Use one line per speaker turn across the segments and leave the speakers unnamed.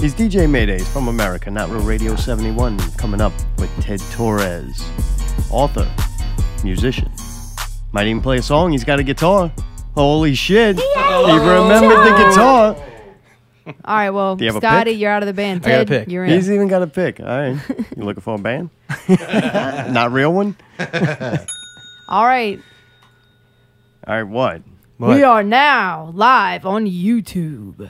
He's DJ Maydays from America, Not Real Radio 71, coming up with Ted Torres. Author, musician. Might even play a song. He's got a guitar. Holy shit. He remembered the guitar.
All right, well,
Do you have a
Stardy,
pick?
you're out of the band.
I got a
Ted,
pick.
You're in.
He's even got a pick. All right. You looking for a band? Not real one?
All right,
All right, what?
What?
we are now live on YouTube.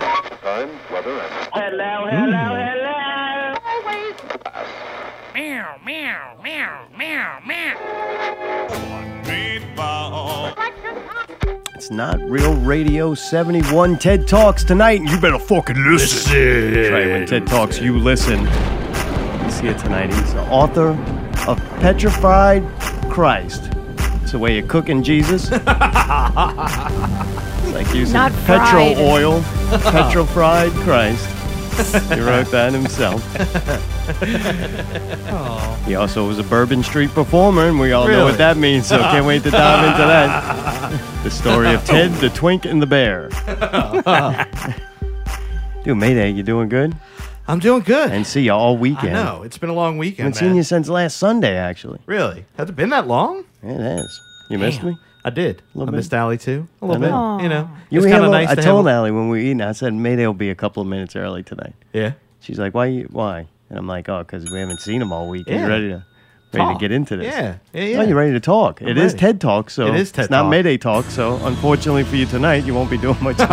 It's Not Real Radio 71. Ted Talks tonight. You better fucking listen. That's right. When Ted Talks, you listen. You see it tonight. He's the author of Petrified Christ. It's the way you're cooking Jesus. it's like using
Not
petrol
fried.
oil. Petrol fried Christ. He wrote that himself. He also was a Bourbon Street performer, and we all know
Really?
what that means, so can't wait to dive into that. The story of Ted, the Twink, and the Bear. Dude, Mayday, you doing good?
I'm doing good.
And see you all
I
weekend.
know. It's been a long weekend.
Haven't seen
man.
you since last Sunday, actually.
Really? Has it been that long?
It is. You missed
Damn.
me.
I did. I
Little bit.
missed Allie too. A little
I
bit.
know.
You know,
You
it's
were
kind
here
of
a
nice
little- I
to have
told
a-
Allie when we were eating. I said Mayday will be a couple of minutes early today.
Yeah.
She's like, "Why? You, why?" And I'm like, "Oh, because we haven't seen him all week.
Yeah.
You ready to ready
Talk.
to get into this?
Yeah. Yeah. yeah.
Oh, you're ready to talk. It is
ready.
TED Talk, so
It is TED
it's not
Talk.
Mayday Talk. So unfortunately for you tonight, you won't be doing much. TED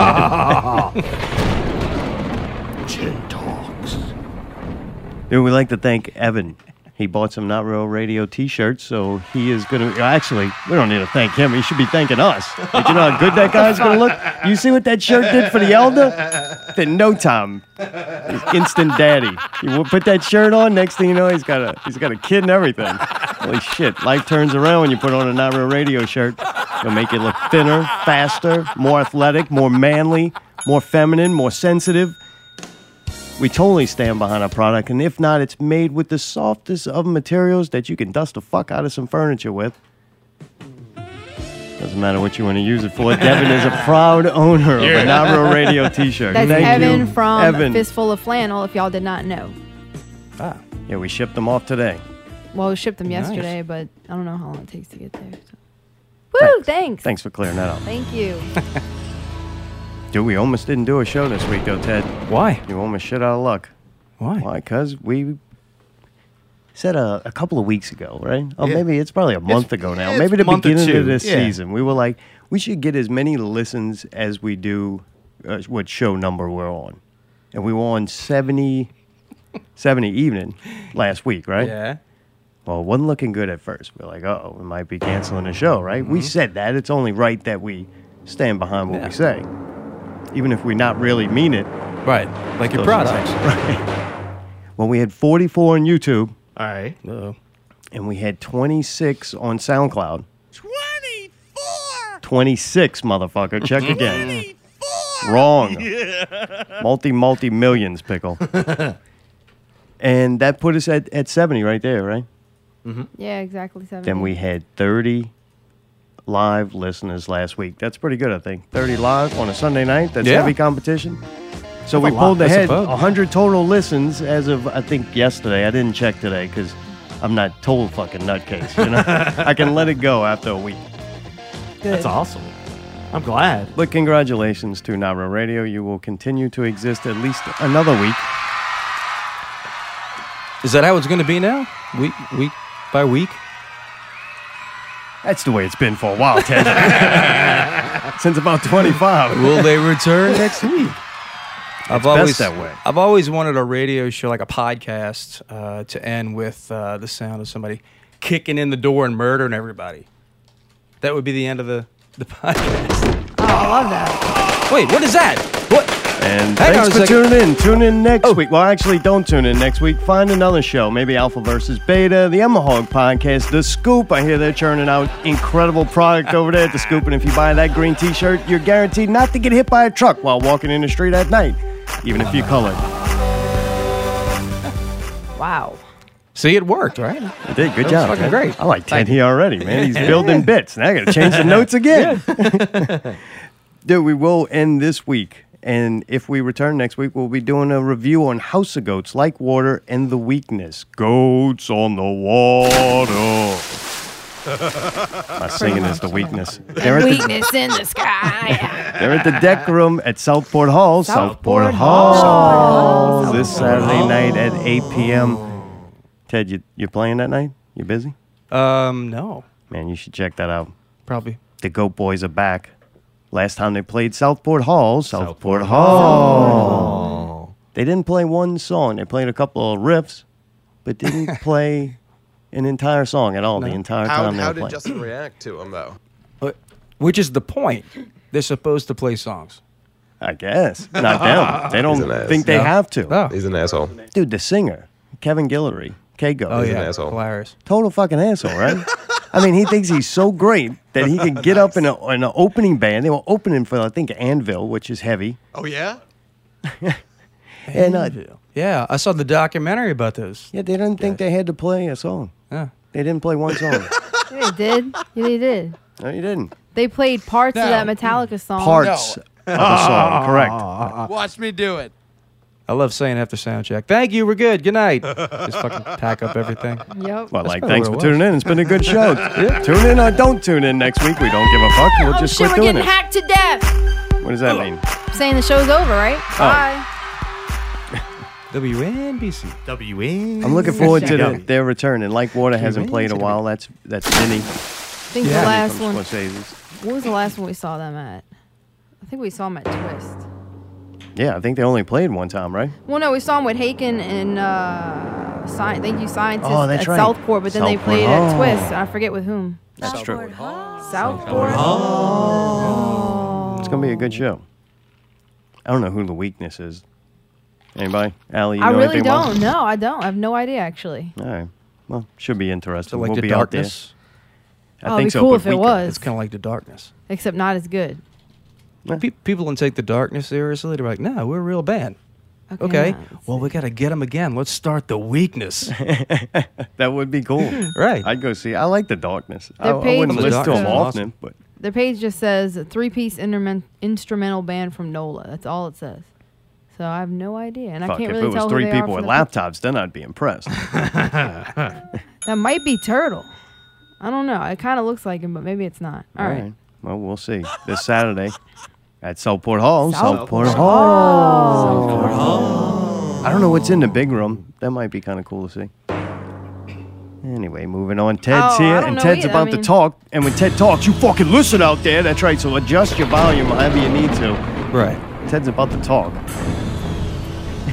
Talks. Dude, we'd like to thank Evan. He bought some Not Real Radio T-shirts, so he is gonna. Actually, we don't need to thank him. He should be thanking us. Like, you know how good that guy's gonna look. You see what that shirt did for the elder? In no time, he's instant daddy. He will put that shirt on. Next thing you know, he's got a he's got a kid and everything. Holy shit! Life turns around when you put on a Not Real Radio shirt. It'll make you look thinner, faster, more athletic, more manly, more feminine, more sensitive. We totally stand behind our product, and if not, it's made with the softest of materials that you can dust the fuck out of some furniture with. Doesn't matter what you want to use it for. Devin is a proud owner of a Not Real Radio T-shirt.
That's
Thank
Evan
you,
from
Evan.
Fistful of Flannel, if y'all did not know.
Yeah, we shipped them off today.
Well, we shipped them
Nice.
yesterday, but I don't know how long it takes to get there. So. Woo, thanks.
Thanks for clearing that up.
Thank you.
Dude, we almost didn't do a show this week, though, Ted.
Why?
You almost shit out of luck.
Why?
Why? Because we said a, a couple of weeks ago, right? Oh,
Yeah.
maybe it's probably a month ago now.
it's
Maybe the
month or
beginning
two,
of this
yeah.
season. We were like, we should get as many listens as we do uh, what show number we're on. And we were on 70, 70 evening last week, right?
Yeah.
Well, it wasn't looking good at first. We're like, oh, we might be canceling the show, right? We said that. It's only right that we stand behind what
Yeah.
we say, even if we not really mean it.
Right. Like your
Those are the
products.
Well, we had 44 on YouTube
All right. Uh-oh.
and we had 26 on SoundCloud. 24! 26, motherfucker. Check again. Wrong. Multi, multi millions, pickle. and that put us at, at 70 right there, right?
yeah, exactly. Seven.
Then
Mm-hmm.
we had 30 live listeners last week. That's pretty good, I think. 30 live on a Sunday night. That's
Yeah.
heavy competition. So we
lot,
pulled
I
ahead
suppose.
100 total listens as of, I think, yesterday. I didn't check today because I'm not total fucking nutcase. You know, I can let it go after a week.
That's awesome. I'm glad.
But congratulations to Nara Radio. You will continue to exist at least another week.
Is that how it's going to be now? Week, week by week?
That's the way it's been for a while, Ted. Since about 25.
Will they return next week? I've always
that way.
I've always wanted a radio show like a podcast uh, to end with uh, the sound of somebody kicking in the door and murdering everybody. That would be the end of the the podcast.
Oh, I love that.
Wait, what is that? What?
And
Hang on
thanks
a
for
second.
tuning in. Tune in next
Oh.
week. Well, actually, don't tune in next week. Find another show, maybe Alpha versus Beta, the Emma Hog podcast, The Scoop. I hear they're churning out incredible product over there at The Scoop. And if you buy that green t shirt, you're guaranteed not to get hit by a truck while walking in the street at night, even if you colored.
Wow.
See, it worked, right?
You did. Good
That was
job.
fucking
man.
great.
I like Ted
Thank you.
here already, man. He's building bits. Now I got to change the notes again. Dude, we will end this week And if we return next week, we'll be doing a review on House of Goats, Like Water, and The Weakness. Goats on the water. My singing is The Weakness. They're at the,
Weakness in the sky.
they're at the deck room at Southport Hall. Southport,
Southport
Hall.
Hall.
This Saturday night at 8 p.m. Ted, you, you playing that night? You busy?
Um, no,
Man, you should check that out.
probably.
The Goat Boys are back. Last time they played Southport Hall, Southport, Hall. They didn't play one song. They played a couple of riffs, but didn't play an entire song at all the entire
How,
time they
how
were
did
playing.
Justin react to him though?
But, which is the point. They're supposed to play songs.
I guess. Not them. They
He's an
don't
ass.
think they
No.
have to.
No.
He's an asshole.
Dude, the singer, Kevin Guillory, K-Go.
Oh
an
yeah,
asshole.
hilarious.
total fucking asshole, right? I mean, he thinks he's so great that he can get up in a- in an opening band. They were opening for, I think, Anvil, which is heavy.
Oh yeah.
And uh,
Yeah, I saw the documentary about this.
yeah, they didn't think they had to play a song.
Yeah.
They didn't play one song.
Yeah, they did. Yeah, they did.
no, you didn't.
They played parts
No.
of that Metallica
Oh,
song.
Parts of a song, correct.
Watch me do it.
I love saying after sound check, "Thank you, we're good. Good night." Just fucking pack up everything.
Yep.
Well, like,
probably
thanks
what
for
it
tuning in. It's been a good show. Tune in or don't tune in next week. We don't give a fuck. We'll
oh
just
shit,
quit
we're
doing it.
getting Oh. hacked to death.
What does that mean?
Saying the show's over, right?
Oh.
Bye.
WNBC. E?
WN.
I'm looking forward to
Check
the,
it.
their return. And like water hasn't
in,
played in a
check it
while. That's that's Vinny.
I think
Yeah.
the last
from
one.
Scorsese's.
What was the last one we saw them at? I think we saw them at Twist.
Yeah, I think they only played one time, right?
Well, no, we saw them with Haken and uh, Sci- Thank You Scientist
Oh, that's
at
right.
Southport, but then they
Southport.
played
Oh.
at Twist. and I forget with whom.
That's true.
Southport.
It's gonna be a good show. I don't know who the weakness is. Anybody? Allie, you
I
know
really
anything
don't.
about?
No, I don't. I have no idea actually.
All right. Well, should be interesting.
So like
we'll
the
be
darkness.
out there. I
Oh, it'd
think
be
so.
cool
but
if it
weaker.
was.
It's kind of like the darkness.
Except not as good.
Pe- people don't take the darkness seriously. They're like, "No, we're a real band."
Okay.
Okay.
nice.
Well, we gotta get them again. Let's start the weakness.
That would be cool.
right.
I'd go see. I like the darkness. I,
Their
I wouldn't
page is,
listen to them
uh,
often, but
Their page just says a three-piece intermen- instrumental band from NOLA. That's all it says. So I have no idea, and I
fuck,
can't
if
really
it was
tell
three
who they are
people
from
with
the pic-
laptops, then I'd be impressed.
That might be Turtle. I don't know. It kind of looks like him, but maybe it's not. All right.
Well, we'll see this Saturday at Southport Hall. Southport,
Southport
Hall. Southport Hall. I don't know what's in the big room. That might be kind of cool to see. Anyway, moving on. Ted's
Oh, I
here,
don't
and
know
Ted's
either. I
about
mean-
to talk. And when Ted talks, you fucking listen out there. That's right. So adjust your volume however you need to.
Right.
Ted's about to talk.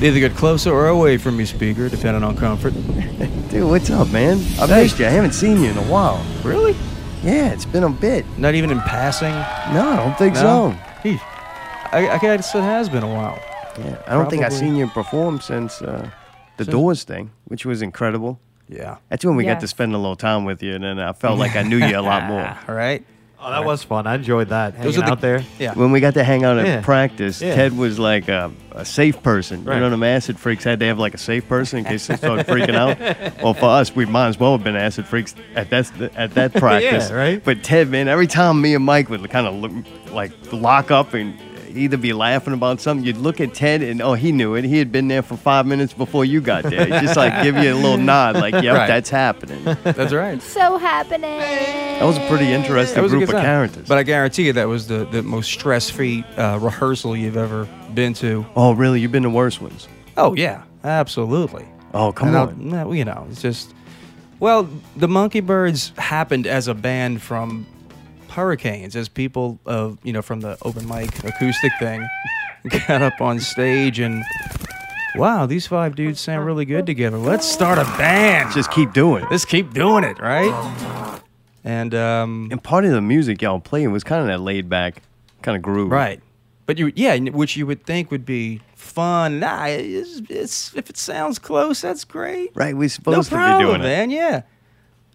Either get closer or away from your speaker, depending on comfort.
Dude, what's up, man? I missed you. I haven't seen you in a while.
Really?
Yeah, it's been a bit.
Not even in passing.
No, I don't think so.
Eesh. I, I guess it has been a while.
Yeah, I don't think I've
Probably.
seen you perform since uh, the Doors thing, which was incredible.
Yeah.
That's when we got to
Yes.
spend a little time with you, and then I felt like I knew you a lot more.
All right.
Oh, that was fun. I enjoyed that. Hanging
Those are the-
out there.
Yeah.
When we got to hang out at
Yeah.
practice,
Yeah.
Ted was like a, a safe person. You
Right.
know, them acid freaks had to have like a safe person in case they started freaking out. Well, for us, we might as well have been acid freaks at that at that practice,
right?
But Ted, man, every time me and Mike would kind of look, like lock up and either be laughing about something, you'd look at Ted and oh, he knew it. He had been there for five minutes before you got there. He'd just like give you a little nod, like, "Yep,
Right.
that's happening." That
That's right.
So happening.
was a pretty interesting
was a
group of
good time.
characters.
But I guarantee you that was the, the most stress-free uh, rehearsal you've ever been to.
Oh, really? You've been to worse ones.
Oh, yeah. Absolutely.
Oh, come
And I'll-
on.
no, you know, it's just... Well, the Monkey Birds happened as a band from Hurricanes, as people of, you know, from the open mic acoustic thing got up on stage and... Wow, these five dudes sound really good together. Let's start a band.
Just keep doing.
Let's keep doing it, right? And um,
And part of the music y'all played was kind of that laid back kind of groove.
right, but you yeah, and which you would think would be fun. Nah, it's, it's if it sounds close, that's great.
Right. We're
No
supposed to
problem,
be doing it.
man. Yeah.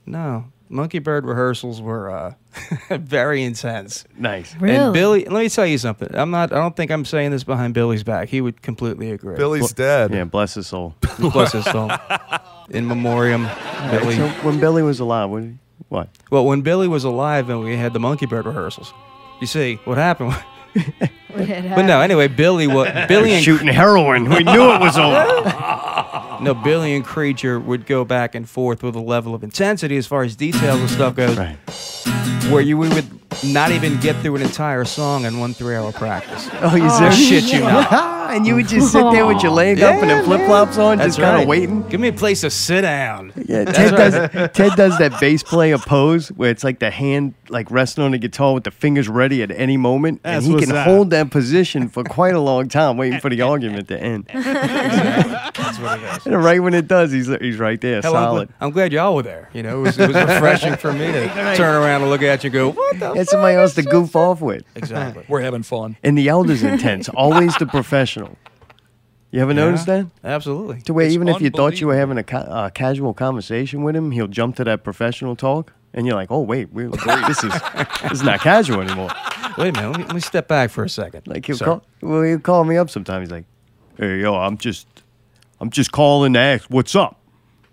No, Monkey Bird rehearsals were uh, very intense.
Nice.
Really?
And Billy, let me tell you something. I'm not. I don't think I'm saying this behind Billy's back. He would completely agree.
Billy's dead.
Yeah, bless his soul.
Bl- bless his soul. In memoriam, Billy.
So when Billy was alive, what? what?
Well, when Billy was alive and we had the monkey bird rehearsals, you see, what happened But no, anyway, Billy was Billy and
Shooting heroin. We knew it was over.
no Billy and Creature would go back and forth with a level of intensity as far as details and stuff goes,
right.
where you we would not even get through an entire song in one three-hour practice.
Oh, you
I
serious?
shit you not.
and you would just sit there with your leg up and
Yeah,
then flip flops on,
That's
just kind of
right.
waiting.
Give me a place to sit down.
Yeah, Ted does. Ted does that bass player pose where it's like the hand like resting on the guitar with the fingers ready at any moment,
That's
and he
what's
can
up.
hold that position for quite a long time, waiting for the argument to end.
That's what it is.
And right when it does, he's he's right there,
Hell, I'm,
solid.
glad, I'm glad y'all were there. You know, it was, it was refreshing for me to turn around and look at you and go, what the?
Get somebody else to goof off with.
Exactly.
We're having fun.
And the elder's intense, always the professional. You ever noticed
Yeah,
that?
Absolutely.
To where
It's
even if you thought you were having a ca- uh, casual conversation with him, he'll jump to that professional talk, and you're like, "Oh wait, we're, this is this is not casual anymore."
Wait a minute. Let me, let me step back for a second.
Like he'll
Sir.
call, well, he'll call me up sometimes. He's like, "Hey yo, I'm just I'm just calling to ask what's up."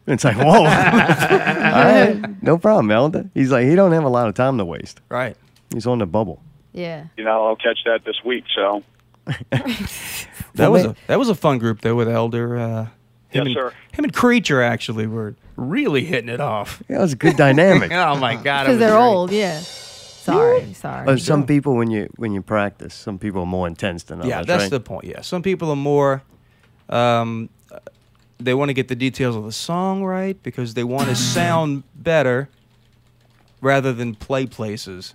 And it's like, "Whoa, all right, no problem, Elder." He's like, he don't have a lot of time to waste.
Right.
He's on the bubble.
Yeah.
You know, I'll catch that this week. So,
That
Well,
was
ma-
a, that was a fun group though with Elder. Uh,
Yes,
him and,
sir.
Him and Creature actually were really hitting it off.
Yeah, it was a good dynamic.
Oh my god! it
Because
was
they're
great.
old. Yeah. Sorry. Sorry.
Oh,
Uh, some people, when you when you practice, some people are more intense than others.
Yeah, that's
right?
the point. Yeah, some people are more. Um, uh, they want to get the details of the song right because they want to sound better, rather than play places,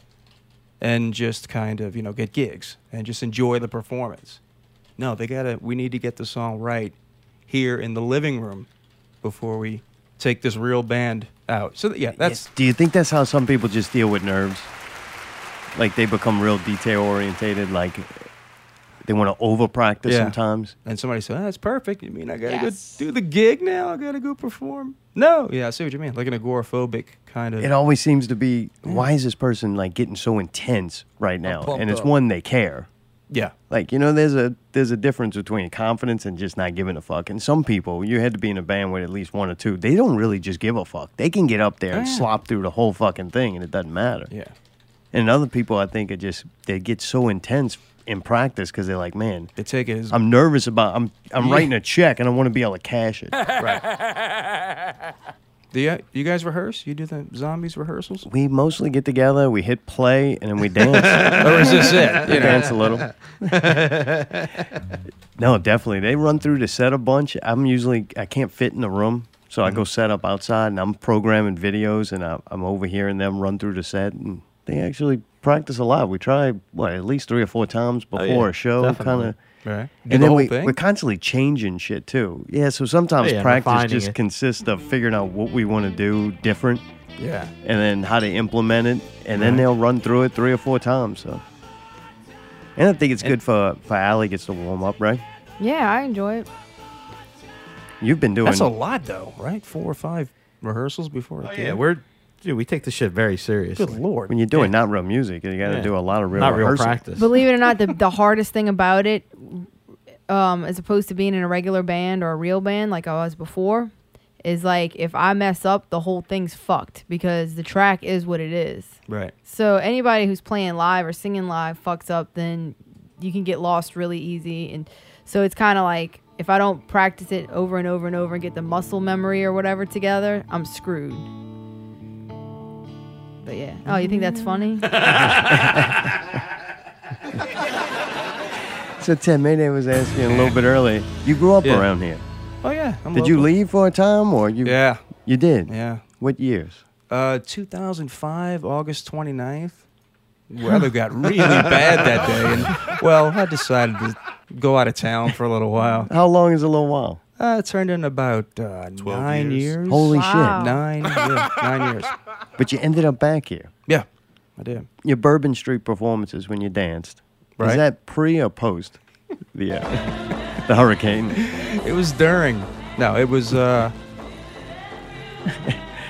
and just kind of you know get gigs and just enjoy the performance. No, they gotta. We need to get the song right here in the living room before we take this real band out. So th- yeah, that's
Do you think that's how some people just deal with nerves? Like they become real detail orientated. Like they want to over practice
Yeah.
sometimes.
And somebody said, oh, "That's perfect." You mean I gotta
Yes.
go do the gig now? I gotta go perform? No. Yeah, I see what you mean. Like an agoraphobic kind of.
It always seems to be why is this person like getting so intense right now?
pumped
And it's
up.
one they care.
yeah.
Like you know, there's a there's a difference between confidence and just not giving a fuck. And some people, you had to be in a band with at least one or two. They don't really just give a fuck. They can get up there and
Yeah.
slop through the whole fucking thing, and it doesn't matter.
Yeah.
And other people, I think, are just they get so intense in practice because they're like, man,
They take it as
I'm nervous about I'm I'm
Yeah.
writing a check and I want to be able to cash it.
right. do you, you guys rehearse? You do the zombies rehearsals?
we mostly get together, we hit play, and then we dance.
or is this it?
we
You know?
dance a little. no, definitely. They run through the set a bunch. I'm usually I can't fit in the room. So I go
Mm-hmm.
set up outside and I'm programming videos and I, I'm over here and them run through the set and they actually practice a lot. We try what at least three or four times before a show, kind of
Right. Oh,
and
Do the
then
whole
we,
thing?
we're constantly changing shit too. Yeah, so sometimes
Oh, yeah,
practice
refining
just
it.
consists of figuring out what we want to do different
yeah.
and then how to implement it. And then they'll run through it three or four times. So. And I think it's good for, for Allie gets to warm up, right?
Yeah, I enjoy it.
You've been doing
That's a lot though, right? Four or five rehearsals before. a
Oh, yeah,
gig?
we're dude. We take this shit very seriously.
Good lord.
when you're doing not real music, you got to
Yeah.
do a lot of real
Not real
rehearsal.
practice.
Believe it or not, the, the hardest thing about it, um, as opposed to being in a regular band or a real band like I was before, is like if I mess up, the whole thing's fucked because the track is what it is.
right.
So anybody who's playing live or singing live fucks up, then you can get lost really easy. And so it's kind of like if I don't practice it over and over and over and get the muscle memory or whatever together, I'm screwed. But yeah. Oh, you think that's funny?
So, Tim, Mayday was asking you a little bit earlier. You grew up
Yeah.
around here.
Oh yeah. I'm
Did you
local.
leave for a time or you?
Yeah.
You did?
Yeah.
What years?
Uh, 2005, August 29th. Weather got really bad that day, and well, I decided to go out of town for a little while.
How long is a little while?
Uh, it turned in about uh, nine years.
years.
Holy
Wow.
nine, yeah, nine years.
shit. But you ended up back here.
Yeah, I did.
your Bourbon Street performances when you danced.
Right.
Is that pre or post the uh, the hurricane?
It was during. No, it was. Uh,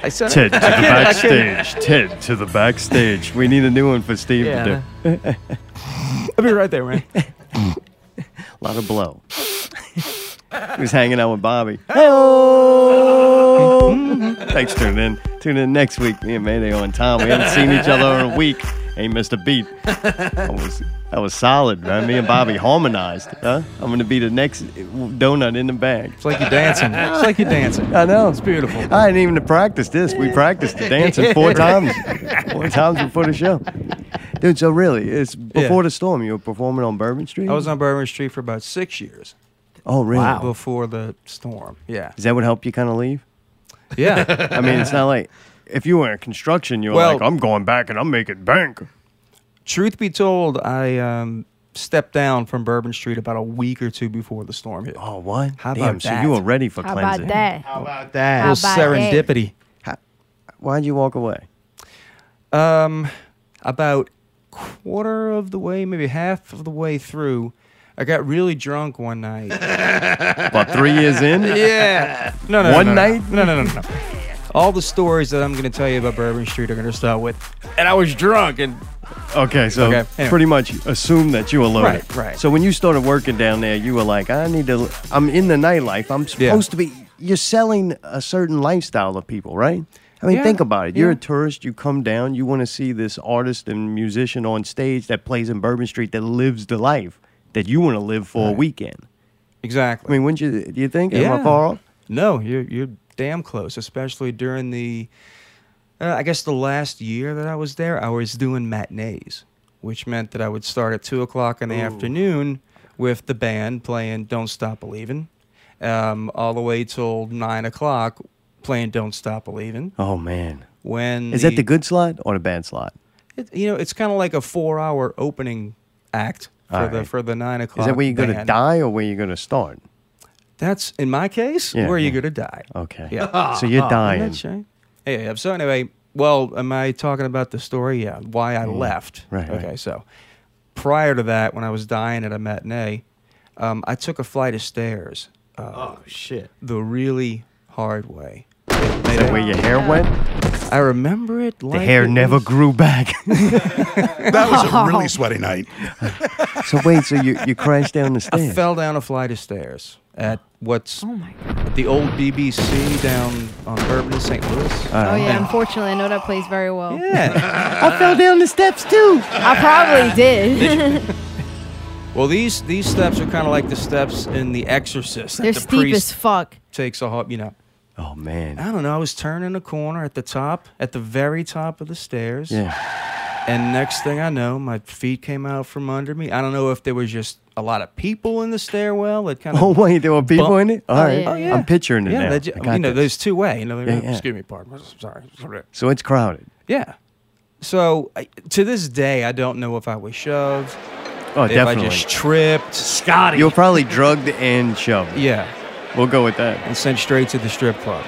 I said
Ted to the backstage. Ted to the backstage. We need a new one for Steve to
Yeah.
do.
I'll be right there, man.
A lot of blow. he was hanging out with Bobby. Thanks, tune in. Tune in next week. Me and Mayday on time. We haven't seen each other in a week. Ain't missed a beat. That was, that was solid, man. Me and Bobby harmonized. Huh? I'm gonna be the next donut in the bag.
It's like you're dancing. It's like you're dancing.
I know.
It's beautiful.
I didn't even practice this. We practiced the dancing four times, four times before the show. Dude, so really, it's before
Yeah.
the storm. You were performing on Bourbon Street.
I was on Bourbon Street for about six years
Oh, really?
before the storm. Yeah.
Is that what helped you kind of leave?
Yeah.
I mean, it's not like if you were in construction, you're
Well-
like, I'm going back and I'm making bank.
Truth be told, I um, stepped down from Bourbon Street about a week or two before the storm hit.
Oh, what?
How
Damn,
about
so
that?
you were ready for
How
cleansing.
about that?
How about
How
that?
Little
about that?
serendipity.
Why'd you walk away?
Um, about quarter of the way, maybe half of the way through, I got really drunk one night.
About three years in?
yeah. No, no.
One
no, no,
night?
No, no, no, no. no. All the stories that I'm going to tell you about Bourbon Street are going to start with, and I was drunk, and
Okay, so
Okay, anyway.
pretty much assume that you were loaded.
Right, right.
So when you started working down there, you were like, I need to, I'm in the nightlife. I'm supposed
Yeah.
to be, you're selling a certain lifestyle to people, right? I mean,
Yeah,
think about it. You're a
yeah.
tourist. You come down. You want to see this artist and musician on stage that plays in Bourbon Street that lives the life that you want to live for a weekend. I
exactly.
mean, wouldn't you? Do you think? Am I far off?
No, you're you're damn close, especially during the, uh, I guess the last year that I was there, I was doing matinees, which meant that I would start at two o'clock in the afternoon with the band playing "Don't Stop Believing," um, all the way till nine o'clock playing "Don't Stop Believing."
Oh man,
When
is that the good slot or the bad slot?
It, you know, it's kind of like a four-hour opening act for
All
the
right.
for the nine o'clock.
Is that where you're going to
band.
die or where you're going to start?
That's in my case
Yeah,
where
yeah.
you're gonna die.
Okay.
Yeah.
So you're
Isn't
dying.
that shame? Yeah, yeah. So anyway, well, am I talking about the story? Yeah, why I left.
Mm. Right, right.
Okay, so prior to that, when I was dying at a matinee, um, I took a flight of stairs uh,
Oh shit.
the really hard way.
Is that where your hair went?
I remember it.
The
Like
hair
it
never
was-
grew back.
That was a really sweaty night.
so wait, so you, you crashed down the
I
stairs?
fell down a flight of stairs at what's
Oh my god.
at the old BBC down on Bourbon in St. Louis.
Uh,
Oh yeah. Unfortunately, I know that place very well.
yeah.
I fell down the steps too.
I probably did.
Well, these these steps are kind of like the steps in The Exorcist. that
They're
the
steep
priest
as fuck.
takes a hop, you know.
Oh man.
I don't know. I was turning a corner at the top, at the very top of the stairs.
Yeah.
And next thing I know, my feet came out from under me. I don't know if there was just a lot of people in the stairwell that kind of.
Oh wait, there were people in it. All right.
yeah. Oh, yeah.
I'm picturing it
yeah,
now.
they ju-
I got
you know,
this.
there's two way. You know, they're-
Yeah, yeah.
excuse me, pardon. I'm Sorry. Sorry.
so it's crowded. Oh,
Yeah. So I, to this day, I don't know if I was shoved,
Oh,
if
definitely.
I just tripped.
Scotty.
You're probably drugged and shoved.
Yeah.
We'll go with that.
and sent straight to the strip club.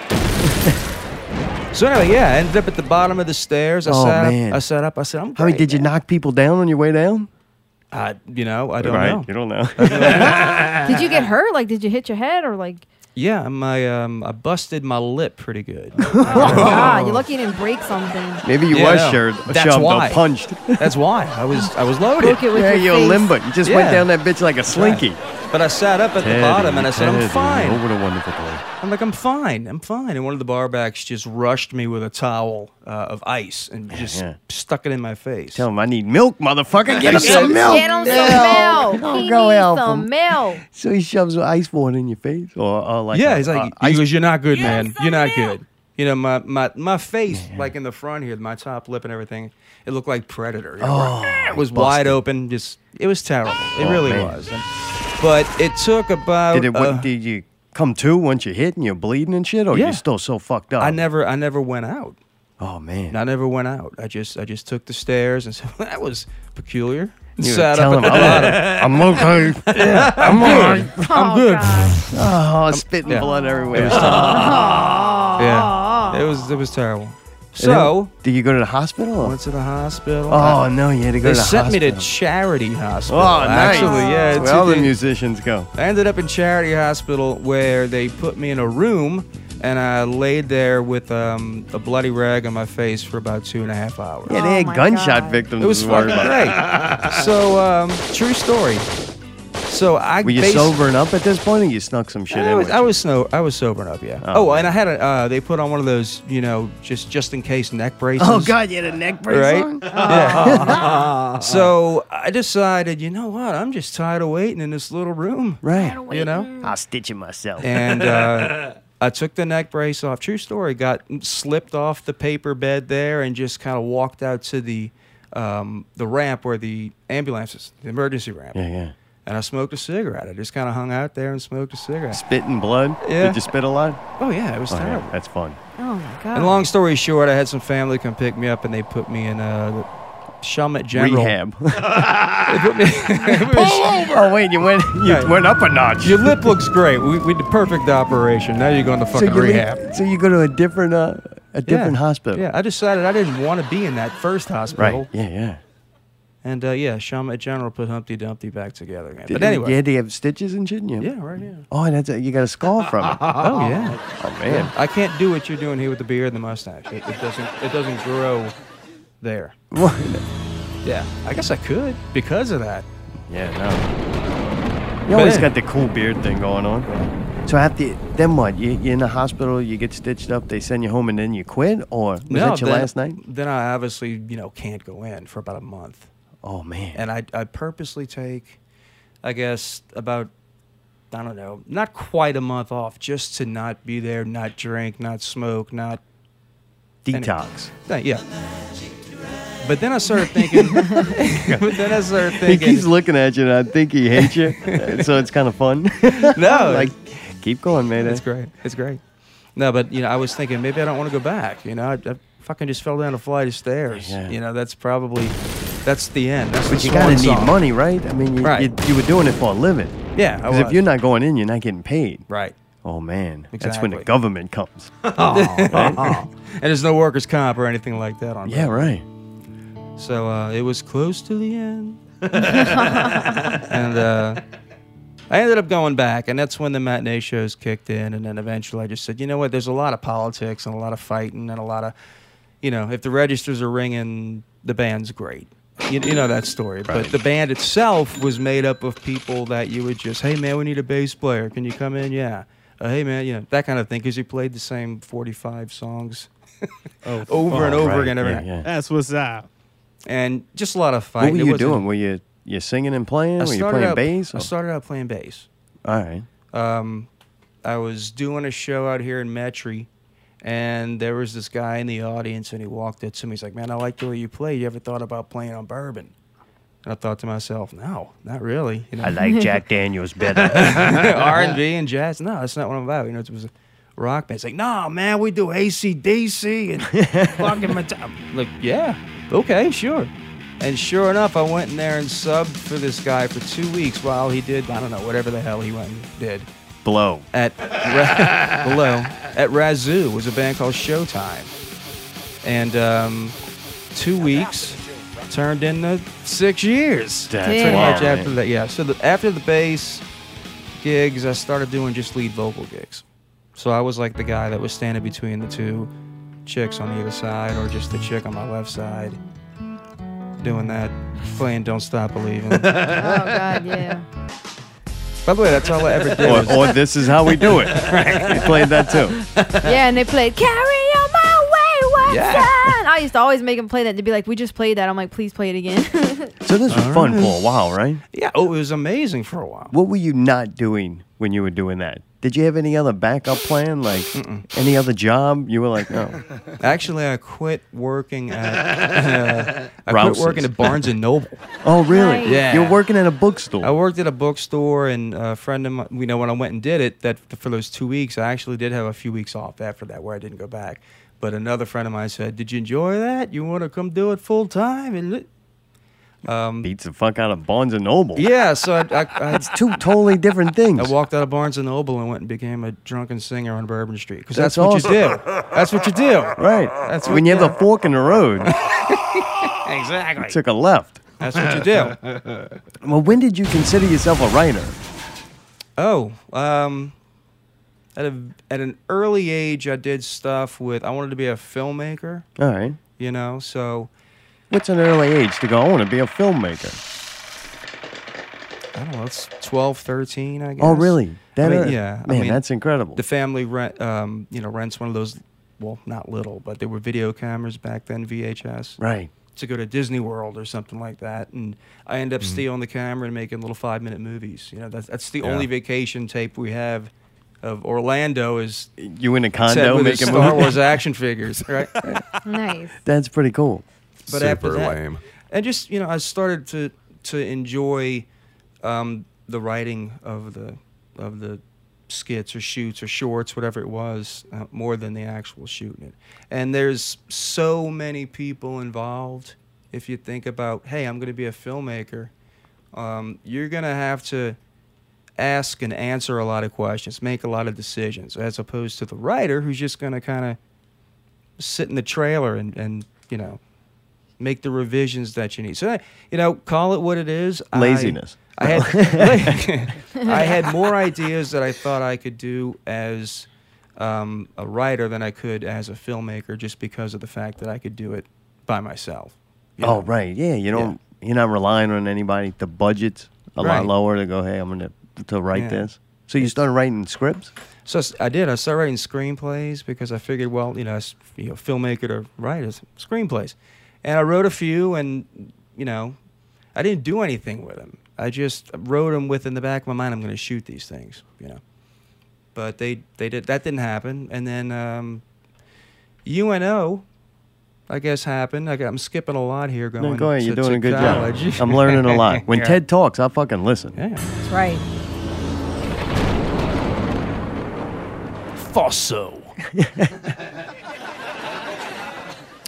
so anyway, yeah, I ended up at the bottom of the stairs. I
Oh,
sat
man.
up. I sat up. I said, "I'm."
How many
great,
did you
man."
knock people down on your way down?
I, you know, I don't
right.
know.
You don't know.
Did you get hurt? Like, did you hit your head or like?
Yeah, my um, I busted my lip pretty good.
Oh god, you're lucky you didn't break something.
Maybe you
Yeah,
were
no.
shoved,
That's
shoved or
why.
punched.
That's why I was I was loaded.
Broke it with
Yeah,
your
you're
face.
limber. You just went
Yeah.
down that bitch like a slinky.
But I sat up at the bottom and I said, "I'm fine."
Over to wonderful place.
I'm like, "I'm fine. I'm fine." And one of the barbacks just rushed me with a towel uh, of ice and just
yeah.
stuck it in my face.
Tell him I need milk, motherfucker. Get him
Get
some
him
milk.
some milk.
Don't
He
go
needs
help
some
him.
milk.
So he shoves ice water in your face, or, or like
yeah,
a- uh,
he's like,
a-
he
ice-
goes, "You're not good, man. You're not good." You know, my my my face, like in the front here, my top lip and everything, it looked like Predator. you know, where it was wide open. Just it was terrible. It
Oh, Oh,
really
man.
was. And- but it took about.
did it? What,
uh,
did you come to once you hit and you're bleeding and shit, or
Yeah.
you're still so fucked up?
I never I never went out.
Oh man,
I never went out. I just I just took the stairs and so that was peculiar.
you
Sat
tell
up
him
at the bottom.
I'm, I'm okay. I'm alright.
I'm
good.
Oh, spitting
yeah.
blood everywhere.
Yeah, it was it was terrible. So
did you go to the hospital? or-
went to the hospital.
Oh no, you had to go
They
to the
sent me to
hospital.
charity hospital.
Oh, nice.
actually, yeah. it's-
Where all the
it-
musicians go.
Oh
I ended up in charity hospital where they put me in a room and I laid there with um, a bloody rag on my face for about two and a half hours.
Yeah,
Oh,
they had
my
gunshot
God.
victims.
It was
to worry
fucking
about.
great. so, um, true story. So I
Were you
based-
sobering up at this point, or you snuck some shit
I
in?
was,
with
I
you?
was snow. I was sobering up. Yeah.
Oh.
Oh, and I had a. Uh, they put on one of those, you know, just just in case neck braces.
Oh God, you had a neck brace
Right?
on.
Yeah. so I decided, you know what? I'm just tired of waiting in this little room.
Right.
You know.
I'll stitch it myself.
And uh, I took the neck brace off. True story. Got slipped off the paper bed there and just kind of walked out to the um, the ramp where the ambulances, the emergency ramp.
yeah, yeah.
And I smoked a cigarette. I just kind of hung out there and smoked a cigarette.
Spitting blood.
Yeah.
Did you spit a lot?
Oh yeah, it was
Oh, yeah,
terrible.
That's fun.
Oh my god.
And long story short, I had some family come pick me up, and they put me in uh, the Chalmette General.
Rehab.
They put me- it was-
oh wait, you went you
Right.
went up a notch.
your lip looks great. We, we did perfect operation. Now you're going to fucking
you leave-
rehab.
so you go to a different uh, a different hospital.
Yeah, I decided I didn't want to be in that first
Right.
hospital.
Yeah, yeah.
And uh, yeah, Chalmette General put Humpty Dumpty back together again.
Did
But
you-
anyway,
you had to have stitches and shit. You?
yeah, right here.
Oh, that's a, you got a skull from it. oh
Oh yeah.
man.
I can't do what you're doing here with the beard and the mustache. It, it doesn't. It doesn't grow there. Yeah, I guess I could because of that.
Yeah, no. You
But
always
hey.
got the cool beard thing going on. So after then what? You, you're in the hospital. You get stitched up. They send you home, and then you quit, or was that your
then,
last night?
Then I obviously, you know, can't go in for about a month.
Oh man.
And I, I purposely take, I guess, about, I don't know, not quite a month off just to not be there, not drink, not smoke, not,
Detox.
th- yeah. But then I started thinking, but then I started
He keeps
thinking,
looking at you, and I think he hates you. so it's kind of fun.
no,
like, keep going, man.
it's great. It's great. No, but, you know, I was thinking maybe I don't want to go back. You know, I, I fucking just fell down a flight of stairs.
Yeah.
You know, that's probably, that's the end. That's
But
the
you gotta
swan
need
song.
money, right? I mean, you,
Right.
you, you were doing it for a living.
Yeah, I
Because if
was.
you're not going in, you're not getting paid.
Right.
Oh man, that's when the
Exactly.
government comes.
And there's no workers' comp or anything like that on
yeah,
it.
right.
So uh, it was close to the end. and uh, I ended up going back, and that's when the matinee shows kicked in. And then eventually I just said, you know what, there's a lot of politics and a lot of fighting and a lot of, you know, if the registers are ringing, the band's great. You, you know that story. But the band itself was made up of people that you would just, hey, man, we need a bass player. Can you come in? Yeah. Uh, hey, man, you know, that kind of thing, because you played the same 45 songs
Oh,
over and over
Right,
again every
yeah,
night.
yeah.
That's what's up.
and just a lot of
What
fighting.
were
It
you
wasn't-
doing? Were you you singing and playing?
I
Were you
started
playing
out,
bass?
I
or-
started out playing bass.
All right.
Um, I was doing a show out here in Metri, and there was this guy in the audience, and he walked up to me. He's like, "Man, I like the way you play. You ever thought about playing on bourbon?" And I thought to myself, "No, not really. You know,
like Jack Daniels better.
R and B and jazz. No, that's not what I'm about. You know, it was a rock band. It's like, nah, man, we do ACDC and fucking metal. I'm like, yeah, okay, sure. And sure enough, I went in there and subbed for this guy for two weeks while he did, I don't know, whatever the hell he went and did.
Blow.
At Ra- below, at Razoo was a band called Showtime. And um, two weeks turned into six years
That's
Pretty
pretty
Yeah.
much
wild,
after
man.
that. Yeah. So the, after the bass gigs, I started doing just lead vocal gigs. So I was like the guy that was standing between the two chicks on either side, or just the chick on my left side, doing that, playing "Don't Stop Believing." By
oh god, yeah.
the way, that's all I ever did.
Or,
Was,
or this is how we do it. You played that too.
Yeah, and they played "Carry On My Wayward
Yeah.
Son." I used to always make them play that. They'd be like, "We just played that." I'm like, "Please play it again."
So this was fun for a while, right?
yeah. Oh, it was amazing for a while.
What were you not doing when you were doing that? Did you have any other backup plan? Like any other job? You were like, oh. no.
Actually, I quit working at uh, I
Rouse's.
quit working at Barnes and Noble.
Oh, really?
Nice.
Yeah.
You're working at a
I
bookstore.
worked at a bookstore, and a friend of mine, you know, when I went and did it, that for those two weeks, I actually did have a few weeks off after that where I didn't go back. But another friend of mine said, "Did you enjoy that? You want to come do it full time?" And li-"
Beats the fuck out of Barnes and Noble.
yeah, so I, I, I,
It's two totally different things.
I walked out of Barnes and Noble and went and became a drunken singer on Bourbon Street because
That's
that's, what
awesome.
you do. That's what you do.
Right.
That's
when
what-
you have a
yeah.
fork in the road, you
Exactly.
took a left.
That's what you do.
Well, when did you consider yourself a writer?
Oh, um, at a at an early age, I did stuff with. I wanted to be a filmmaker.
All right.
You know, so
What's an early age to go, I want to be a filmmaker?
I don't know, it's 12, 13, I guess.
Oh, really?
I mean,
uh,
yeah. I
Man,
mean,
that's incredible.
The family rent, um, you know, rents one of those. Well, not little, but there were video cameras back then, VHS,
right.
to go to Disney World or something like that. And I end up
Mm-hmm.
stealing the camera and making little five-minute movies. You know, that's that's the only vacation tape we have of Orlando is
You in a
set
condo
with his
making
Star
movies?
Wars action figures, right?
nice.
That's pretty cool.
but
Super
after that,
lame.
and just you know, I started to to enjoy um, the writing of the of the skits or shoots or shorts, whatever it was, uh, more than the actual shooting it. And there's so many people involved. If you think about, hey, I'm going to be a filmmaker, um, you're going to have to ask and answer a lot of questions, make a lot of decisions, as opposed to the writer who's just going to kind of sit in the trailer and, and you know make the revisions that you need. So you know, call it what it is. I-
Laziness.
I, had I had more ideas that I thought I could do as um, a writer than I could as a filmmaker, just because of the fact that I could do it by myself. you
Oh,
know?
right. Yeah, you don't. You're not relying on anybody. The budget's a
Right.
lot lower to go. Hey, I'm gonna to write
Yeah.
this. So you started writing scripts.
So I s- I did. I started writing screenplays because I figured, well, you know, as you know, filmmaker to write is screenplays, and I wrote a few, and you know, I didn't do anything with them. I just wrote them with in the back of my mind, I'm going to shoot these things, you know. But they they did that didn't happen, and then um, UNO, I guess happened. I got, I'm skipping a lot here. Going
No, go ahead.
to-
You're doing
to
a good
college.
job. I'm learning a lot. When
Yeah.
Ted talks, I fucking listen.
yeah.
That's right.
Fosso.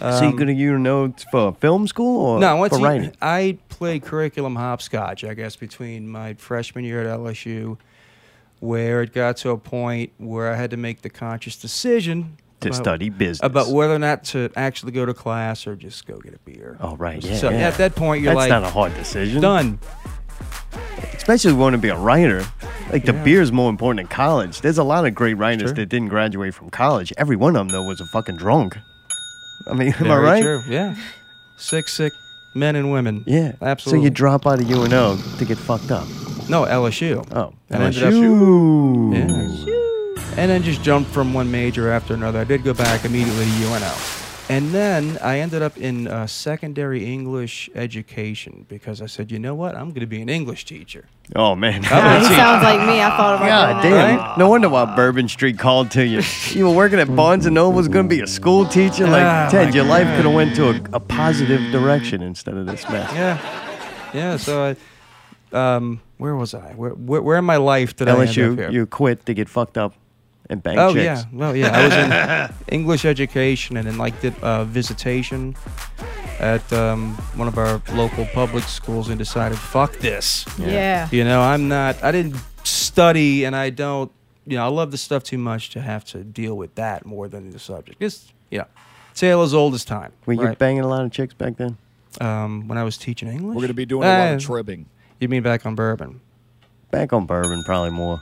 so you gonna you know for film school or
Um, No, once
for
you-
writing?
I played curriculum hopscotch, I guess, between my freshman year at LSU, where it got to a point where I had to make the conscious decision
To
about-
study business.
about whether or not to actually go to class or just go get a beer.
Oh right, yeah.
so
yeah.
at that point, you're
that's
like
not a hard decision.
done.
Especially want to be a writer. Like the beer is more important than college. There's a lot of great writers that didn't graduate from college. Every one of them though was a fucking drunk. I mean, am I
Very
right?
true, Yeah, sick, sick men and women.
Yeah,
absolutely.
So you drop out of UNO to get fucked up.
no LSU.
Oh,
And ended up-
LSU.
and then just jumped from one major after another. I did go back immediately to UNL. And then I ended up in uh, secondary English education because I said, you know what? I'm going to be an English teacher.
Oh man.
Yeah, he sounds like me. I thought about
God
doing that.
damn! No wonder why Bourbon Street called to you. You were working at Barnes and Noble's, going to be a school teacher. Like
Ah,
Ted,
my
your life could have went to a, a positive direction instead of this mess.
Yeah. Yeah. So I, um, where was I? Where, where, where in my life did I end up
LSU,
here?
you quit to get fucked up and bang
oh,
chicks.
yeah. Well, yeah. I was in English education and then like did uh, visitation at um, one of our local public schools and decided, fuck this.
Yeah.
You know, I'm not. I didn't study, and I don't. You know, I love the stuff too much to have to deal with that more than the subject. Just you know, tale as old as time.
Were you
right?
banging a lot of chicks back then?
um, when I was teaching English,
We're going to be doing a lot
Uh,
of tribbing.
You mean back on bourbon?
Back on bourbon, probably more.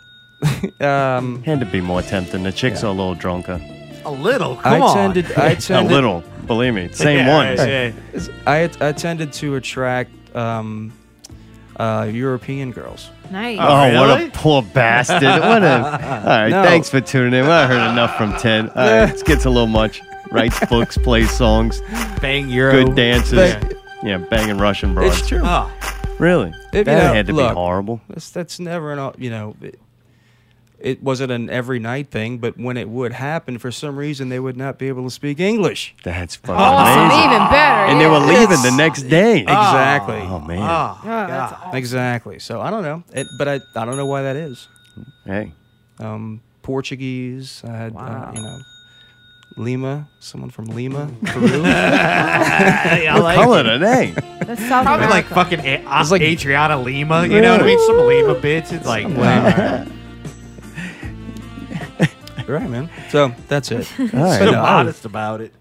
Um,
Had to be more tempting. The chicks are a little drunker.
A little.
I
Come on.
tended. I
A
tended.
little, believe me. Same
Yeah,
ones.
yeah.
I, I tended to attract um, uh, European girls.
Nice.
Oh, what
really?
a poor bastard. What a. All right,
No.
thanks for tuning in. I heard enough from Ted. All right, it gets a little much. Writes books, plays songs,
Bang Euro.
good dances.
But-
yeah, banging Russian broads.
It's true.
Oh,
Really? that
If, you know,
had to
look.
be horrible.
That's that's never an au- you know. It, it wasn't an every night thing, but when it would happen, for some reason they would not be able to speak English.
That's fucking
Awesome.
amazing.
Even better.
And they
yeah.
were leaving the next day.
Exactly. Ah.
Oh, man.
oh,
Oh, that's
God.
awesome.
Exactly. So I don't know, it, but I, I don't know why that is.
Hey.
Um, Portuguese. I had uh,
Wow.
you know Lima. Someone from Lima, Peru. I
Hey, I
What
like
color
it.
today?
That's South
Probably like
America.
fucking A- uh,
like-
Adriana Lima. You know what I mean? Some Lima bitch. It's like, wow.
right, man. So that's it.
All right.
so
No.
modest about it.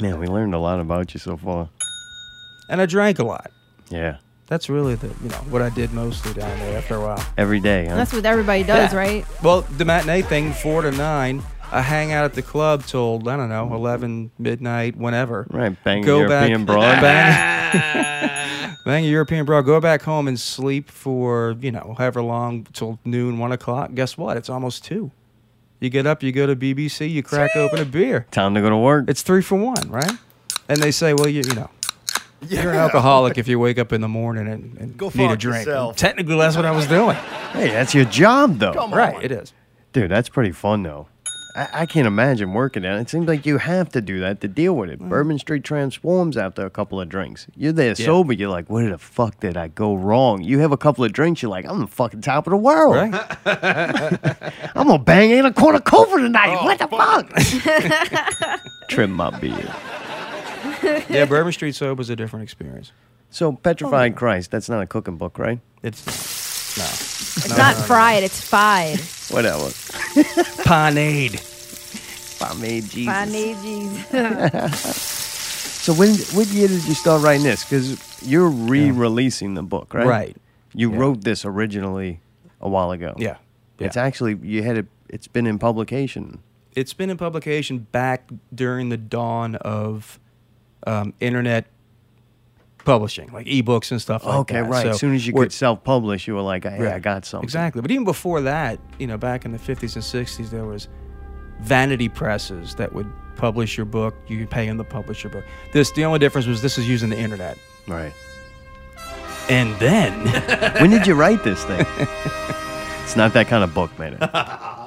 Man, we learned a lot about you so far.
And I drank a lot.
Yeah.
That's really the you know what I did mostly down there after a while.
Every day, huh?
That's what everybody does,
Yeah.
right?
Well, the matinee thing, four to nine. I hang out at the club till I don't know eleven midnight, whenever.
Right, bang a European broad.
Bang, bang a European broad. Go back home and sleep for you know however long till noon, one o'clock. Guess what? It's almost two. You get up, you go to BBC, you crack open a beer.
Time to go to work.
It's three for one, right? And they say, well, you you know, you're an alcoholic if you wake up in the morning and, and
Go
need a
fuck
drink.
yourself.
Technically, that's what I was doing.
hey, that's your job though.
Come
right,
on.
it is.
Dude, that's pretty fun though. I, I can't imagine working that. It seems like you have to do that to deal with it. Bourbon Street transforms after a couple of drinks. You're there sober. You're like, where the fuck did I go wrong? You have a couple of drinks. You're like, I'm the fucking top of the world.
Right.
I'm gonna bang in a quarter cover tonight. what the fuck? Trim my beard.
yeah, Bourbon Street sober is a different experience.
So petrified Christ. That's not a cooking book, right?
It's no
It's not fried, it's fried.
Whatever.
panade.
I made Jesus.
I need Jesus.
So when what year did you start writing this? Because you're re-releasing the book, right?
Right.
You
Yeah.
wrote this originally a while ago.
Yeah. yeah.
It's actually you had it. It's been in publication.
it's been in publication back during the dawn of um, internet publishing, like ebooks and stuff like
okay,
that.
right.
So
as soon as you
we're-
could self-publish, you were like, "Hey, I
Right.
got something."
Exactly. But even before that, you know, back in the 50s and 60s, there was vanity presses that would publish your book. You could pay them to publish your book. This the only difference was this is using the internet.
Right.
And then
when did you write this thing? it's not that kind of book, man.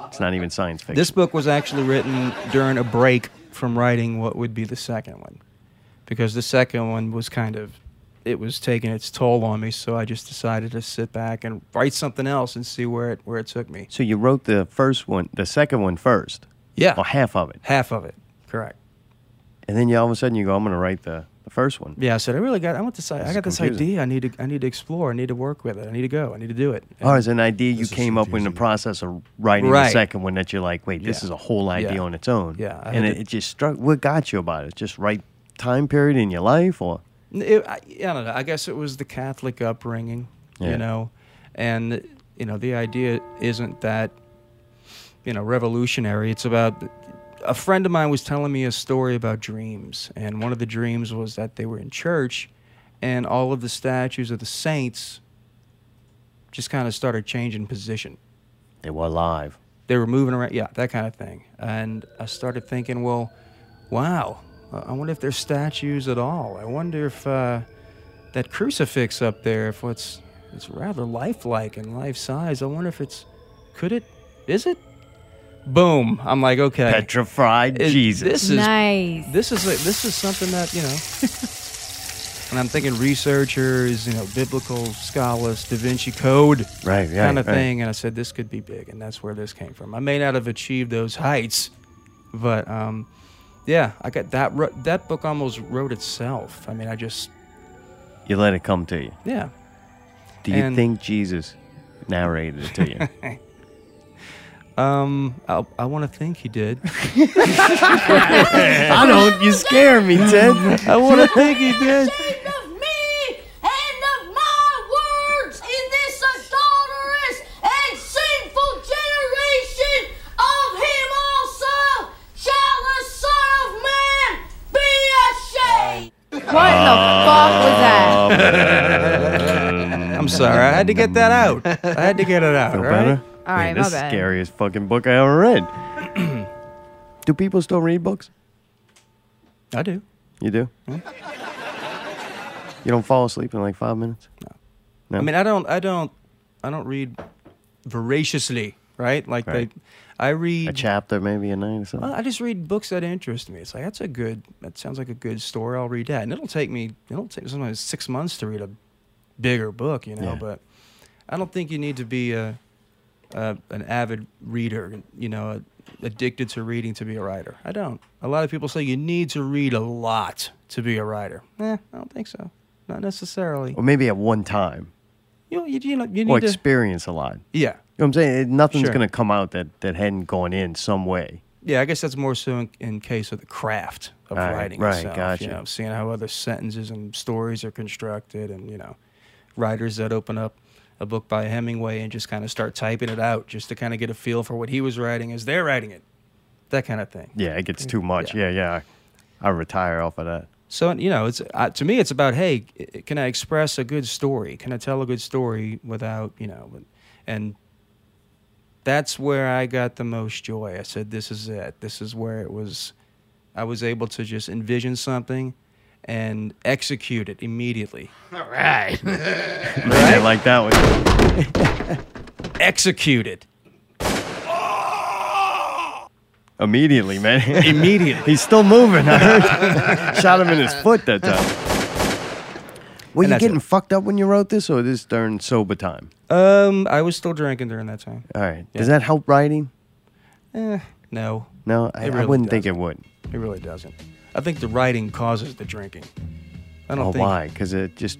It's not even science fiction.
this book was actually written during a break from writing what would be the second one, because the second one was kind of it was taking its toll on me. So I just decided to sit back and write something else and see where it where it took me.
so you wrote the first one, the second one first,
Yeah,
or half of it,
half of it, correct.
and then you all of a sudden you go, "I'm going to write the, the first one."
Yeah, I said I really got. I want this. I
is
got this
confusing.
idea. I need to. I need to explore. I need to work with it. I need to go. I need to do it.
Or as Oh, an idea you
This is
came up with in the
confusing.
process of writing the
Right.
second one that you're like, wait, this
Yeah.
is a whole idea
Yeah.
on its own.
Yeah, I
and
had
it,
to-
it just struck. What got you about it? Just right time period in your life, or
N- it- I, I don't know. I guess it was the Catholic upbringing,
Yeah.
you know, and you know the idea isn't that you know revolutionary. It's about a friend of mine was telling me a story about dreams, and one of the dreams was that they were in church, and all of the statues of the saints just kind of started changing position
they were alive.
they were moving around, yeah, that kind of thing. And I started thinking, well, wow, I I wonder if there's statues at all. I wonder if uh, that crucifix up there, if it's it's rather lifelike and life size. I wonder if it's could it is it? Boom! I'm like, okay,
Petrified
it-
Jesus.
This is
Nice.
this is like, this is something that you know. and I'm thinking researchers, you know, biblical scholars, Da Vinci Code,
Right, yeah,
kind of
right.
thing. And I said this could be big, and that's where this came from. I may not have achieved those heights, but um, yeah, I got that. wro- That book almost wrote itself. I mean, I just
you let it come to you.
yeah.
Do you
And-
think Jesus narrated it to you?
Um, I, I want to think he did.
I don't. You scare me, Ted.
I want to think he did.
of me and of my words in this adulterous and sinful generation. Of him also shall the Son of Man be ashamed.
What the fuck was that?
I'm sorry. I had to get that out. I had to get it out.
Feel
all right?
better?
All right,
this
my
is the
bad.
scariest fucking book I ever read. Do people still read books?
I do.
You do?
Hmm?
You don't fall asleep in like five minutes?
I mean, I don't, I don't, I don't read voraciously, right? Like
Right.
they, I read.
A chapter maybe a night or something?
Well, I just read books that interest me. It's like that's a good. That sounds like a good story. I'll read that, and it'll take me. It'll take sometimes six months to read a bigger book, you know.
Yeah.
But I don't think you need to be a, a an avid reader, you know, addicted to reading to be a writer. I don't. A lot of people say you need to read a lot to be a writer. Eh, I don't think so. Not necessarily.
or maybe at one time.
You you, you know you
Or
need to.
experience a lot.
Yeah.
You know what I'm saying? It- Nothing's
Sure.
going to come out that, that hadn't gone in some way.
Yeah, I guess that's more so in, in case of the craft of
Right,
writing
right,
itself.
gotcha.
You know, seeing how other sentences and stories are constructed, and you know, writers that open up a book by Hemingway and just kind of start typing it out, just to kind of get a feel for what he was writing as they're writing it. that kind of thing.
Yeah, it gets too much. Yeah, yeah. I, I retire off of that.
So you know, it's uh, to me, it's about hey, c- uh, can I express a good story? Can I tell a good story without you know? with- And that's where I got the most joy. I said, this is it. This is where it was. I was able to just envision something and execute it immediately.
All right.
Yeah, like that one.
Execute it
Immediately, man.
immediately.
He's still moving. I heard. Shot him in his foot that time. Were
And
you
that's
getting
it.
fucked up when you wrote this, or this during sober time?
um, I was still drinking during that time.
All right. Does that help writing?
Eh, no,
No, I,
It
I
really
wouldn't think it
doesn't.
would.
it really doesn't. I think the writing causes the drinking. I don't
Oh,
think.
why? Because it just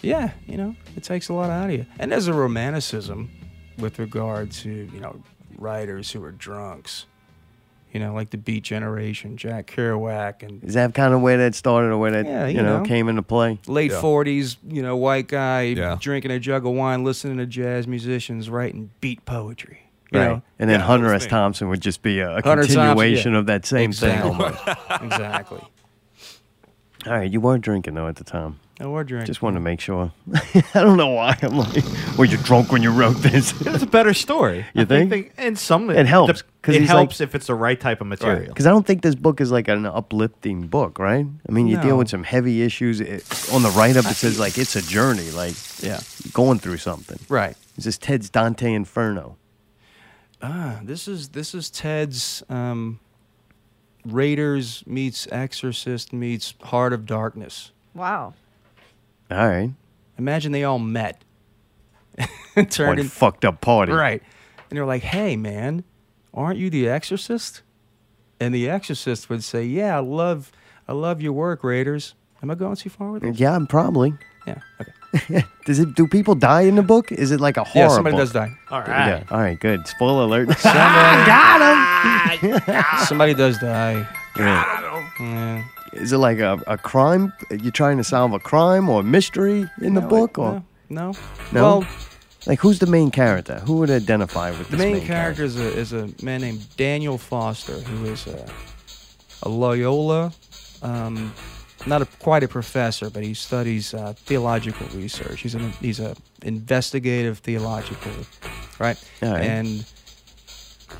yeah, you know, it takes a lot out of you. And there's a romanticism with regard to, you know, writers who are drunks. You know, like the Beat Generation, Jack Kerouac, and
is that kind of where that started, or where that
Yeah,
you,
you
know,
know.
came into play.
late
Yeah.
40s, you know, white guy
Yeah.
drinking a jug of wine, listening to jazz musicians writing beat poetry. You know?
And then
Yeah,
Hunter
those
S.
things.
Thompson would just be a, a
Hunter Thompson, yeah.
continuation of that same
Exactly.
Oh
thing. Almost.
exactly.
All right, you were drinking though at the time.
And we're drinking.
Just wanted to make sure. I don't know why. I'm like, were you drunk when you wrote this?
It's a better story.
You
I
think?
they- and some
It helps, 'cause
It
he's like-
helps if it's the right type of material.
Because I don't think this book is like an uplifting book, right? I mean, you
No.
deal with some heavy issues. It, on the write up, it says like it's a journey, like
yeah.
going through something.
Right.
Is this Ted's Dante Inferno?
Ah, this is this is Ted's um, Raiders meets Exorcist meets Heart of Darkness.
Wow.
All right.
Imagine they all met. and
What
turned in,
fucked up party.
right. And they're like, hey, man, aren't you the exorcist? And the exorcist would say, yeah, I love, I love your work, Raiders. Am I going too far with it?
Yeah, I'm probably.
Yeah. Okay.
Does it? Do people die in the book? Is it like a horror?
Yeah, somebody
book?
does die.
All right.
Yeah. All right. Good. Spoiler alert.
Somebody does die. Yeah.
Is it like a, a crime? You're trying to solve a crime or a mystery in the
No,
book,
it-
or
no, no.
No?
Well,
like who's the main character? Who would identify with
the
this
main, character is a, is a man named Daniel Foster, who is a, a Loyola, um, not a, quite a professor, but he studies uh, theological research. He's an he's a investigative theological, right?
All right.
And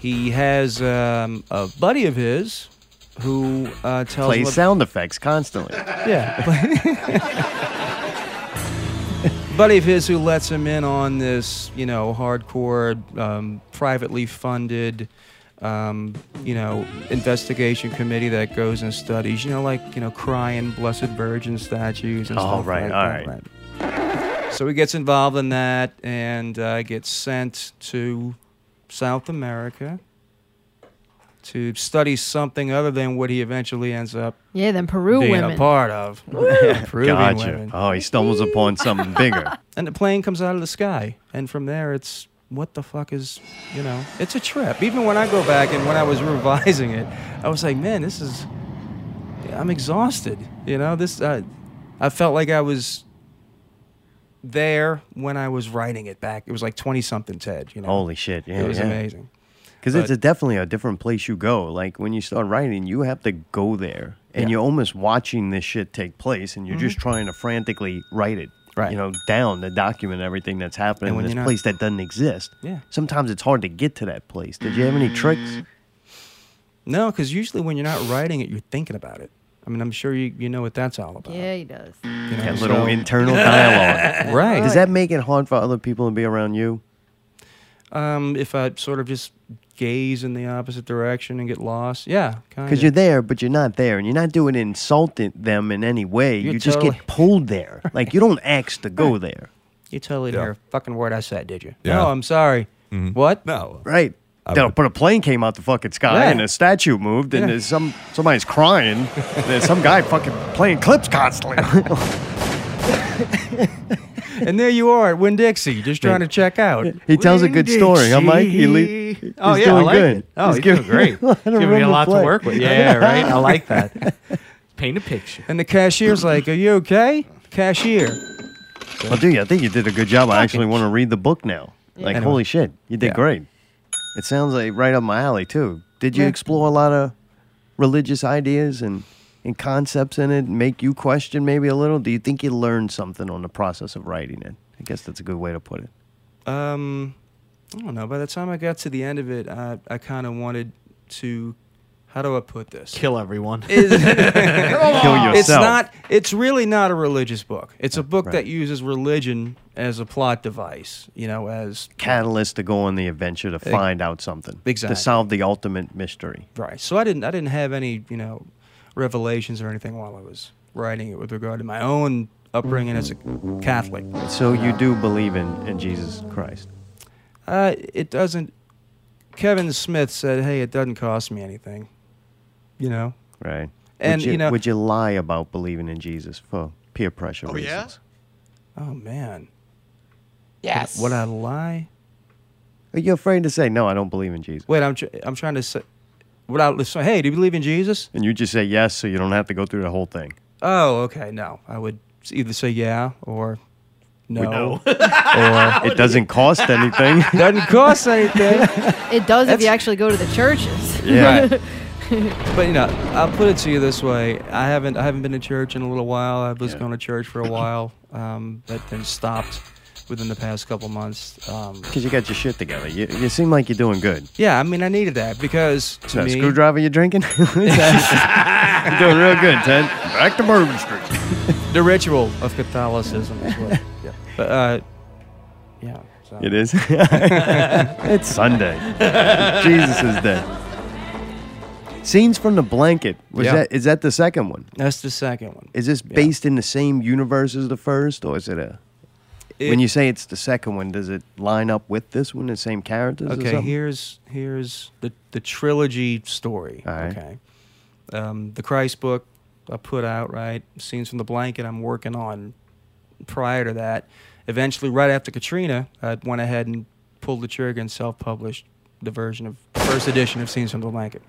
he has um, a buddy of his who uh, tells him
Plays
ab-
sound effects constantly.
yeah. Buddy of his who lets him in on this, you know, hardcore, um, privately funded, um, you know, investigation committee that goes and studies, you know, like, you know, crying Blessed Virgin statues and
Oh,
stuff
right,
like
all
that.
right.
right. So he gets involved in that and uh, gets sent to South America to study something other than what he eventually ends up
Yeah, then Peru
being
women.
a part of. Peruvian
gotcha.
women.
Oh, he stumbles upon something bigger.
And the plane comes out of the sky, and from there it's what the fuck is you know? It's a trip. Even when I go back and when I was revising it, I was like, man, this is. I'm exhausted. You know, this. Uh, I felt like I was there when I was writing it back. It was like twenty something Ted. You know,
Holy shit! Yeah,
it was
yeah.
amazing.
Because it's
But-
a definitely a different place you go. Like when you start writing, you have to go there, and
Yeah. Mm-hmm.
you're almost watching this shit take place, and you're just trying to frantically write it,
Right.
You know, down to document everything that's happening
And
in
when
this
you're not-
place that doesn't exist.
Yeah.
Sometimes it's hard to get to that place. Did you have any tricks?
Mm-hmm. No, because usually when you're not writing it, you're thinking about it. I mean, I'm sure you, you know what that's all about.
yeah, he does.
you know,
That little
so-
internal dialogue.
right.
Does that make it hard for other people to be around you?
Um, if I sort of just gaze in the opposite direction and get lost, yeah, kind
Because you're there, but you're not there, and you're not doing insulting them in any way.
You're
you just
totally-
get pulled there. Like you don't ask to go there,
you totally didn't
Yeah.
hear a fucking word I said, did you?
Yeah.
No, I'm sorry. What?
No.
right? No, but a plane came out the fucking sky,
Yeah.
and a statue moved, and
Yeah.
there's some somebody's crying. and there's some guy fucking playing clips constantly.
And there you are at Winn Dixie, just trying to check out.
he tells a good story. I'm like, he le-
Dixie. Oh,
he's
yeah, I
doing
like
good.
it. Oh, he's doing great.
I don't
He's giving me a
remember
lot
play.
to work with. Yeah, right. I like that. Paint a picture.
And the cashier's like, "Are you okay, cashier?"
Well, dude, I think you did a good job. I actually want to read the book now. Like,
Anyway.
holy shit, you did
Yeah.
great. It sounds like right up my alley too. Did you
Yeah.
explore a lot of religious ideas and and concepts in it? and Make you question maybe a little? Do you think you learned something on the process of writing it? I guess that's a good way to put it.
Um, I don't know. By the time I got to the end of it, I, I kind of wanted to. How do I put this?
Kill everyone.
Kill yourself.
It's not. It's really not a religious book. It's a book
Right.
that uses religion as a plot device. You know, as
catalyst to go on the adventure to find out something.
exactly.
To solve the ultimate mystery.
right. So I didn't. I didn't have any. You know, revelations or anything while I was writing it with regard to my own upbringing as a Catholic.
So you do believe in, in Jesus Christ.
Uh, it doesn't. Kevin Smith said, "Hey, it doesn't cost me anything." You know,
Right.
And,
would you,
you know-
would you lie about believing in Jesus for peer pressure
Oh, yeah?
reasons?
Oh man.
Yes.
Would I lie?
Are you afraid to say no? I don't believe in Jesus,
Wait, I'm tr- I'm trying to say. Would I say, hey, do you believe in Jesus?
and you just say yes, so you don't have to go through the whole thing.
Oh, okay, no. I would s- either say yeah or no.
It doesn't cost anything.
Doesn't cost anything.
It does if
That's-
you actually go to the churches.
yeah.
Right. but you know, I'll put it to you this way: I haven't I haven't been to church in a little while. I was
Yeah.
going to church for a while, um, but then stopped within the past couple months. Um,
Because you got your shit together. You, you seem like you're doing good.
yeah, I mean, I needed that because to
Is that a
me,
screwdriver you're drinking? you're doing real good, Ted. Back to Bourbon Street.
the ritual of Catholicism is what. Yeah. But, uh, yeah. So.
It is. it's Sunday. Jesus is dead. Scenes from the Blanket. Was
Yeah.
that is that the second one?
That's the second one.
Is this based in the same universe as the first, or is it a? when
It-
you say it's the second one, does it line up with this one? The same characters? or
okay,
something?
here's here's the the trilogy story.
All right.
Okay, um, the Christ book I put out right. Scenes from the blanket I'm working on. Prior to that, eventually right after Katrina, I went ahead and pulled the trigger and self-published the version of first edition of Scenes from the Blanket.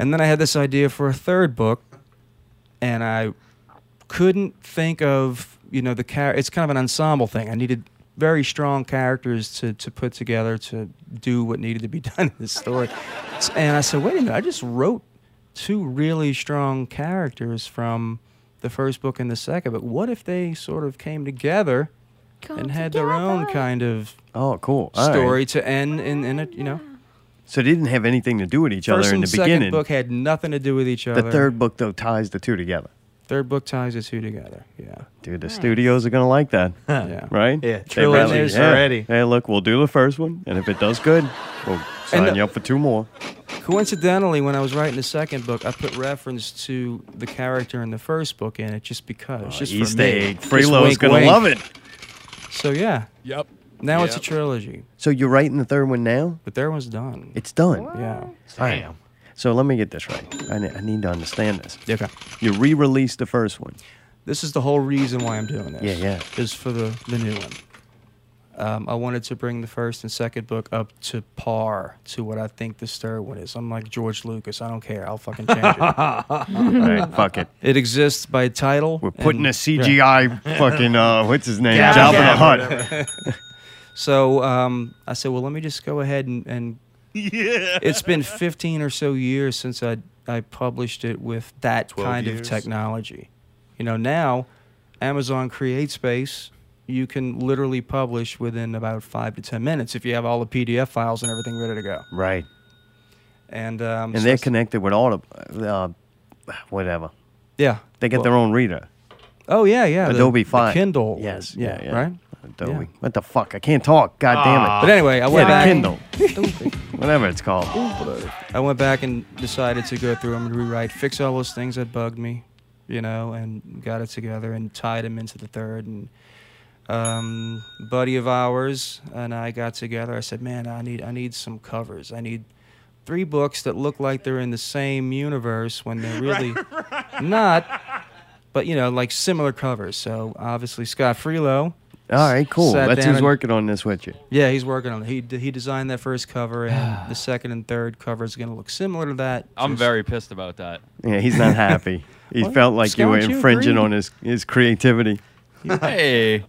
And then I had this idea for a third book, and I couldn't think of you know the char- it's kind of an ensemble thing i needed very strong characters to, to put together to do what needed to be done in this story S- and i said wait a minute i just wrote two really strong characters from the first book and the second but what if they sort of came together and had their own kind of
Oh, cool. All right.
story to end in, in it you know
So they didn't have anything to do with each other
first
in
and
the
second
beginning.
book had nothing to do with each
the
other
third book though ties the two together.
third book ties the two together yeah
Dude, the studios are gonna like that.
yeah
right?
Yeah,
They really-
trilogies
yeah.
already.
Hey, look, we'll do the first one, and if it does good, we'll sign
the-
you up for two more.
Coincidentally, when I was writing the second book, I put reference to the character in the first book in it just because.
Uh,
just for
East
me.
Egg,
Just
Freelo's
wink,
gonna
wink.
love it.
So yeah,
Yep.
now it's a trilogy.
So you're writing the third one now?
The third one's done.
It's done.
yeah.
Damn.
So let me get this right. I, ne- I need to understand this.
Okay.
You re-released the first one.
This is the whole reason why I'm doing this.
Yeah, yeah.
Is for the the new one. Um, I wanted to bring the first and second book up to par to what I think the third one is. I'm like George Lucas. I don't care. I'll fucking change it.
All right, fuck it.
It exists by title.
We're putting
and-
a CGI fucking uh, what's his name? Jabba
Gavin,
the
Gavin,
Hutt.
So um, I said, well, let me just go ahead and, and it's been 15 or so years since I, I published it with that
12
kind of
years.
technology. You know, now Amazon CreateSpace, you can literally publish within about five to 10 minutes if you have all the PDF files and everything ready to go.
Right.
And, um,
And
so
they're
it's-
connected with all the, uh, whatever.
yeah,
They get
Well,
their own reader.
Oh yeah, yeah. the-
Adobe
the
Fire.
Kindle.
Yes.
Yeah.
Yeah. yeah.
Right.
Adobe.
Yeah. Ah.
What the fuck? I can't talk. God damn it.
But anyway,
Yeah,
I went
the
back.
Kindle. Whatever it's called.
I went back and decided to go through them and rewrite, fix all those things that bugged me, you know, and got it together and tied them into the third. And um, buddy of ours and I got together. I said, "Man, I need I need some covers. I need three books that look like they're in the same universe when they're really not." But you know, like similar covers. So obviously, Scott Freelo.
All right, cool.
Sat
That's
down
who's
and-
working on this with you.
Yeah, he's working on it. He he designed that first cover, and the second and third cover is going to look similar to that.
I'm
Just-
very pissed about that.
Yeah, he's not happy. He
Well,
felt like you were
Scott, you
infringing
agreed.
on his, his creativity.
hey,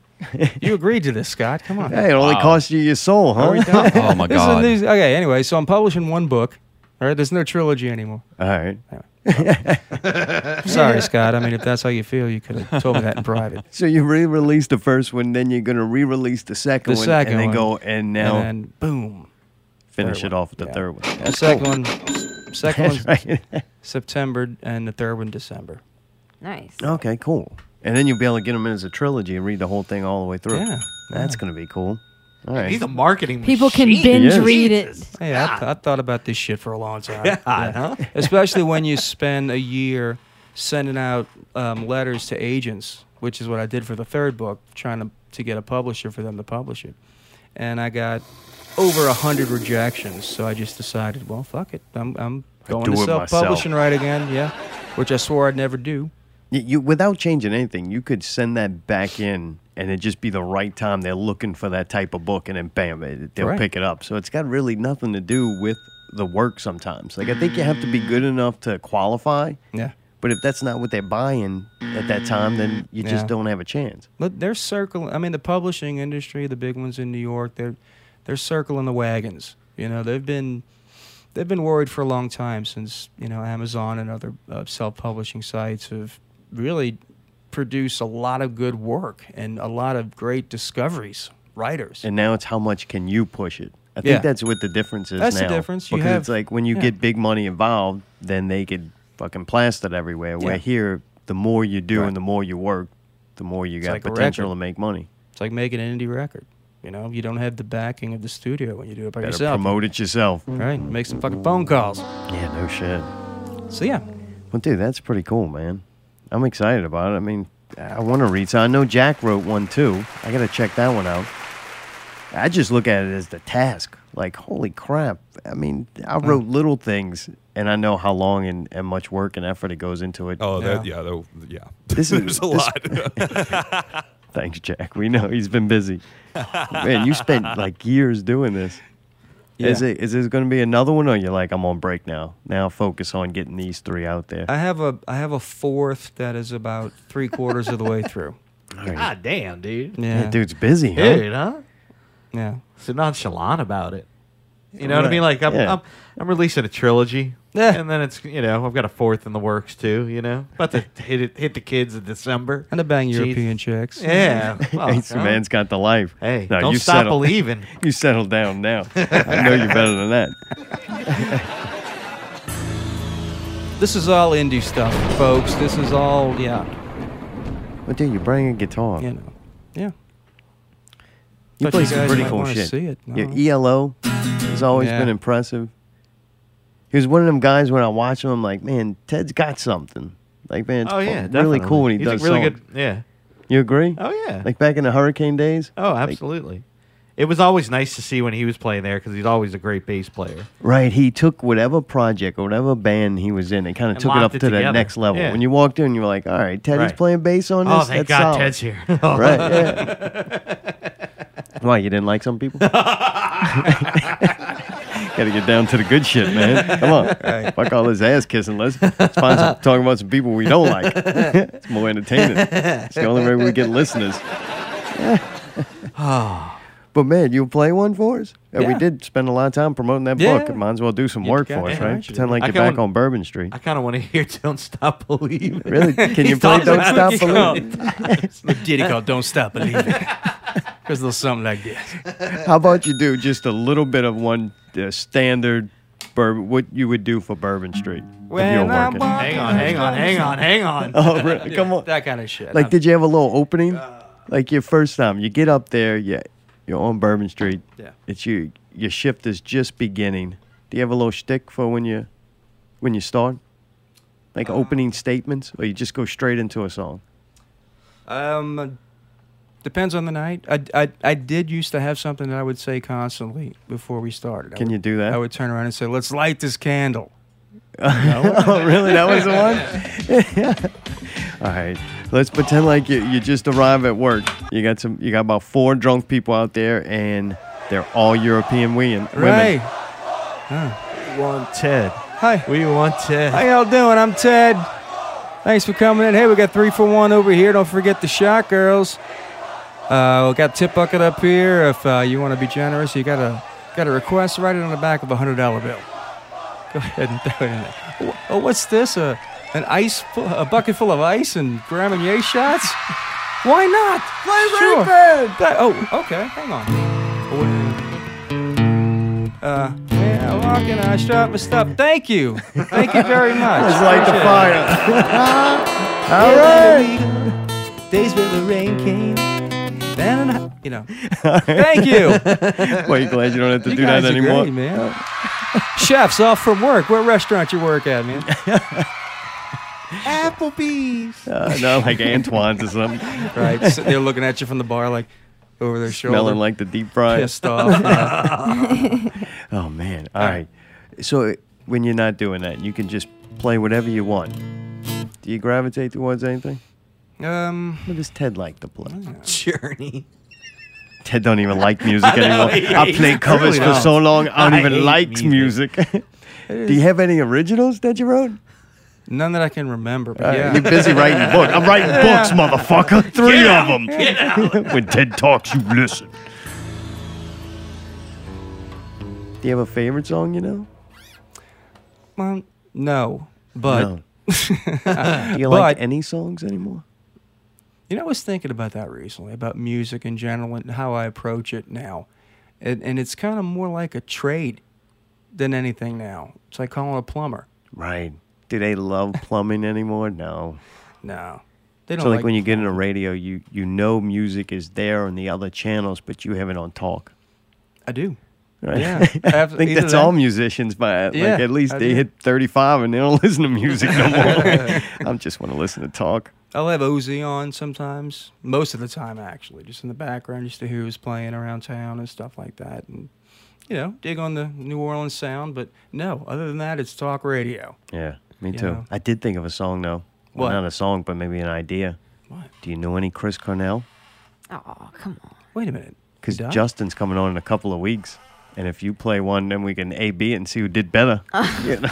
You agreed to this, Scott. Come on.
Hey, it only
Wow.
costs you your soul, huh?
Hurry up.
Oh my
This is
God.
these- okay, anyway, so I'm publishing one book. All right, there's no trilogy anymore.
All right.
Sorry, Scott. I mean, if that's how you feel, you could have told me that in private.
So you re-release the first one, then you're gonna re-release the second
The
one,
second
and then
one.
go and now
And then boom.
finish
third
it
one.
off with the
Yeah.
third one.
The
That's
second
cool.
one, second
That's
one's
right.
September, and the third one December.
Nice.
Oh,
okay, cool. And then you'll be able to get them in as a trilogy and read the whole thing all the way through.
Yeah,
That's gonna be cool. All right.
He's a marketing
People can
machine.
binge
Yes.
read
Jesus.
it.
Hey, I, I thought about this shit for a long time. Yeah. Especially when you spend a year sending out um, letters to agents, which is what I did for the third book, trying to, to get a publisher for them to publish it. And I got over a hundred rejections, so I just decided, well, fuck it, I'm, I'm going
do
to
it myself.
self-publishing right again. Yeah, which I swore I'd never do.
You, you without changing anything, you could send that back in, and it'd just be the right time they're looking for that type of book, and then bam, it, they'll
Right.
pick it up. So it's got really nothing to do with the work sometimes. Like I think you have to be good enough to qualify,
Yeah.
but if that's not what they're buying at that time, then you just
Yeah.
don't have a chance.
But they're circling. I mean, the publishing industry, the big ones in New York, they're they're circling the wagons. You know, they've been they've been worried for a long time since you know Amazon and other uh, self-publishing sites have really produced a lot of good work and a lot of great discoveries, writers.
And now it's how much can you push it? I
Yeah.
think that's what the difference is
That's the
now.
difference. You
Because
have-
it's like when you
yeah.
get big money involved, then they could fucking plaster it everywhere. Where
Yeah.
here, the more you do
Right.
and the more you work, the more you got
like a
potential
record.
to make money.
It's like making an indie record. You know, you don't have the backing of the studio when you do it by
Better
yourself. Mm.
promote it yourself.
right? Make some fucking phone calls.
Yeah, no shit.
So yeah,
Well, dude, that's pretty cool, man. I'm excited about it. I mean, I want to read. So I know Jack wrote one too. I got to check that one out. I just look at it as the task. Like, holy crap. I mean, I wrote little things and I know how long and, and much work and effort it goes into it.
Oh, that, yeah, that, yeah.
This is-
There's a
this-
lot.
Thanks, Jack. We know he's been busy. man, you spent like years doing this. Is
Yeah.
it is there going to be another one or you're like, I'm on break now? Now focus on getting these three out there.
I have a I have a fourth that is about three quarters of the way through.
God damn, dude.
Yeah,
Yeah,
dude's busy, huh?
Dude, huh?
Yeah.
So nonchalant about it. You know what I
Right.
mean? Like I'm,
Yeah.
I'm, I'm releasing a trilogy,
Yeah.
and then it's you know I've got a fourth in the works too. You know, about to hit it, hit the kids in December.
And to bang
Jeez.
European chicks.
Yeah, fuck,
Hey, the
huh?
man's got the life.
Hey, don't stop
settle-
believing.
You settle down now. I know you better than that.
This is all indie stuff, folks. This is all, yeah,
But dude, you bring a guitar.
you know. Yeah.
you
Thought
play
you
some
guys
pretty
might
cool
wanna
shit.
see it. No.
Your ELO has always
Yeah.
been impressive. He was one of them guys when I watch him, I'm like, man, Ted's got something. Like, man, it's
Oh
fu-
yeah,
really
definitely.
cool when he
He's a
does
really
songs.
good. Yeah.
You agree?
Oh yeah.
Like back in the hurricane days?
oh, absolutely. it was always nice to see when he was playing there because he's always a great bass player.
Right. He took whatever project or whatever band he was in and kind of
And
took it
locked
up
it
to that
together.
next level.
Yeah.
When you walked in, you were like, all right, Teddy's
Right.
playing bass on this.
Oh, thank
That's
God,
solid.
Ted's here. Oh,
Right. Yeah. Why you didn't like some people? Gotta get down to the good shit, man. Come on, fuck all this ass kissing. Let's, let's find some, talking about some people we don't like. it's more entertaining. It's the only way we get listeners. but man, you play one for us? And we
Yeah.
did spend a lot of time promoting that
Yeah.
book. Might as well do some work for us,
goddamn
right?
right you
Pretend
did.
like
I
you're
kinda
back
want-
on Bourbon Street.
I kind of want to hear "Don't Stop Believing."
Really? Can you
He's
play
talking
Don't
about Oh.
Stop
Cookie
Believing?
The ditty called Don't Stop Believing. There's a little something like this.
How about you do just a little bit of one uh, standard bourbon, what you would do for Bourbon Street if you were working?
Hang on, hang on, hang on, hang on.
oh, really? Come on.
That kind of shit.
Like, did you have a little opening? Like your first time, you get up there, you, you're on Bourbon Street.
Yeah.
It's you. Your shift is just beginning. Do you have a little shtick for when you, when you start? Like opening statements, or you just go straight into a song?
Um, depends on the night. I, I, I did used to have something that I would say constantly before we started. I
Can
would-
you do that?
I would turn around and say, let's light this candle.
oh, really? That was the one? All right. Let's pretend like you, you just arrived at work. You got some. You got about four drunk people out there, and they're all European women.
Right.
women.
want Ted.
Hi.
We want Ted.
How y'all doing? I'm Ted. Thanks for coming in. Hey, we got three for one over here. Don't forget the shot girls. Uh, we got tip bucket up here. If uh, you want to be generous, you got a got a request. Write it on the back of a hundred dollar bill. Go ahead and throw it in there. Wh- Oh, what's this? A an ice fu- a bucket full of ice and Graham and Yay shots? Why not? Play sure. That- oh, okay. Hang on. Uh, yeah, walking. I strap my stuff. Thank you. Thank you very much.
It's like the
Appreciate it.
fire.
All
All
right. Days where the rain came. Then I- you know. Thank you.
Well, you glad you don't have to
you
do
guys
that
are
anymore?
great, man. Chefs off from work. What restaurant you work at, man?
Applebee's.
Uh, no, like Antoine's or something.
right. So they're looking at you from the bar, like over their shoulder,
Smelling like the deep fry.
pissed off. yeah.
Oh man! All right. So when you're not doing that, you can just play whatever you want. Do you gravitate towards anything?
Um.
What does Ted like to play?
Journey.
Ted don't even like music
know,
anymore.
he
I
hates
played
it.
covers
Really
for so
don't.
long. I don't
I
even
hate
like music.
music.
Do you have any originals that you wrote?
None that I can remember, but
Uh,
yeah.
You're busy writing books. I'm writing books, motherfucker. Three of them. when Ted talks, you listen. Do you have a favorite song? You know?
Um, no, but
no. Do you like
But-
any songs anymore?
You know, I was thinking about that recently, about music in general and how I approach it now. And, and it's kind of more like a trade than anything now. It's like calling a plumber.
Right. Do they love plumbing anymore? No.
No. They don't
So like,
like
when you get in a radio, you you know music is there on the other channels, but you have it on talk.
I do.
Right?
Yeah.
I
Ab-
think
either
that's
that-
all musicians by like
Yeah,
at least
I
they
do.
hit 35 and they don't listen to music no more. I just want to listen to talk.
I'll have Ozzy on sometimes, most of the time actually, just in the background, just to hear who's playing around town and stuff like that. And you know, dig on the New Orleans sound, but no, other than that, it's talk radio.
Yeah, me too.
Yeah.
I did think of a song though. Well,
What?
not a song, but maybe an idea.
What?
Do you know any Chris Cornell?
Oh, come on.
Wait a minute.
Because
He died?
Justin's coming on in a couple of weeks. And if you play one, then we can A B it and see who did better. You know?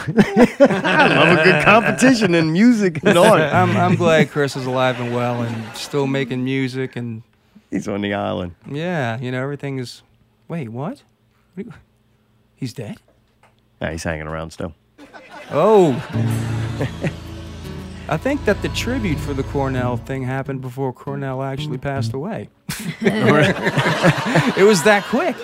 I love a good competition in music and art.
I'm, I'm glad Chris is alive and well and still making music and
He's on the island.
Yeah, you know, everything is. Wait, what? What do you- He's dead?
Nah, he's hanging around still.
Oh! I think that the tribute for the Cornell thing happened before Cornell actually passed away. it was that quick.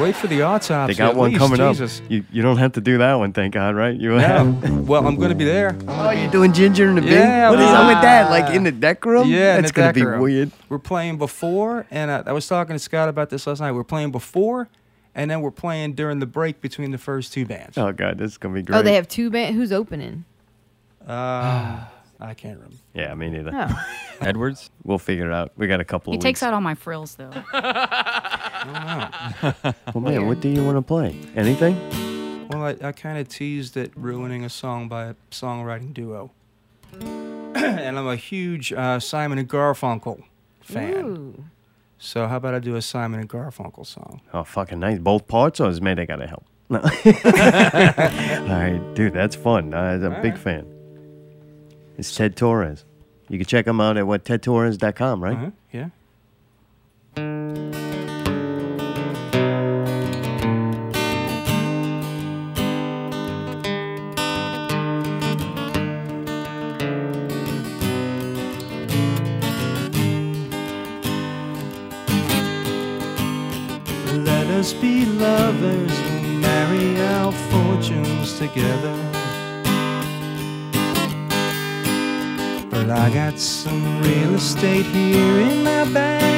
Wait for the autopsy.
They got
at
one
least,
coming
Jesus.
up. You, you don't have to do that one, thank God, right? You
Yeah.
have.
Well, I'm going to be there.
Oh, you're doing Ginger and the
Yeah,
Bee? What is up with that? Like
ah.
in the deck room?
Yeah, in
That's
the
gonna
back
be
room.
weird.
We're playing before, and I, I was talking to Scott about this last night. We're playing before, and then we're playing during the break between the first two bands.
Oh, God, this is going to be great.
Oh, they have two band. Who's opening?
Uh, I can't remember.
Yeah, me neither.
Oh.
Edwards.
We'll figure it out. We got a couple
He
of
takes
weeks.
out all my frills, though.
well, man, what do you want to play? Anything?
Well, I, I kind of teased at ruining a song by a songwriting duo. and I'm a huge uh, Simon and Garfunkel fan.
Ooh.
So, how about I do a Simon and Garfunkel song?
Oh, fucking nice. Both parts, Oh, or is Mayday got to help? No. All right, dude, that's fun. I- I'm a big fan. It's Ted Torres. You can check him out at what tedtorres.com, right?
Uh-huh. Yeah. Let us be lovers, we'll marry our fortunes together. But I got some real estate here in my bag.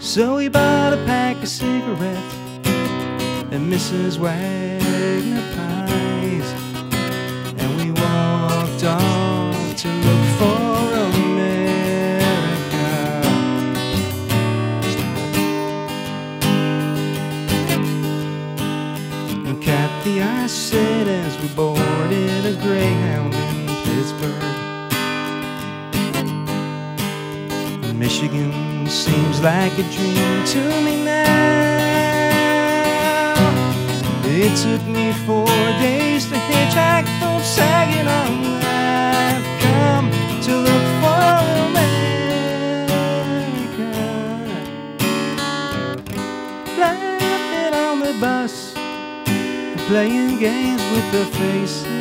So we bought a pack of cigarettes and Mrs. Wagner pies. And we walked off to look for America. And Kathy, I said as we boarded a Greyhound in Pittsburgh. Michigan seems like a dream to me now. It took me four days to hitchhike from Saginaw. I've come to look for America. Laughing on the bus, playing games with the faces.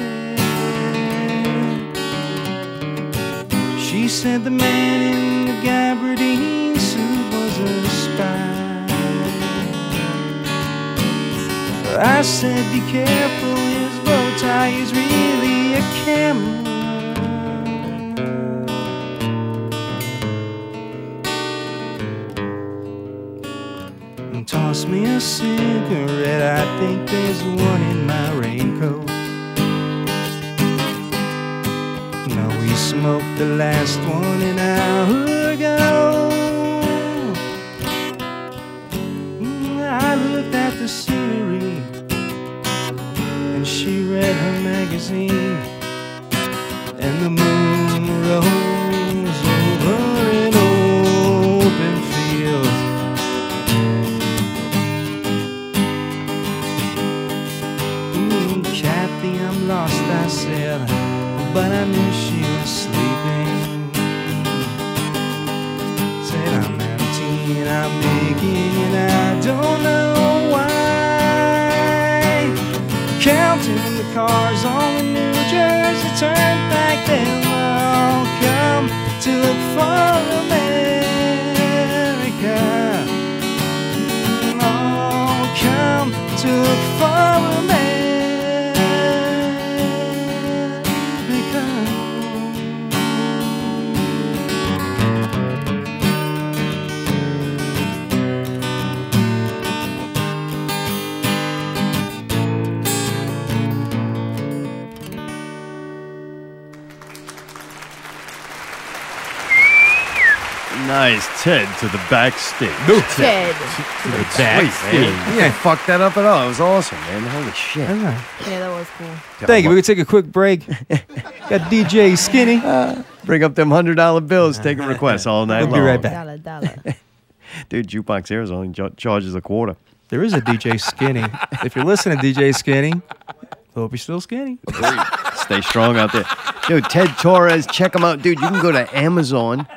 She said the man in the gabardine suit was a spy. I said, be careful, his bow tie is really a camera. And toss me a cigarette, I think there's one in my raincoat. No, we smoked the last one an hour ago. Mm, I looked at the scenery and she read her magazine, and the moon rose over an open field. Mm, Kathy, I'm lost, I said, but I knew she was sleeping. Said I'm empty and I'm aching and I don't know why. Counting the cars on the New Jersey Turnpike, they'll all come to look for America all come to look for America.
Nice, Ted to the backstage.
Ted.
Sweet, man. You didn't fuck that up at all. It was awesome, man. Holy shit.
Yeah, that was cool.
Thank you. We can take a quick break. Got DJ Skinny.
Bring up them hundred dollar bills, take a request all night
We'll be
long.
right back.
Dollar, dollar.
Dude, jukebox Heroes only ch- charges a quarter.
There is a DJ Skinny. If you're listening, DJ Skinny, hope you're still skinny.
Stay strong out there, dude. Ted Torres, check him out, dude. You can go to Amazon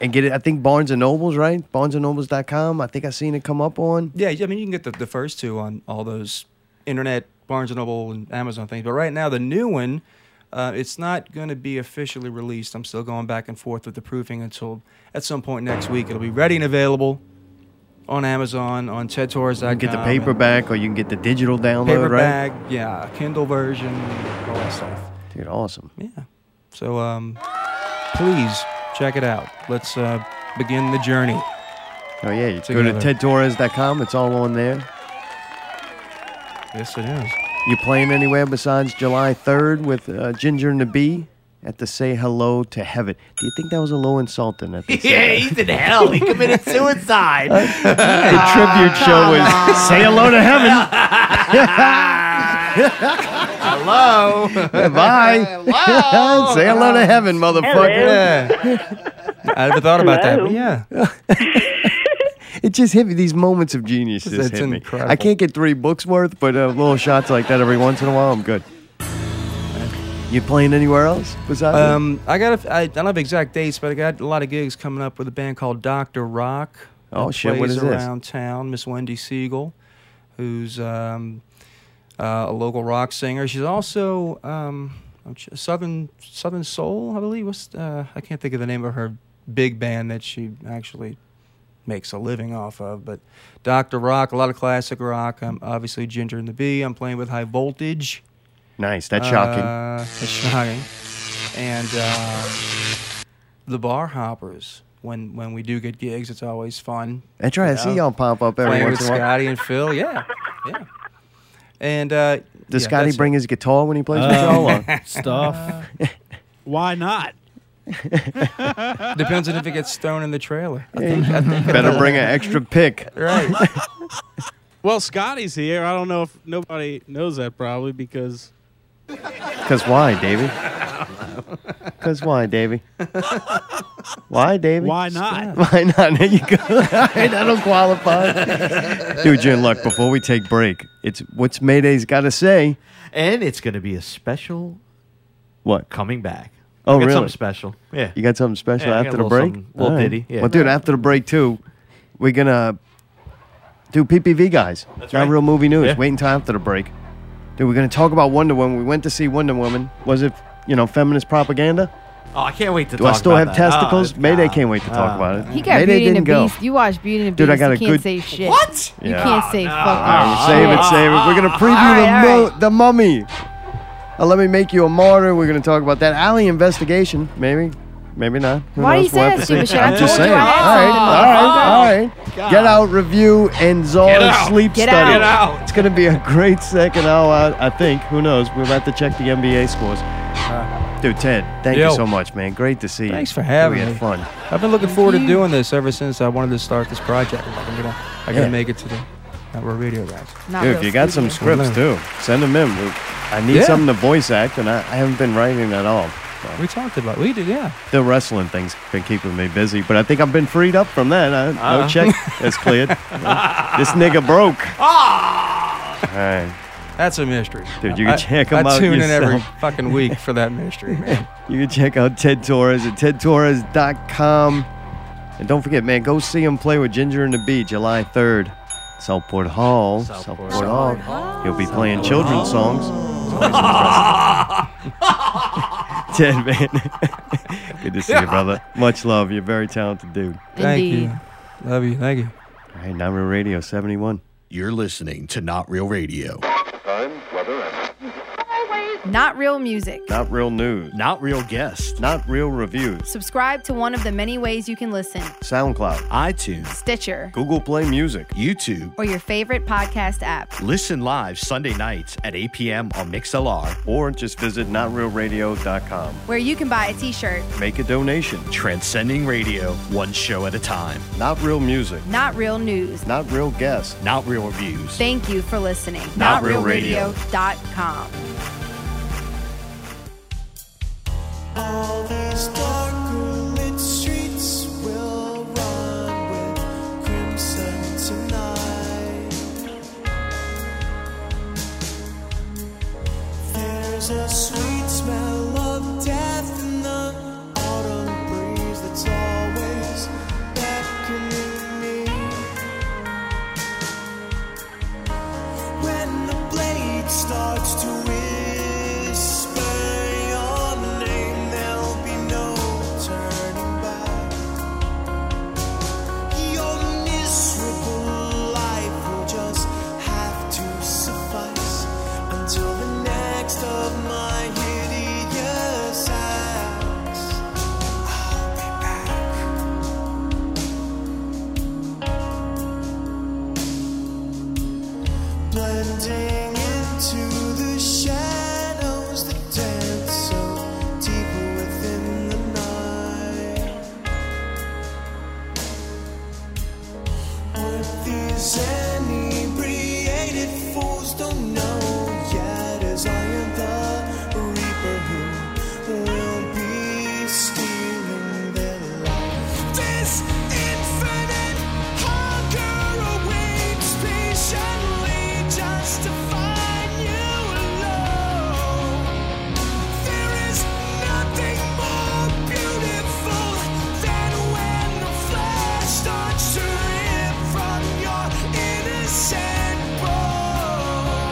and get it. I think Barnes and Nobles, right? BarnesandNobles.com. I think I seen it come up on.
Yeah, I mean, you can get the, the first two on all those internet Barnes and Noble and Amazon things, but right now the new one, uh, it's not going to be officially released. I'm still going back and forth with the proofing until at some point next week it'll be ready and available on Amazon on TedTorres.com.
You can get the paperback, or you can get the digital download, right?
paperback, yeah, Kindle version, all that stuff.
Dude, awesome.
Yeah, so um, please check it out. Let's uh, begin the journey.
Oh yeah, you go to
Together.
TedTorres.com. It's all on there.
Yes, it is.
You playing anywhere besides July 3rd with uh, Ginger and the Bee at the Say Hello to Heaven? Do you think that was a low insult in that? they said
Yeah, he's in hell. He committed suicide.
that? The tribute show was Say Hello to Heaven.
Hello.
Bye. Say hello to heaven, motherfucker.
Yeah. I never thought about that. But yeah.
It just hit me. These moments of genius just
That's
hit me.
incredible.
I can't get three books worth, but uh, little shots like that every once in a while, I'm good. You playing anywhere else besides? that?
Um, I got. A, f- I, I don't have exact dates, but I got a lot of gigs coming up with a band called Doctor Rock. that
Oh, shit, what
plays
is this?
around town. Miss Wendy Siegel, who's um, uh, a local rock singer. She's also um, I'm ch- Southern Southern Soul, I believe. What's uh, I can't think of the name of her big band that she actually makes a living off of. But Doctor Rock, a lot of classic rock. Um, obviously Ginger and the Bee. I'm playing with High Voltage.
nice. That's shocking.
Uh, it's shocking. And uh, the bar hoppers. When when we do get gigs, it's always fun.
That's right. I see y'all pop up every
Playing with
once in a while.
Scotty and Phil, yeah, yeah. And uh,
Does
yeah,
Scotty
that's-
bring his guitar when he plays with y'all? or-
Uh, stuff. Why not?
Depends on if it gets thrown in the trailer.
Better bring an extra pick.
Right.
Well, Scotty's here. I don't know if nobody knows that probably because
Because why, Davey? Because why, Davey? Why, Davey?
why not?
Why not? There you go. That'll qualify. Dude, you're in luck. Before we take break, it's what's Mayday's got to say.
and it's going to be a special
What?
coming back.
Oh,
I got
really?
something special. Yeah.
You got something special
Yeah, I got
after
a
the
little
break?
something- little
All
ditty, yeah.
Well, dude, after the break too, we're gonna do PPV guys.
That's
Not
right.
real movie news.
Yeah.
Wait until after the break. Dude, we're gonna talk about Wonder Woman. We went to see Wonder Woman. Was it you know feminist propaganda?
Oh, I can't wait to
Do
talk
I still
about
have
that.
testicles?
Oh,
Mayday
God.
can't wait to talk
Ah.
about it.
He got
Mayday
Beauty and the
didn't go.
Beast. You watch Beauty and the Beast.
Dude, I got
you
a
can't
good-
say shit.
What?
You
Yeah.
can't say
no.
fuck.
All right,
all
well, save it,
shit.
save it. We're gonna preview
right,
the,
Ah, all
mu-
right.
the mummy. Uh, let me make you a martyr. We're gonna talk about that alley investigation. Maybe, maybe not. Who
Why do you
knows? We'll
say
have
that
to
stupid
see.
shit? I
I'm just
told
saying.
you I
all
had
right, all right, all right. Get out review and Zara sleep
Get
study.
out. Get
out.
It's gonna be a great second hour. I think. Who knows? We're about to check the NBA scores. Uh, Dude, Ted, thank
Yo.
you so much, man. Great to see you.
Thanks for having
we
me.
had fun.
I've been looking forward to doing this ever since I wanted to start this project. Like, I'm gonna, I gotta
Yeah.
make it to the Network Radio guys.
Not
Dude,
real
if you got some
stupid.
scripts too, send them in. We, I need
Yeah.
something to voice act, and I, I haven't been writing at all.
We talked about we did, yeah.
The wrestling thing's been keeping me busy, but I think I've been freed up from that. I, No check is cleared. this nigga broke. All right,
That's a mystery,
Dude, you can
I-
check
I
'em out
tune in every
yourself.
fucking week for that mystery, man.
you can check out Ted Torres at tedtorres.com, and don't forget, man, go see him play with Ginger and the Bee July third, Southport Hall. Southport, Hall. He'll be playing children's songs. It's always interesting. Ted, man, good to see you, brother. Much love. You're a very talented dude.
Thank
Indeed.
you, love you, thank you.
All right, now we're Radio 71.
You're listening to Not Real Radio.
Not real music.
Not real news.
Not Real Guest.
Not real reviews.
Subscribe to one of the many ways you can listen
SoundCloud,
iTunes,
Stitcher,
Google Play Music.
YouTube.
or your favorite podcast app.
Listen live Sunday nights at 8 p.m. on MixLR.
Or just visit notrealradio.com.
where you can buy a t-shirt.
Make a donation.
Transcending radio, one show at a time.
Not real music.
Not real news.
Not real guests.
Not Real Reviews.
Thank you for listening.
Not Real Radio.
NotRealRadio.com.
From your innocent bones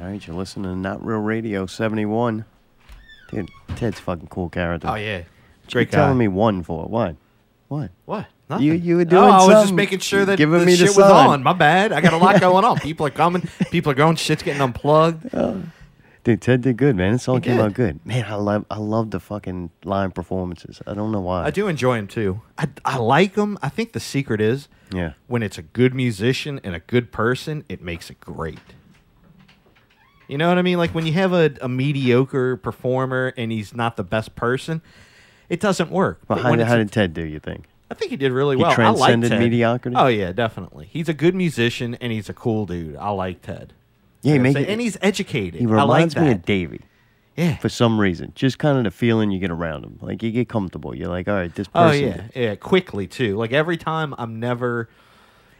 All right, you're listening to Not Real Radio 71. Dude, Ted's fucking cool character.
Oh, yeah.
What you
Great guy.
telling me one for? What? What?
What?
You you were
Oh,
doing
I was just
something,
making sure that
giving
the
me
shit
the
was
sign.
on. My bad. I got a lot going on. People are coming. People are going. Shit's getting unplugged.
Dude, Ted did good, man. This all came
did.
out good. Man, I love I love the fucking live performances. I don't know why.
I do enjoy him too. I, I like him. I think the secret is
Yeah.
when it's a good musician and a good person, it makes it great. You know what I mean? Like when you have a, a mediocre performer and he's not the best person, it doesn't work. But
Well, how,
when
did-
it's
how
a-
did Ted do, you think?
I think he did really
He
well.
transcended
I like Ted.
mediocrity?
Oh yeah, definitely. He's a good musician and he's a cool dude. I like Ted.
Yeah, he
You know what I'm
make
saying?
it-
and he's educated.
He
I like
reminds
that.
me of Davey.
Yeah.
For some reason. Just kind of the feeling you get around him. Like you get comfortable. You're like, all right, this
Oh
person.
yeah, yeah, quickly too. Like every time, I'm never.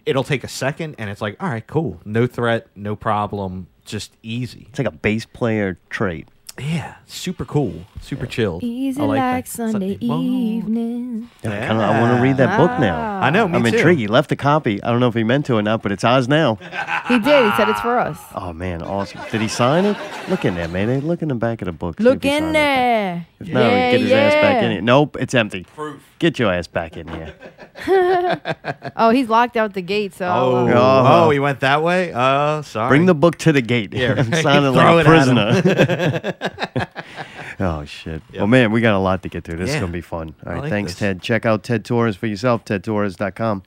It'll take a second, and it's like, all right, cool, no threat, no problem, just easy.
It's like a bass player trait.
Yeah, super cool, super chill.
Easy
I
like,
like, that.
Sunday evening.
Yeah, I kinda- I want to read that book now.
Ah. I know, me
I'm
too.
intrigued. He left a copy. I don't know if he meant to or not, but it's ours now.
He did. He said it's for us.
Oh man, awesome! Did he sign it? Look in there, man. Hey, Look in the back of the book. see if
Look
he
in
signed it.
there.
If not, we get his ass back in here. Nope, it's empty.
Proof.
Get your ass back in here.
oh, he's locked out the gate, so I'll,
Oh,
uh,
Uh-huh.
oh, he went that way. Oh, sorry.
Bring the book to the gate.
Yeah,
I'm
right.
sounding
Throw
like
it
a
at
prisoner. oh shit.
Yep.
Well, man, we got a lot to get through. This is
Yeah.
gonna be fun. All
I
right,
like
thanks,
this.
Ted. Check out Ted Torres for yourself. TedTorres.com.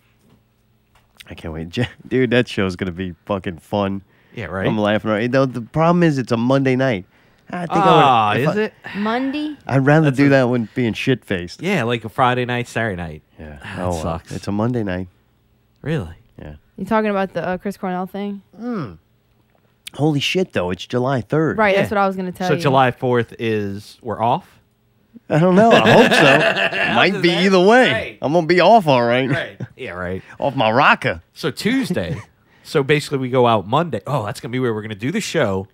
I can't wait, Je- dude. That show's gonna be fucking fun.
Yeah, right.
I'm laughing. Right. Though the problem is, it's a Monday night. I think
Ah,
I would. if
is
I-
it?
uh, Monday.
I'd rather do that one being shit faced.
Yeah, like a Friday night, Saturday night.
Yeah, oh,
that
well.
sucks.
It's a Monday night.
Really?
Yeah.
You talking about the uh, Chris Cornell thing?
Holy shit, though. It's July 3rd.
Right. That's
Yeah.
what I was gonna tell
so
you.
July fourth is we're off.
I don't know. I hope so. Might be either way.
Right.
I'm going to be off all right.
Yeah, right.
off my rocker.
So Tuesday. so basically, we go out Monday. Oh, that's gonna be weird. We're gonna do the show.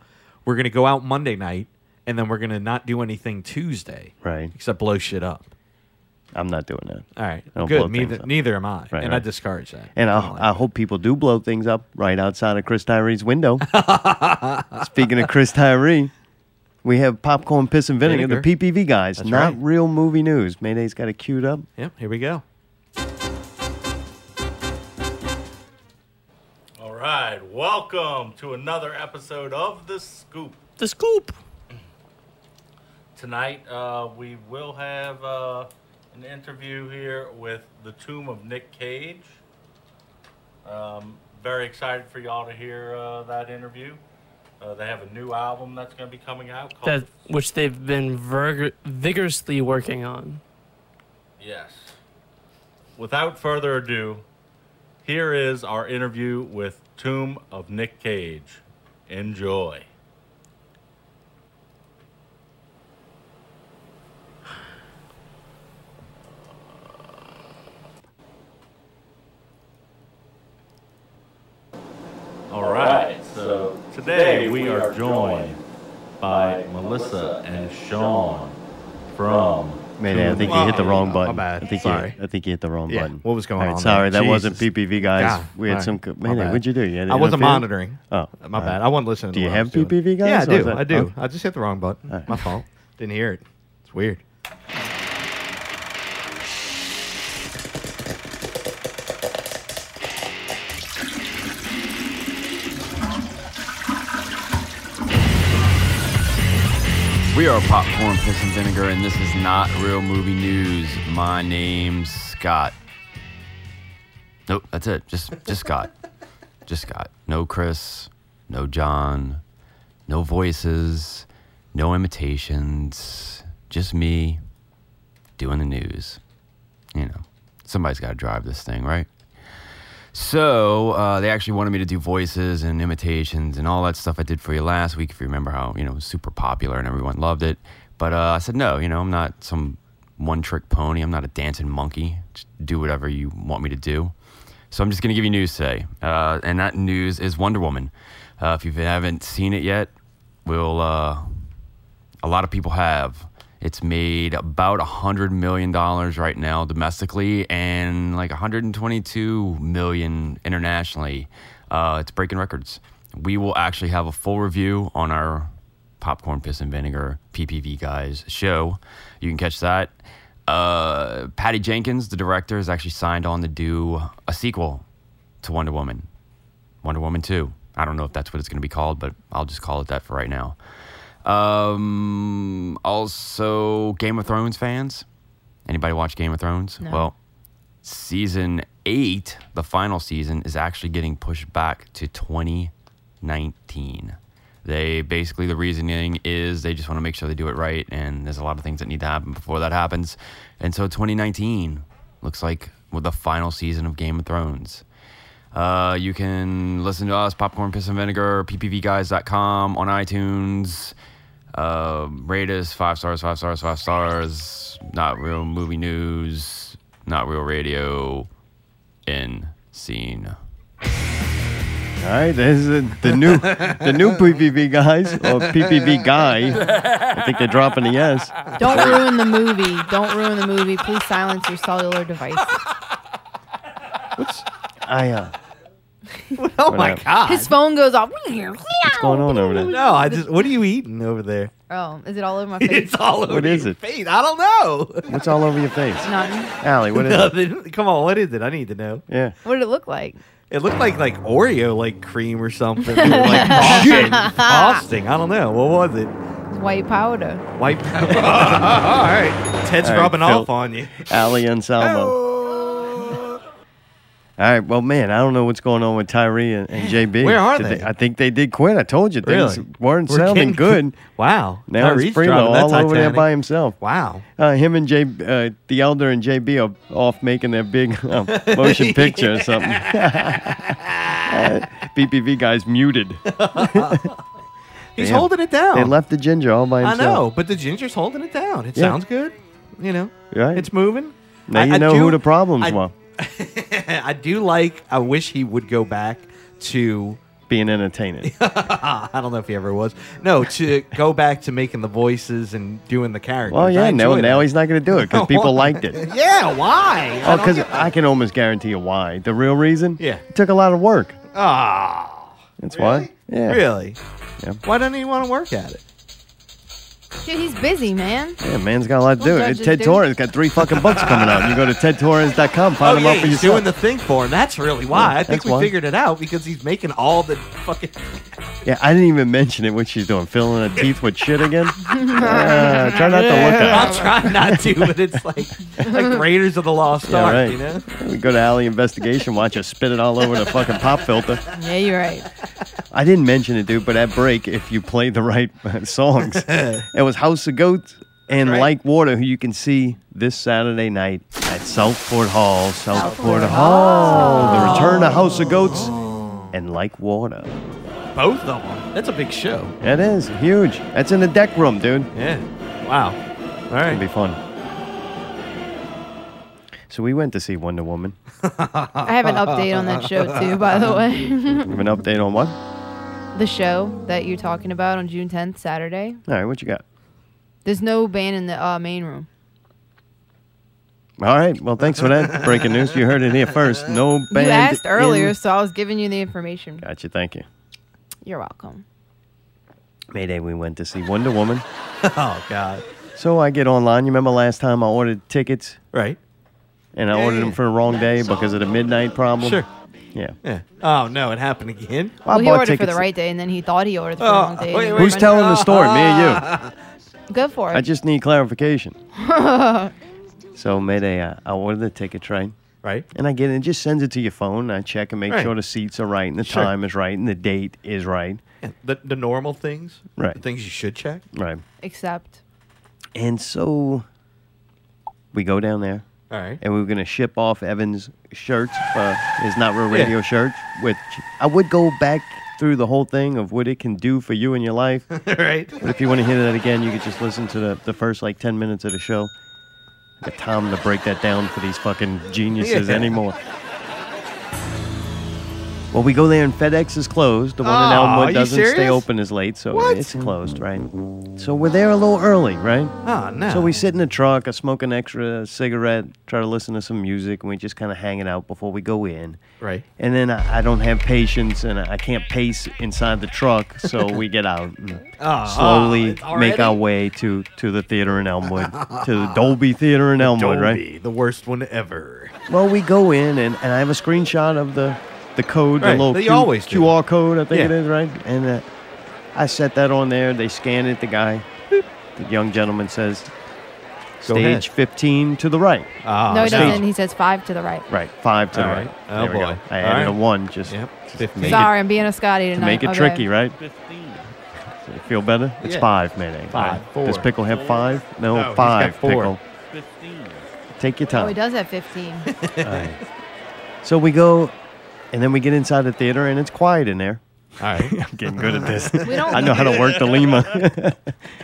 We're gonna go out Monday night, and then we're gonna not do anything Tuesday,
Right.
except blow shit up.
I'm not doing that.
All right.
I don't blow
Good.
things
Neither,
up.
neither am I,
Right,
and I
right.
discourage that.
And uh,
I
I,
don't like
I hope people do blow things up right outside of Chris Tyree's window. Speaking of Chris Tyree, we have popcorn, piss, and vinegar, the PPV guys.
That's
not
right.
real movie news. Mayday's got it queued up.
Yep. Here we go.
All right, welcome to another episode of The Scoop.
The scoop.
Tonight, uh, we will have uh, an interview here with the tomb of Nick Cage. Um, very excited for y'all to hear uh, that interview. Uh, they have a new album that's going to be coming out called
That which they've been virg- vigorously working on.
Yes. Without further ado, here is our interview with Tomb of Nick Cage. Enjoy. All right, so today we are joined by Melissa and Sean from
Mayday, I think you hit the wrong button.
bad.
I think
Sorry.
You, I think you hit the wrong
Yeah,
button.
what was going
All right,
on there?
Sorry, that wasn't
Jesus.
PPV guys.
God,
we had
all right.
some. co-
My
Mayday,
bad.
what'd you do? You had
I wasn't
interference?
monitoring.
Oh,
my
all right.
bad. I wasn't listening.
Do
to
you
what I
have
was doing.
PPV guys?
Yeah, I
or is
do.
that-
I do.
okay.
I just hit the wrong button.
All right.
My fault. Didn't hear it. It's weird.
We are Popcorn, Piss, and Vinegar, and this is not real movie news. My name's Scott. Nope, that's it. Just, just Scott. Just Scott. No Chris. No John. No voices. No imitations. Just me doing the news. You know, somebody's got to drive this thing, right? So uh, they actually wanted me to do voices and imitations and all that stuff I did for you last week. If you remember how you know it was super popular and everyone loved it, but uh, I said no. You know I'm not some one-trick pony. I'm not a dancing monkey. Just do whatever you want me to do. So I'm just gonna give you news today, uh, and that news is Wonder Woman. Uh, if you haven't seen it yet, we'll uh, a lot of people have. It's made about $100 million right now domestically and like 122 million internationally. Uh, it's breaking records we will actually have a full review on our popcorn piss and vinegar PPV guys show. You can catch that. Uh, Patty Jenkins, the director, has actually signed on to do a sequel to Wonder Woman, Wonder Woman Two. I don't know if that's what it's going to be called, but I'll just call it that for right now. Um, also, Game of Thrones fans. Anybody watch Game of Thrones?
No.
Well, season eight, the final season, is actually getting pushed back to 2019. They basically, the reasoning is they just want to make sure they do it right, and there's a lot of things that need to happen before that happens. And so 2019 looks like with the final season of Game of Thrones. Uh, you can listen to us, Popcorn, Piss, and Vinegar, ppvguys.com, on iTunes. Uh, rate us five stars, five stars, five stars. Not real movie news, not real radio, in scene.
All right, there's the, the new the new PPV guys or PPV guy. I think they're dropping the S.
Don't ruin the movie. Don't ruin the movie. Please silence your cellular device.
I uh,
Oh
What
my
up?
god!
His phone goes off.
what's going on over there?
No, I just. What are you eating over there?
Oh, is it all over my face?
It's all over
What is
your
it?
face. I don't know.
What's all over your face?
Nothing.
Allie, what is it?
Nothing. Come on, what is it? I need to know.
Yeah.
What did it look like?
It looked like like Oreo like cream or something. like frosting. frosting. I don't know. What was it?
White powder.
White powder. All right. Ted's
All right,
rubbing
Phil.
off on you.
Allie and Salmo.
Oh.
All right, well, man, I don't know what's going on with Tyree and, and JB.
Where are
Did
they?
I think they did quit. I told you things
Really?
weren't
We're
sounding
getting-
good.
Wow.
Now
Tyree's
it's Fredo
driving that
all over there
Titanic.
by himself.
Wow.
Uh, him and J, uh, the elder and JB are off making their big uh, motion picture or something. BPV guy's muted.
He's
Damn.
holding it down.
They left the ginger all by
Oh. I
himself.
know, but the ginger's holding it down. It
Yeah.
sounds good. You know,
Right?
it's moving.
Now
I-
you
I
know
do-
who the problems
I-
were.
I do like. I wish he would go back to
being entertaining.
I don't know if he ever was. No, to go back to making the voices and doing the characters.
Well, yeah,
I
no,
enjoy
now
that.
he's not going to do it because people liked it.
yeah, why?
Oh, because I can almost guarantee you why. The real reason?
Yeah.
It took a lot of work.
Ah,
That's why. Yeah.
Really?
Yeah.
why doesn't he want to work at it?
Dude, he's busy, man.
Yeah, man's got a lot to
Don't
do.
judge
And
this
Ted
dude.
Torrance got three fucking books coming out. You go to tedtorrance.com, find
oh,
them
yeah,
out for
he's
yourself.
doing the thing for him. That's really why.
Yeah,
I think
that's
we
why.
figured it out because he's making all the fucking.
yeah, I didn't even mention it. What she's doing, filling her teeth with shit again. Uh, try not to look at.
I'll try not to, but it's like like Raiders of the Lost
Yeah,
Ark.
right.
You know.
We go to Alley Investigation, watch her spit it all over the fucking pop filter.
Yeah, you're right.
I didn't mention it, dude, but at break, if you played the right uh, songs, it was House of Goats and Like Water, who you can see this Saturday night at Southport Hall. Southport Hall. The return of House of Goats and Like Water.
Both of them. That's a big show.
That is huge. That's in the deck room, dude.
Yeah. Wow. All right.
It'll be fun. So we went to see Wonder Woman.
I have an update on that show too, by the
You
way.
have an update on what?
the show that you're talking about on June 10th, Saturday.
All right, what you got?
There's no band in the uh, main room.
All right. Well, thanks for that breaking news. You heard it here first. No band.
you asked earlier,
in-
so I was giving you the information.
Gotcha. Thank you.
You're welcome.
Mayday, we went to see Wonder Woman.
oh God.
So I get online. You remember last time I ordered tickets?
Right.
And I ordered them for the wrong day because of the midnight problem.
Sure.
Yeah.
Yeah. Oh no, it happened again.
I
well, he
bought
ordered for
tickets-
the right day, and then he thought he ordered for
Oh,
the wrong day.
wait,
and
Who's
then-
telling the story? Me and you.
Go for it.
I just need clarification.
That's
So Mayday, I, I ordered the tickets, right?
Right.
And I get it. It just sends it to your phone. I check and make
Right.
sure the seats are right and the
Sure.
time is right and the date is right.
The, the normal things.
Right.
The things you should check.
Right.
Except
And so we go down there.
All right.
And we were going to ship off Evan's shirts, uh, his Not Real Radio shirt, which I would go back through the whole thing of what it can do for you in your life.
right.
But if you want to hear that again, you could just listen to the, the first like 10 minutes of the show. I got time to break that down for these fucking geniuses
Yeah.
anymore. Well, we go there and FedEx is closed. The one in
Aw,
Elmwood
you
doesn't stay
serious?
open as late, so
What?
it's closed, right? So we're there a little early, right?
Aw, Oh, no.
So we sit in the truck, I smoke an extra cigarette, try to listen to some music, and we just kind of hang it out before we go in.
Right.
And then I, I don't have patience, and I can't pace inside the truck, so we get out and
Aw,
slowly
Ah, it's already-
make our way to to the theater in Elmwood, to the Dolby Theater in Elmwood, right?
Dolby, The worst one ever.
Well, we go in and, and I have a screenshot of the the code,
Right,
the little
that you
Q-
always do.
QR code, I think
Yeah.
it is, right? And uh, I set that on there. They scan it. The guy, the young gentleman says,
Go ahead.
stage 15 to the right.
Ah,
no, he
Stage-
doesn't. He says five to the right.
Right, five to
All
the
right.
right.
Oh,
There we go.
boy.
I
All
added a
right.
one just,
Yep.
just to
15.
make it-
Sorry, I'm being a Scotty
to
tonight.
make it
Okay.
tricky, right? You feel better? It's
Yeah.
five, mayday.
Five,
right?
four,
Does Pickle have five? No,
No, he's got
five,
four.
Pickle. Take your time.
Oh, he does have 15.
All right. So we go, and then we get inside the theater, and it's quiet in there.
All right.
I'm getting good at this.
We don't-
I know how to work the Lima.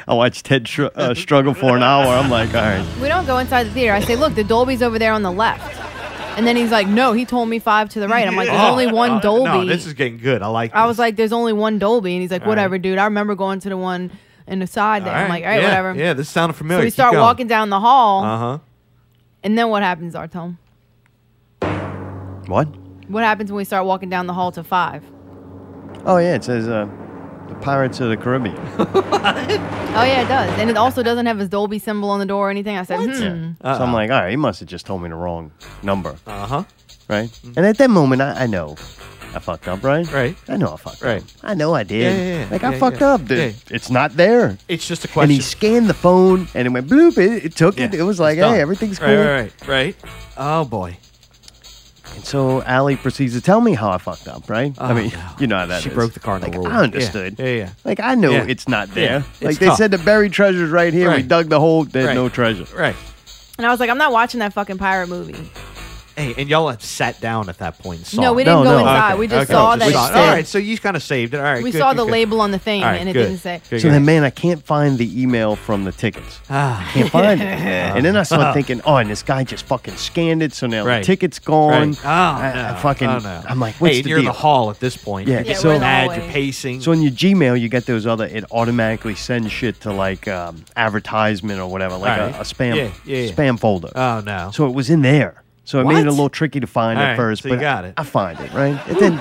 I watched Ted tr- uh, struggle for an hour. I'm like, all right.
We don't go inside the theater. I say, look, the Dolby's over there on the left. And then he's like, no, he told me five to the right. I'm like, there's
Oh,
only
uh,
one Dolby.
No, this is getting good. I like.
I was like, there's only one Dolby. And he's like,
All right.
whatever, dude. I remember going to the one in the side there. I'm like, all right,
yeah,
whatever.
Yeah, this sounded familiar.
So we start walking down the hall.
Uh huh.
And then what happens, Artome?
What?
What happens when we start walking down the hall to five?
Oh, yeah, it says uh, the Pirates of the Caribbean.
Oh, yeah, it does. And it also doesn't have his Dolby symbol on the door or anything. I said, hmm.
So
Uh-uh.
I'm like, all right, he must have just told me the wrong number.
Uh huh.
Right? And at that moment, I, I know I fucked up, right? Right. I know I fucked
Hmm. Right.
up. I know I did.
Yeah, yeah, yeah.
Like, I
Yeah,
fucked
yeah.
up. dude.
Yeah.
It's not there.
It's just a
And he
question.
scanned the phone, and it went bloop. It, it took it. It was like,
It's done.
hey, everything's cool.
Right, right, right, right. Oh boy.
And so Allie proceeds to tell me how I fucked up, right? I
Oh,
mean,
no.
you know how that
She
is.
broke the cardinal
like,
rule.
I understood.
Yeah, yeah, yeah.
Like, I know
Yeah.
it's not
Yeah.
there.
It's
Like, they
tough.
said the buried treasure's right here. We
Right.
dug the hole. There's
Right.
no treasure.
Right.
And I was like, I'm not watching that fucking pirate movie.
Hey, and y'all had sat down at that point. And saw
No, we
it.
didn't No, go no. inside. We just saw that
We
it
saw it.
said-
All right, so you kind of saved it. All right.
we
good,
saw
good,
the
good.
label on the thing,
All right,
and it
good.
didn't say.
Good,
So
good.
then, man, I can't find the email from the tickets.
Ah.
Can't find it. And then I started thinking, oh, and this guy just fucking scanned it. So now
Right.
the ticket's gone.
Right. Oh,
I,
no.
I fucking,
Oh, no.
I'm like, what's
hey, and
the
you're in
deal?
the hall at this point.
Yeah.
you
Yeah,
get
we're
so
in the
mad, you're
hallway.
pacing.
So in your Gmail, you get those other. It automatically sends shit to like um, advertisement or whatever, like
Alright.
a, a spam
Yeah, yeah, yeah.
spam folder.
oh no.
So it was in there. So it made it a
What?
little tricky to find at
Alright,
first,
so you
but
got
I,
it.
I find it right. It then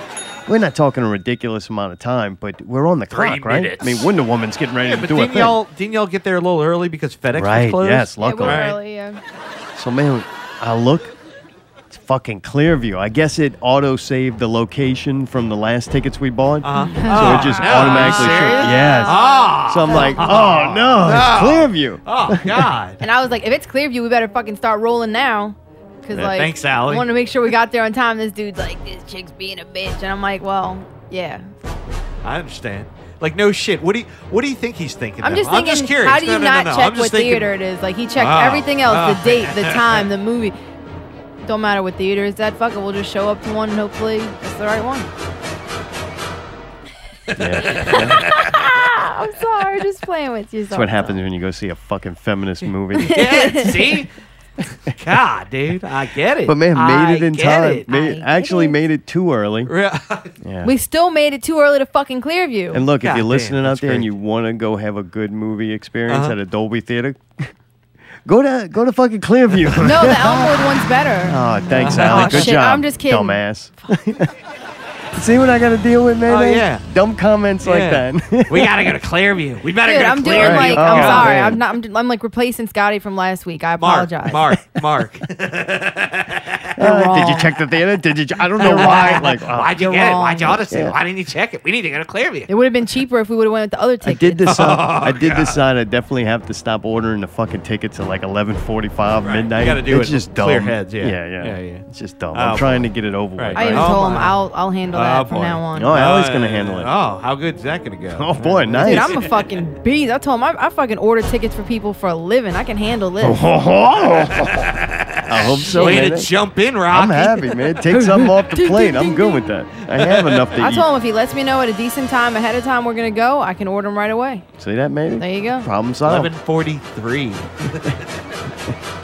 we're not talking a ridiculous amount of time, but we're on the
Three
clock, right?
minutes.
I mean, Wonder Woman's getting ready
Yeah,
to
but
do a
didn't
thing.
y'all didn't y'all get there a little early because FedEx
Right,
was closed?
yes, Yeah, we luckily. were
All right.
Really, yeah.
So man, I look. It's fucking clear view. I guess it auto saved the location from the last tickets we bought.
Uh-huh.
So it just
Oh, no.
automatically
Are you
showed-
serious?
Yes.
Ah.
so I'm like, oh no, it's
No.
clear view.
Oh God.
And I was like, if it's Clearview, we better fucking start rolling now. Cause
Yeah,
like,
thanks, Allie.
I want to make sure we got there on time. This dude's like, this chick's being a bitch, and I'm like, well, yeah.
I understand. Like no shit. What do you What do you think he's thinking?
I'm
though?
just thinking,
curious.
how do you
No, no, no,
not
no. I'm
check
just
what
thinking-
theater it is? Like he checked
Oh,
everything else,
oh.
the date, the time, the movie. Don't matter what theater it's at. Fuck it, we'll just show up to one and hopefully it's the right one. I'm sorry, just playing with you.
That's what happens when you go see a fucking feminist movie.
Yeah, see? God, dude, I get it.
But man,
I
made it in
get
time.
it.
Made- actually made it too early. Yeah.
We still made it too early to fucking Clearview.
and look, if you're
God
listening
damn,
out
that's
there and
great.
you want to go have a good movie experience
Uh-huh.
at a Dolby theater, go to go to fucking Clearview.
no, the Elmwood one's better.
Oh, thanks, Allie.
Oh,
Good
shit,
job.
I'm just kidding.
Dumbass. See what I got to deal with, man?
Oh, yeah.
Dumb comments
Yeah.
like that.
we gotta go to Clearview. We better
Dude,
go to
I'm doing
Clearview.
like
Oh,
I'm
God.
sorry.
man.
I'm not. I'm, I'm like replacing Scotty from last week. I
Mark,
apologize.
Mark, Mark.
Uh, did you check the theater? Did you? ch- I don't know why. Like, uh,
Why'd you
You're
get it?
wrong.
Why'd you honestly?
Yeah.
Why didn't you check it? We need to go to Clearview.
It would have been cheaper if we would have went with the other
I
ticket.
did decide. I did decide. I definitely have to stop ordering the fucking tickets at like eleven forty-five midnight.
You gotta do
it's
it
just dumb.
clear heads, yeah.
yeah, yeah.
Yeah, yeah.
It's just dumb.
Oh,
I'm trying to get it over with.
Right.
I even
right?
told him I'll I'll handle that from now on.
Oh, Allie's gonna handle it.
Oh, how good is that gonna go?
Oh, boy, nice.
Dude, I'm a fucking beast. I told him I, I fucking order tickets for people for a living. I can handle this.
Oh, I hope so.
Way
man.
to jump in, Rocky.
Oh, I'm happy, man. Take something off the plate. I'm good with that. I have enough to
I
eat.
told him if he lets me know at a decent time ahead of time we're gonna go, I can order them right away.
See that, maybe?
There you go.
Problem solved.
11:43.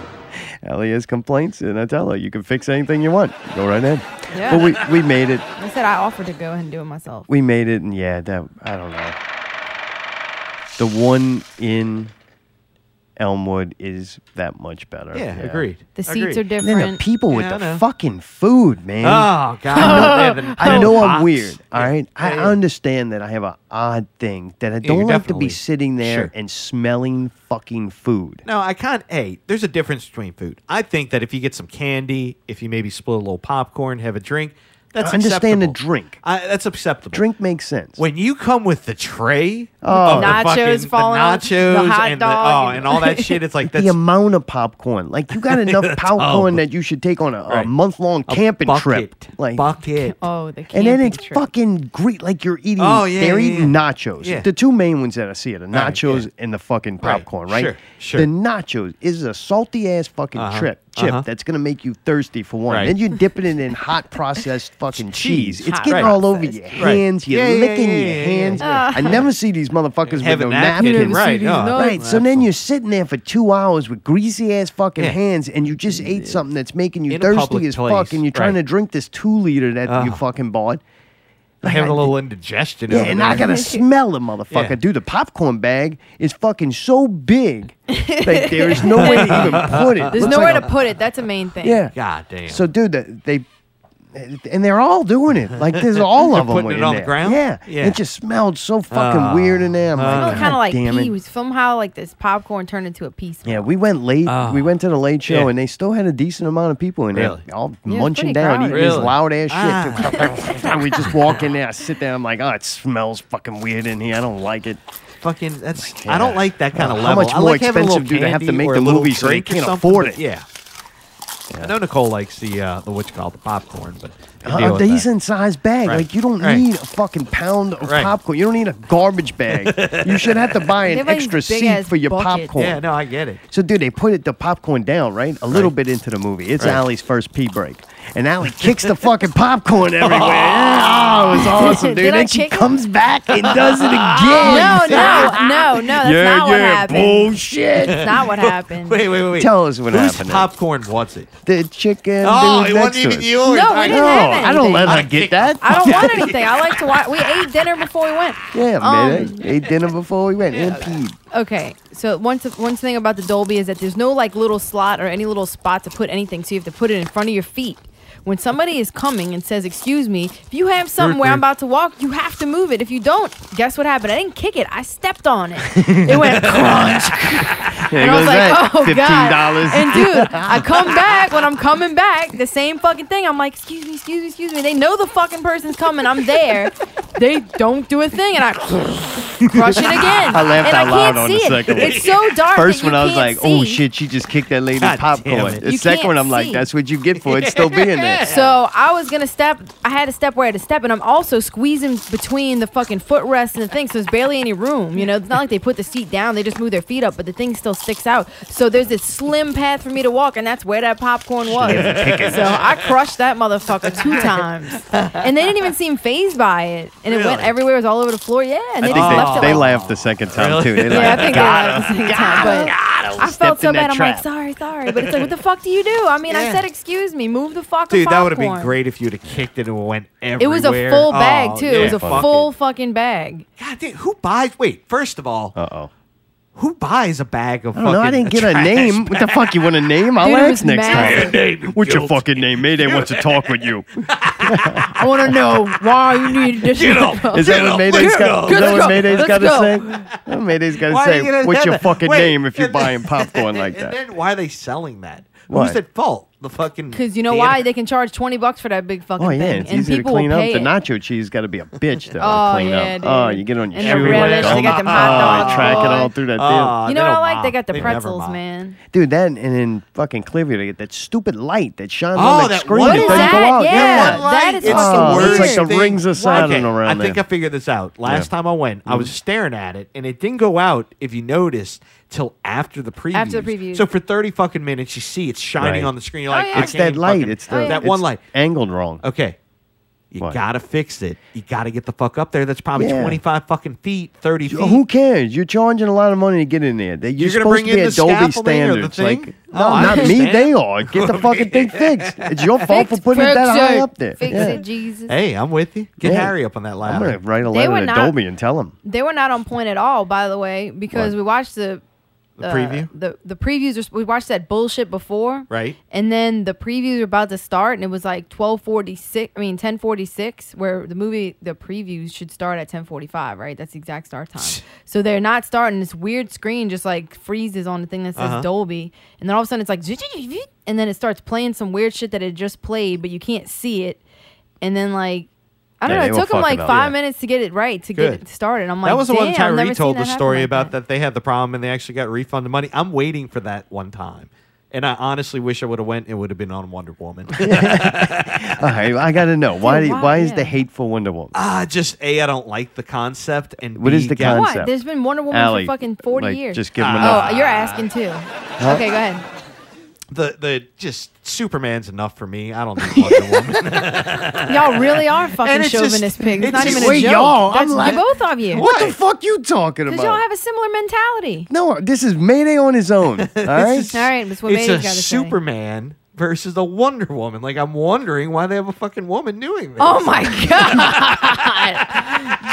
Ellie has complaints, and I tell her you can fix anything you want. Go right ahead.
Yeah.
But we, we made it.
That's said I offered to go ahead and do it myself.
We made it, and yeah, that I don't know. The one in Elmwood is that much better.
Yeah, agreed.
The seats are
And then
different.
the people with
Yeah, I
the
know.
fucking food, man.
Oh, God.
I
They
know,
have the
I know I'm
box.
weird. All right, I understand that I have an odd thing that I
Yeah, you
don't like to
definitely-
be sitting there
Sure.
and smelling fucking food.
No, I can't. Hey, there's a difference between food. I think that if you get some candy, if you maybe split a little popcorn, have a drink, that's
I understand
acceptable.
a drink.
I, that's acceptable.
Drink makes sense.
When you come with the tray,
Oh.
of the
Nachos
fucking, the
falling on- the
nachos,
hot
and the-
dog
oh,
and-
and all that shit, it's like
the
that's
amount of popcorn. Like you got enough
That's
popcorn
all.
that you should take on a,
Right.
a month long
A
camping trip.
bucket.
Like
bucket.
Oh, the
And then
camping
it's fucking great. Like you're eating.
Oh, yeah,
they're
yeah,
eating
yeah.
nachos.
Yeah.
The two main ones that I see are the
right,
nachos and the fucking
Right,
popcorn. Right.
sure, sure.
The nachos is a salty ass fucking
Uh-huh,
trip chip
uh-huh.
that's gonna make you thirsty for one.
Right.
Then you're dipping it in hot processed fucking cheese.
cheese.
It's
Hot
getting all over your
processed. Right.
hands. You're
Yeah, yeah,
licking
yeah,
your
yeah, yeah,
hands.
yeah.
I never see these motherfuckers with
Have a
no
napkin,
napkin.
right, oh. no. no.
Right. So then you're sitting there for two hours with greasy ass fucking
Yeah.
hands, and you just ate something that's making you
In a public
thirsty as
place,
fuck, and you're trying
right.
to drink this two liter that you
Ah.
fucking bought.
having a little indigestion.
Yeah,
over
and
there.
I gotta smell the motherfucker.
Yeah.
Dude, the popcorn bag is fucking so big that there is no way to even put it.
There's
It's
nowhere
like
to
a-
put it. That's a main thing.
Yeah.
God damn.
So, dude, the- they and they're all doing it. Like there's all
They're
of them
putting it
in
on the
there.
ground?
Yeah.
Yeah.
It just smelled so fucking
Ah.
weird in there. I'm
Ah.
like,
Smelled kind
"God
of like
Uh, damn it.
pee. Somehow, like this popcorn turned into a pea smell.
Yeah, we went late. we went to the late show,
Yeah.
and they still had a decent amount of people in
Ah. Really? Ah.
there, all
Yeah, it's
munching
pretty
down,
crowded.
eating this
Really?
loud ass shit. and we just walk in there. I sit there. I'm like, oh, it smells fucking weird in here. I don't like it.
Fucking, that's I don't like that kind
Oh,
of
how
level.
much
I
more
like having a little
expensive do they have to
candy
make
or
the
a little
movie so they
drink or
can't
something,
afford
but
it?
Yeah. I know Nicole likes the uh, the what you call it, the popcorn, but I deal
A
with that.
decent sized bag.
Right.
Like you don't
Right.
need a fucking pound of
Right.
popcorn. You don't need a garbage bag. you should have to buy an
Everybody's
extra
big
seat
ass
for your
bucket.
popcorn.
Yeah, no, I get it.
So, dude, they put it, the popcorn down, right? A little bit into the movie. It's
Right.
Allie's first pee break. And Allie kicks the fucking popcorn everywhere. Yeah, oh, it was awesome, dude.
Did I
and she
kick it?
comes back and does it again.
No, no, no, no. That's
Yeah,
not what
yeah,
happened.
bullshit.
That's not what happened.
Wait, wait, wait, wait.
Tell us what
Whose
happened.
popcorn wants it?
The chicken.
Oh,
dude
it
next
wasn't
to
even
us.
you. No, we
No,
didn't have
I don't let her
anything.
get that.
I don't want anything. I like to watch. We ate dinner before we went.
Yeah,
Um,
man. I ate dinner before we went and peed.
Okay, so one th- one thing about the Dolby is that there's no like little slot or any little spot to put anything, so you have to put it in front of your feet. When somebody is coming and says, "Excuse me," if you have something where I'm about to walk, you have to move it. If you don't, guess what happened? I didn't kick it. I stepped on it. It went crunch. and I was like, "Oh god!" And dude, I come back when I'm coming back, the same fucking thing. I'm like, "Excuse me, excuse me, excuse me." They know the fucking person's coming. I'm there. They don't do a thing, and I crush it again.
I laughed
and
out
I
loud
can't
on
see
the
it.
second one.
It's so dark.
First
that you
one, I was
can't
like,
see.
"Oh shit, she just kicked that lady's popcorn."
it.
The
You
second one,
can't
I'm like,
see.
"That's what you get for it still being there."
So I was gonna step. I had to step where I had to step, and I'm also squeezing between the fucking footrest and the thing, so there's barely any room. You know, it's not like they put the seat down; they just move their feet up, but the thing still sticks out. So there's this slim path for me to walk, and that's where that popcorn was.
Slim pickings.
so I crushed that motherfucker two times, and they didn't even seem phased by it, and it went
Really?
everywhere. It was all over the floor. Yeah, and
I
they
think
just
they,
left it.
they
like,
laughed the second time too. They
Yeah,
like,
I think they
"Got
laughed
him."
the second time, but I felt
stepped
so
in that
bad. I'm like,
trap.
sorry, sorry, but it's like, what the fuck do you do? I mean, I said, excuse me, move the fucking
Dude, that would
popcorn.
have been great if you'd have kicked it and went
It
everywhere.
was a full
Oh,
bag too.
yeah,
it was a
fuck
full fucking bag.
God damn, who buys? Wait, first of all,
uh oh,
who buys a bag of?
I don't know. I
fucking
didn't get a
trash
name. What the
bag?
fuck? You want a name? I'll
Dude, it
ask
was
next
massive.
time. What's your fucking name? Mayday wants to talk with you.
I want to know why you needed this.
Get up, Is that what Mayday's got? Is that what Mayday's got to say? Well, Mayday's got to
Why do you
say,
gotta
"What's
have
your
it?
fucking
Wait,
name?" If you're
and then-
buying popcorn like
And
that.
then why are they selling that?
Why?
Who's at fault? The fucking.
Because you know
theater-
why they can charge twenty bucks for that big fucking
Oh yeah,
thing,
it's
and
easy to
people
clean
will
up.
pay
The
it.
nacho cheese got to be a bitch though
Oh,
to clean
yeah,
up.
dude.
Oh, you get on your
And the
shoe and
relish, they got them hot
Oh,
dogs.
you track it all through that
Oh,
damn.
you know what I like? They got the pretzels, man.
Dude, that and then fucking Clearview, they get that stupid light that shines
Oh,
on that
that
screen.
one
that
light.
doesn't go
That
out.
one
Yeah,
light.
that is
It's
fucking
the
weird.
worst It's like the rings of Saturn
Okay,
around
I think I
there. Mm-hmm.
figured this out. Last time I went, I was staring at it, and it didn't go out. If you noticed, till after the preview.
After the previews. Oh,
So for thirty fucking minutes, you see it's shining
Right.
on the screen. You're like, I
it's
can't
that light.
fucking- Oh,
It's the
that
it's
one light.
angled wrong.
Okay. You gotta fix it. You gotta get the fuck up there. That's probably
Yeah.
twenty five fucking feet, thirty feet.
Yo, Who cares? You're charging a lot of money to get in there. They- You're,
You're gonna
supposed
bring
to be
in
at
the
Dolby
scaffolding or the
standards. Like,
thing?
no,
Oh, I
not me.
understand.
They are. Get the fucking thing fixed. It's your fault for putting it that high up there.
Fix
Yeah.
it, Jesus.
Hey, I'm with you. Get
Yeah.
Harry up on that ladder.
I'm gonna write a
They
letter
were
to
not-
Dolby and tell him.
They were not on point at all, by the way, because
What?
we watched the, uh,
The preview?
The the previews are, we watched that bullshit before,
Right.
And then the previews were about to start, and it was like twelve forty six. I mean ten forty six, where the movie the previews should start at ten forty five, right? That's the exact start time. so they're not starting. This weird screen just like freezes on the thing that says
Uh-huh.
Dolby, and then all of a sudden it's like, and then it starts playing some weird shit that it just played, but you can't see it. And then like, I don't
Yeah, they
know. It
were
took them
fucking
like
up.
five
Yeah.
minutes to get it right to
Good.
get it started. I'm like,
that was the
Damn,
one
I've never
Tyree
seen
told the
that happen
story
like
about that. they had the problem and they actually got refunded money. I'm waiting for that one time. And I honestly wish I would have went. It would have been on Wonder Woman.
All right, I got to know why.
Dude,
why Uh,
why?
is
Yeah.
the hateful Wonder Woman?
Ah, just a. I don't like the concept. And
What
B,
is the
get-
concept?
What? There's been Wonder Woman
Ally,
for fucking 40
like,
years.
just give Ah. 'em
Oh,
enough.
you're asking too. Okay, go ahead.
The the just Superman's enough for me. I don't need Wonder Woman.
Y'all really are fucking
And it's just-
chauvinist pigs. It's,
it's
not
just-
even a
Wait,
joke.
y'all, I'm
That's
like-
you both of you.
What the fuck you talking
Because y'all
about?
have a similar mentality.
No, this is Mayday on his own. All right.
All right, that's what May's
it's a
got to say.
Superman versus a Wonder Woman. Like I'm wondering why they have a fucking woman doing this.
Oh my god!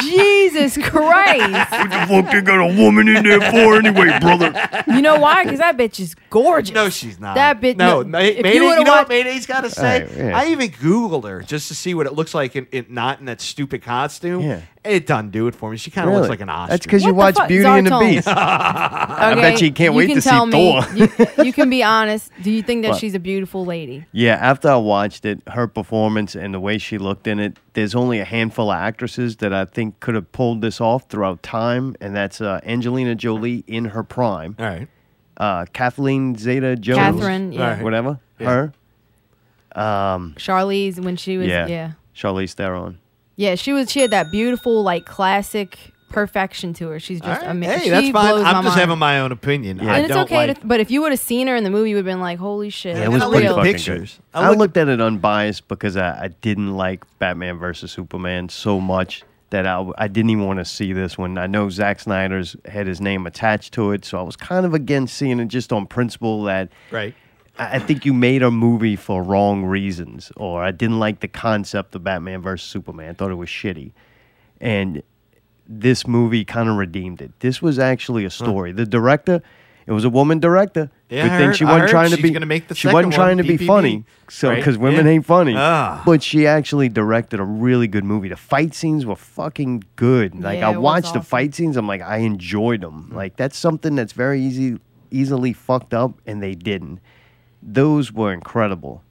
Jesus Christ!
What the fuck they got a woman in there for anyway, brother?
You know why? Because that bitch is gorgeous.
No, she's not.
That bitch.
No,
No,
Ma-
if
Mayday,
you
you,
would've
know
watched-
what Mayday's got to say?
All right, yeah.
I even Googled her just to see what it looks like in, in not in that stupid costume.
Yeah.
It doesn't do it for me. She kind of looks
Really?
like an ostrich.
That's 'cause you What the watch fuck? Beauty and the Zartone. Beast. I
Okay,
bet you can't wait
can
to see
tell me-
Thor.
you, you can be honest. Do you think that
What?
she's a beautiful lady?
Yeah, after I watched it, her performance and the way she looked in it, there's only a handful of actresses that I think could have pulled this off throughout time, and that's uh, Angelina Jolie in her prime.
All right.
Uh, Kathleen Zeta Jones.
Catherine, yeah. All right.
Whatever.
Yeah.
Her. Um,
Charlize when she was
yeah.
yeah. yeah.
Charlize Theron.
she was she had that beautiful like classic perfection to her. She's just
All right.
amazing.
Hey, that's
she
fine.
blows my
I'm just
mind.
having my own opinion. I
and it's
don't
okay,
like.
to, but if you would have seen her in the movie, you would have been like, "Holy shit!"
Yeah, it
that's
was pretty
real.
fucking
pictures.
good. I, looked at it unbiased because I, I didn't like Batman versus Superman so much that I, I didn't even want to see this one. I know Zack Snyder's had his name attached to it, so I was kind of against seeing it just on principle that
Right.
I, I think you made a movie for wrong reasons, or I didn't like the concept of Batman versus Superman. I thought it was shitty. And this movie kind of redeemed it. This was actually a story. The director, it was a woman director.
Yeah,
Good
I
thing
heard-
she
I
wasn't
heard
trying to
she's
be.
gonna make the
she
second
wasn't
one,
trying to be
BPB.
funny. So
Right,
because women
yeah.
ain't funny.
Ah.
But she actually directed a really good movie. The fight scenes were fucking good. Like
Yeah,
I
it was Mm.
watched the fight scenes. I'm like I enjoyed them. Like that's something that's very easy, easily fucked up, and they didn't. Those were incredible.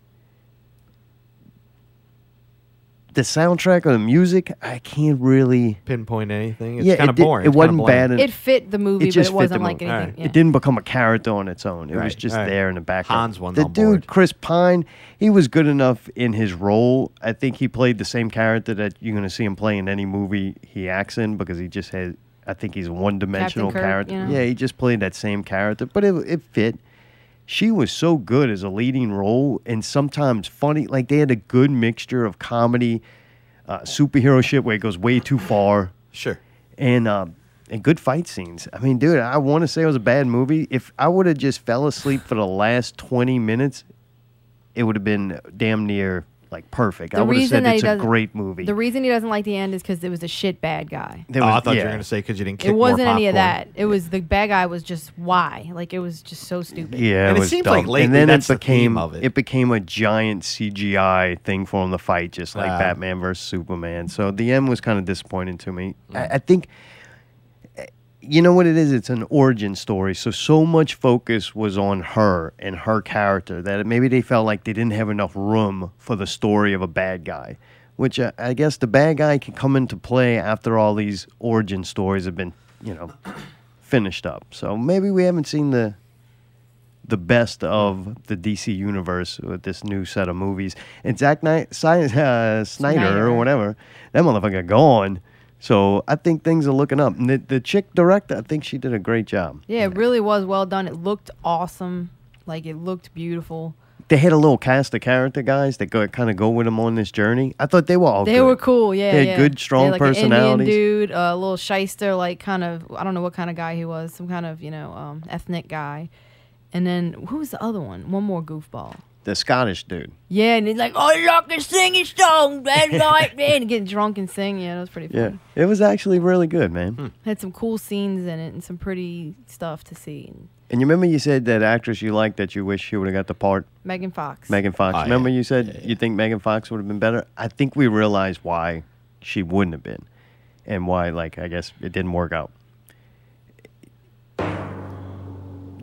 The soundtrack or the music, I can't really
pinpoint anything. It's
Yeah,
kinda
it did-
boring.
It
It's kinda
wasn't
bland.
bad.
It fit the movie, but it
fit the
wasn't like
movie.
anything. yeah.
It didn't become a character on its own. It was
Right,
just
right.
there in the background.
Hans wasn't
the
on
dude, Chris Pine, he was good enough in his role. I think he played the same character that you're going to see him play in any movie he acts in because he just has. I think he's a one-dimensional
Kirk,
character.
you know?
Yeah, he just played that same character, but it it fit. She was so good as a leading role and sometimes funny. Like they had a good mixture of comedy, uh, superhero shit where it goes way too far.
Sure.
And uh, and good fight scenes. I mean, dude, I want to say it was a bad movie. If I would have just fell asleep for the last twenty minutes, it would have been damn near like perfect. I
The
would have
reason
said
that
it's
he
a
doesn't-
great movie.
The reason he doesn't like the end is because it was a shit bad guy.
There
oh, I
was-
thought you were
yeah.
gonna say because you didn't. Kick
It wasn't
more
any of
popcorn.
that. It was the bad guy was just why, like it was just so stupid.
Yeah,
And it
was
seems
dumb.
like lately
and then
that's
it
the theme
became
of it.
became a giant CGI thing for him to fight, just like
Ah.
Batman versus Superman. So the end was kind of disappointing to me.
Mm.
I, I think eh, you know what it is. It's an origin story, so so much focus was on her and her character that maybe they felt like they didn't have enough room for the story of a bad guy. Which uh, I guess the bad guy can come into play after all these origin stories have been, you know, finished up. So maybe we haven't seen the the best of the DC universe with this new set of movies. And Zack Knight, Si- uh, Snyder,
Snyder.
or whatever, that motherfucker gone. So I think things are looking up. And the, the chick director, I think she did a great job.
Yeah, it really was well done. It looked awesome. Like it looked beautiful.
they had a little cast of character guys that go, kind of go with them on this journey. I thought they were all
they
good.
were cool. Yeah,
They had
yeah.
good, strong
They had, like, an Indian
personalities.
dude, a little shyster, like kind of I don't know what kind of guy he was, some kind of you know um, ethnic guy. And then who was the other one? One more goofball.
The Scottish dude.
Yeah, and he's like, "Oh, look, a singing song, man, like man," and getting drunk and singing. Yeah, that was pretty fun.
Yeah, it was actually really good, man.
Had some cool scenes in it and some pretty stuff to see. And
And you remember you said that actress you liked that you wish she would have got the part,
Megan Fox.
Megan Fox.
Oh, yeah.
remember you said you think Megan Fox would have been better. I think we realized why she wouldn't have been, and why like I guess it didn't work out.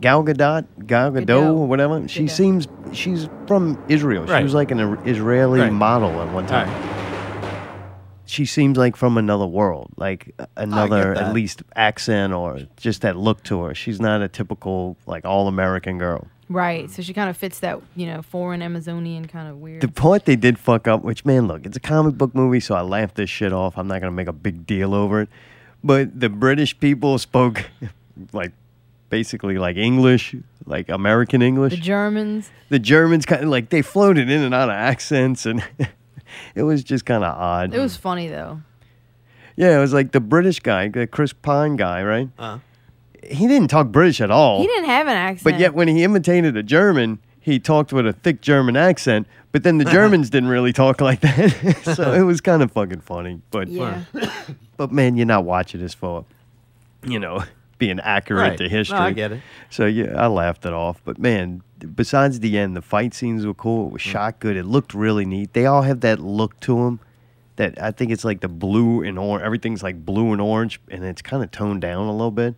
Gal Gadot, Gal Gadot, or whatever. She seems she's from Israel. She
Right.
was like an Ir- Israeli
Right.
model at one time. She seems like from another world, like a- another at
that.
least accent or just that look to her. She's not a typical like all American girl.
Right. So she kind of fits that you know foreign Amazonian kind of weird.
The part they did fuck up, which man, look, it's a comic book movie, so I laughed this shit off. I'm not gonna make a big deal over it. But the British people spoke like basically like English, like American English.
The Germans.
The Germans kind of like they floated in and out of accents, and it was just kind of odd.
It was funny though.
yeah, it was like the British guy, the Chris Pine guy, right? Uh-huh. He didn't talk British at all.
He didn't have an accent.
But yet, when he imitated a German, he talked with a thick German accent. But then the Germans didn't really talk like that, so it was kind of fucking funny. But
Yeah.
but man, you're not watching this for, you know, being accurate
Right.
to
No, I
history.
get it.
So yeah, I laughed it off. But man, besides the end, the fight scenes were cool. It was shot good. It looked really neat. They all have that look to them. That I think it's like the blue and orange. Everything's like blue and orange, and it's kind of toned down a little bit.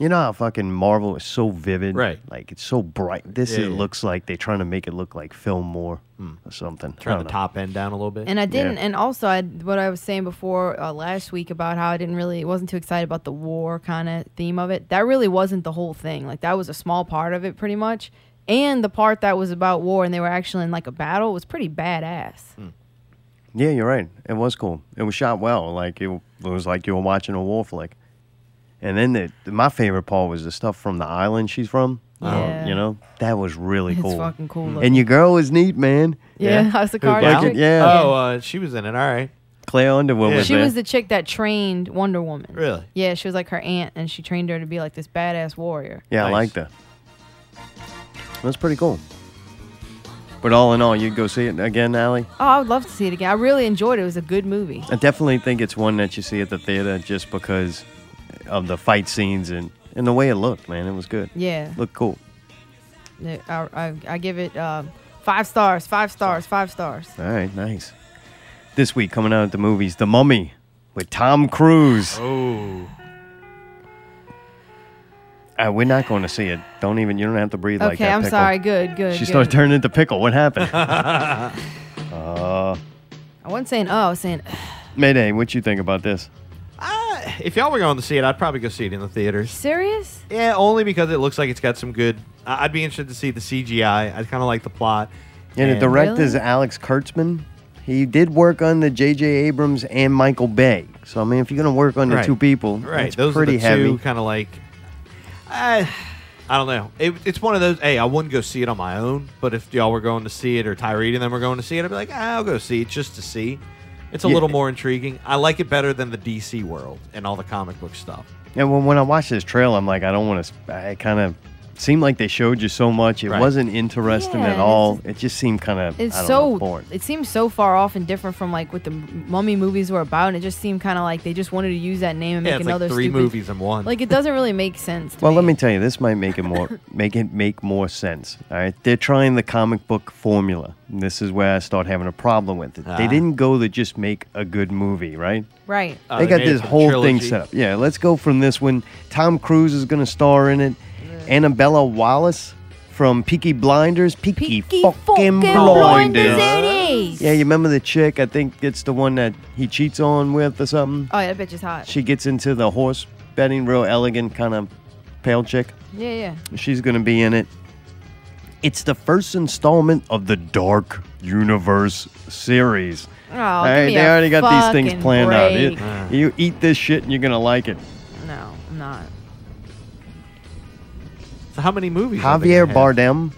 You know how fucking Marvel is so vivid, right? Like it's so bright. This
Yeah,
it
yeah.
looks like they're trying to make it look like film more or something.
Turn the
top end down a little bit.
And uh, I didn't. And also, I what I was saying before uh, last week about how I didn't really wasn't too excited about the war kind of theme of it. That really wasn't the whole thing. Like that was a small part of it, pretty much. And the part that was about war and they were actually in like a battle was pretty badass.
Hmm. Yeah, you're right. It was cool. It was shot well. Like it, it was like you were watching a war flick. And then the, my favorite part was the stuff from the island she's from. Um,
Yeah.
you know that was really
It's
cool.
fucking cool
Hmm. And
looking.
your girl was neat, man.
Yeah, Yeah. House of
Who,
Cards
like
chick?
it? Yeah.
Oh, uh, she was in it. All right.
Claire Underwood was
she
there.
was the chick that trained Wonder Woman.
Really?
Yeah, she was like her aunt, and she trained her to be like this badass warrior.
yeah, I liked her. That's pretty cool. But all in all, you'd go see it again, Allie.
Oh, I would love to see it again. I really enjoyed it. It was a good movie.
I definitely think it's one that you see at the theater just because of the fight scenes and, and the way it looked, man. It was good.
Yeah.
Looked cool.
I, I, I give it um, five stars, five stars, five stars.
All right, nice. This week coming out at the movies, The Mummy with Tom Cruise.
Oh.
Uh, we're not going to see it. Don't even. You don't have to breathe like
okay,
that.
I'm
pickle.
sorry. Good, good.
She
good.
started turning into pickle. What happened? uh,
I wasn't saying oh, I was saying
Mayday, what you think about this?
Uh, If y'all were going to see it, I'd probably go see it in the theaters.
serious.
Yeah, only because it looks like it's got some good. I- I'd be interested to see the CGI. I kind of like the plot.
And the director is Alex Kurtzman. He did work on the J.J. Abrams and Michael Bay. So I mean, if you're going to work on the
Right.
two people,
Right.
that's
Those
pretty
are the
heavy.
two kind of like. I, I don't know. It, it's one of those. Hey, I wouldn't go see it on my own, but if y'all were going to see it or Tyree and them were going to see it, I'd be like, "Ah, I'll go see it just to see. It's a
Yeah.
little more intriguing. I like it better than the DC world and all the comic book stuff.
And when, when I watched this trail, I'm like, I don't want to. It kind of seemed like they showed you so much. It
Right.
wasn't interesting
Yeah,
at
it's
all. It just seemed kind of
It's
I don't
so
know, boring.
it seems so far off and different from like what the m- mummy movies were about, and it just seemed kind of like they just wanted to use that name and
Yeah,
make
it's
another
like three
stupid,
movies in one.
Like it doesn't really make sense.
Well, let me tell you, this might make it more make it make more sense. All right, they're trying the comic book formula. And this is where I start having a problem with it. They
Ah.
didn't go to just make a good movie, right?
Right.
Oh,
they got this whole thing set up. Yeah, let's go from this one. Tom Cruise is going to star in it. Annabella Wallace from Peaky Blinders. Peaky, fucking, Blinders.
Blinders it is.
Yeah, you remember the chick? I think it's the one that he cheats on with or something.
Oh yeah, that bitch is hot.
She gets into the horse betting, real elegant, kind of pale chick.
yeah, yeah.
She's going to be in it. It's the first installment of the Dark Universe series.
Oh,
All right,
give me
they
a
already got these
fucking
things planned
break.
out. You, you eat this shit and you're going to like it.
No, I'm not.
So how many movies?
Javier Bardem,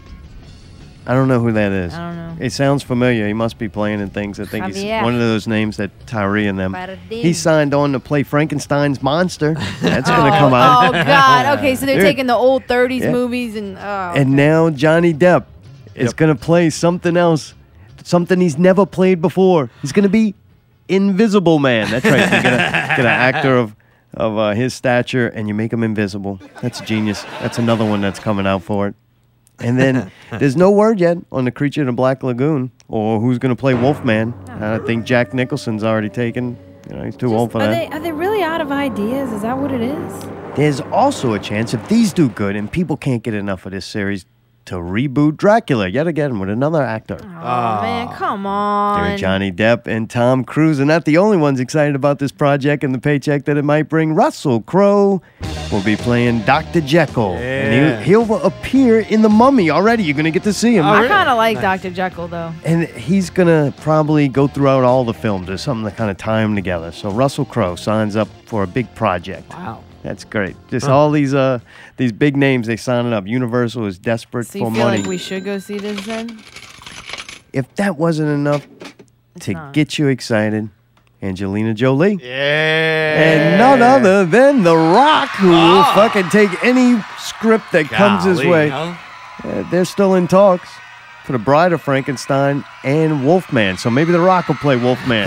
I don't know who that is.
I don't know.
It sounds familiar. He must be playing in things. I think
Javier.
he's one of those names that Tyree and them.
Bardem.
He signed on to play Frankenstein's monster. That's going to come out.
Oh God. Okay, so they're
Dude.
taking the old '30s
Yeah.
movies and oh,
And now Johnny Depp is going to play something else, something he's never played before. He's going to be Invisible Man. That's right. You get, a, get an actor of of uh, his stature, and you make him invisible. That's genius. That's another one that's coming out for it. And then there's no word yet on the creature in the Black Lagoon or who's going to play Wolfman. I think Jack Nicholson's already taken. You know, he's too old for
Are
that.
they are they really out of ideas? Is that what it is?
There's also a chance if these do good and people can't get enough of this series to reboot Dracula yet again with another actor.
Oh, man, come on.
Ah. They're Johnny Depp and Tom Cruise are not the only ones excited about this project and the paycheck that it might bring. Russell Crowe will be playing Dr. Jekyll.
Yeah.
And he, he'll appear in The Mummy already. You're going to get to see him.
Oh,
I kind of like Dr. Jekyll though.
And he's going to probably go throughout all the films. There's something to kind of tie them together. So Russell Crowe signs up for a big project. Wow. That's great. Just
Huh.
all these uh these big names they signing up. Universal is desperate
So you
for
feel
money.
like we should go see this then?
if that wasn't enough to
not.
get you excited, Angelina Jolie.
Yeah.
And none other than The Rock, who will fucking take any script that comes his
Ah. Golly,
way.
huh?
Uh, they're still in talks for The Bride of Frankenstein and Wolfman. So maybe The Rock will play Wolfman.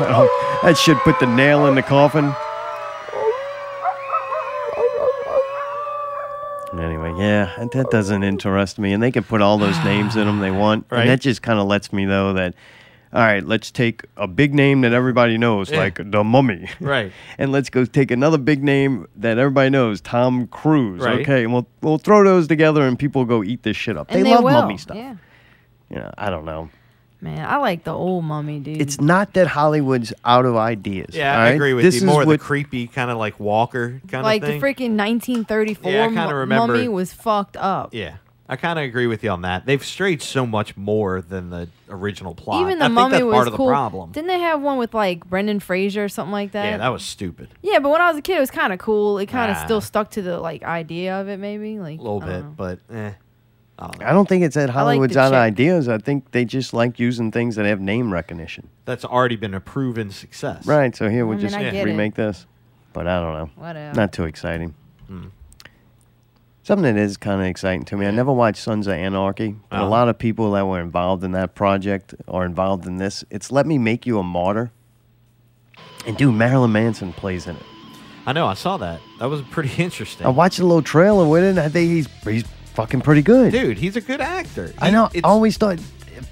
Oh, that should put the nail in the coffin. Anyway, yeah, that- that doesn't interest me. And they can put all those names in them they want.
Right.
And that just kind of lets me know that, all right, let's take a big name that everybody knows,
Yeah.
like The Mummy.
Right.
And let's go take another big name that everybody knows, Tom Cruise.
Right.
Okay, and we'll, we'll throw those together and people go eat this shit up.
And
love
will.
mummy stuff.
Yeah.
You know, I don't know.
Man, I like the old mummy, dude.
It's not that Hollywood's out of ideas.
Yeah,
all
I
right?
agree with
this
you.
Is
More of the
what
creepy kind of like Walker kind
like
of
the
thing.
freaking 1934
Yeah, I kinda
mu-
remember-
mummy was fucked up.
yeah, I kind of agree with you on that. They've strayed so much more than the original plot.
Even the
I think
mummy
that's
was
part of
cool.
the problem.
Didn't they have one with like Brendan Fraser or something like that?
Yeah, that was stupid.
Yeah, but when I was a kid, it was kind of cool. It kind of
Nah.
still stuck to the like idea of it, maybe like
A little
I don't
bit, but eh.
I don't think it's that
I like
Hollywood's
the
out of
chick.
ideas. I think they just like using things that have name recognition.
That's already been a proven success.
Right. So here we
I mean,
just
I get it.
remake this, but I don't know.
Whatever.
Not too exciting. Something that is kind of exciting to me. I never watched Sons of Anarchy, but a
Oh.
lot of people that were involved in that project are involved in this. It's Let Me Make You a Martyr. And dude, Marilyn Manson plays in it.
I know. I saw that. That was pretty interesting.
I watched a little trailer with it. And I think he's he's fucking pretty good.
Dude, he's a good actor.
I know. Oh. I always thought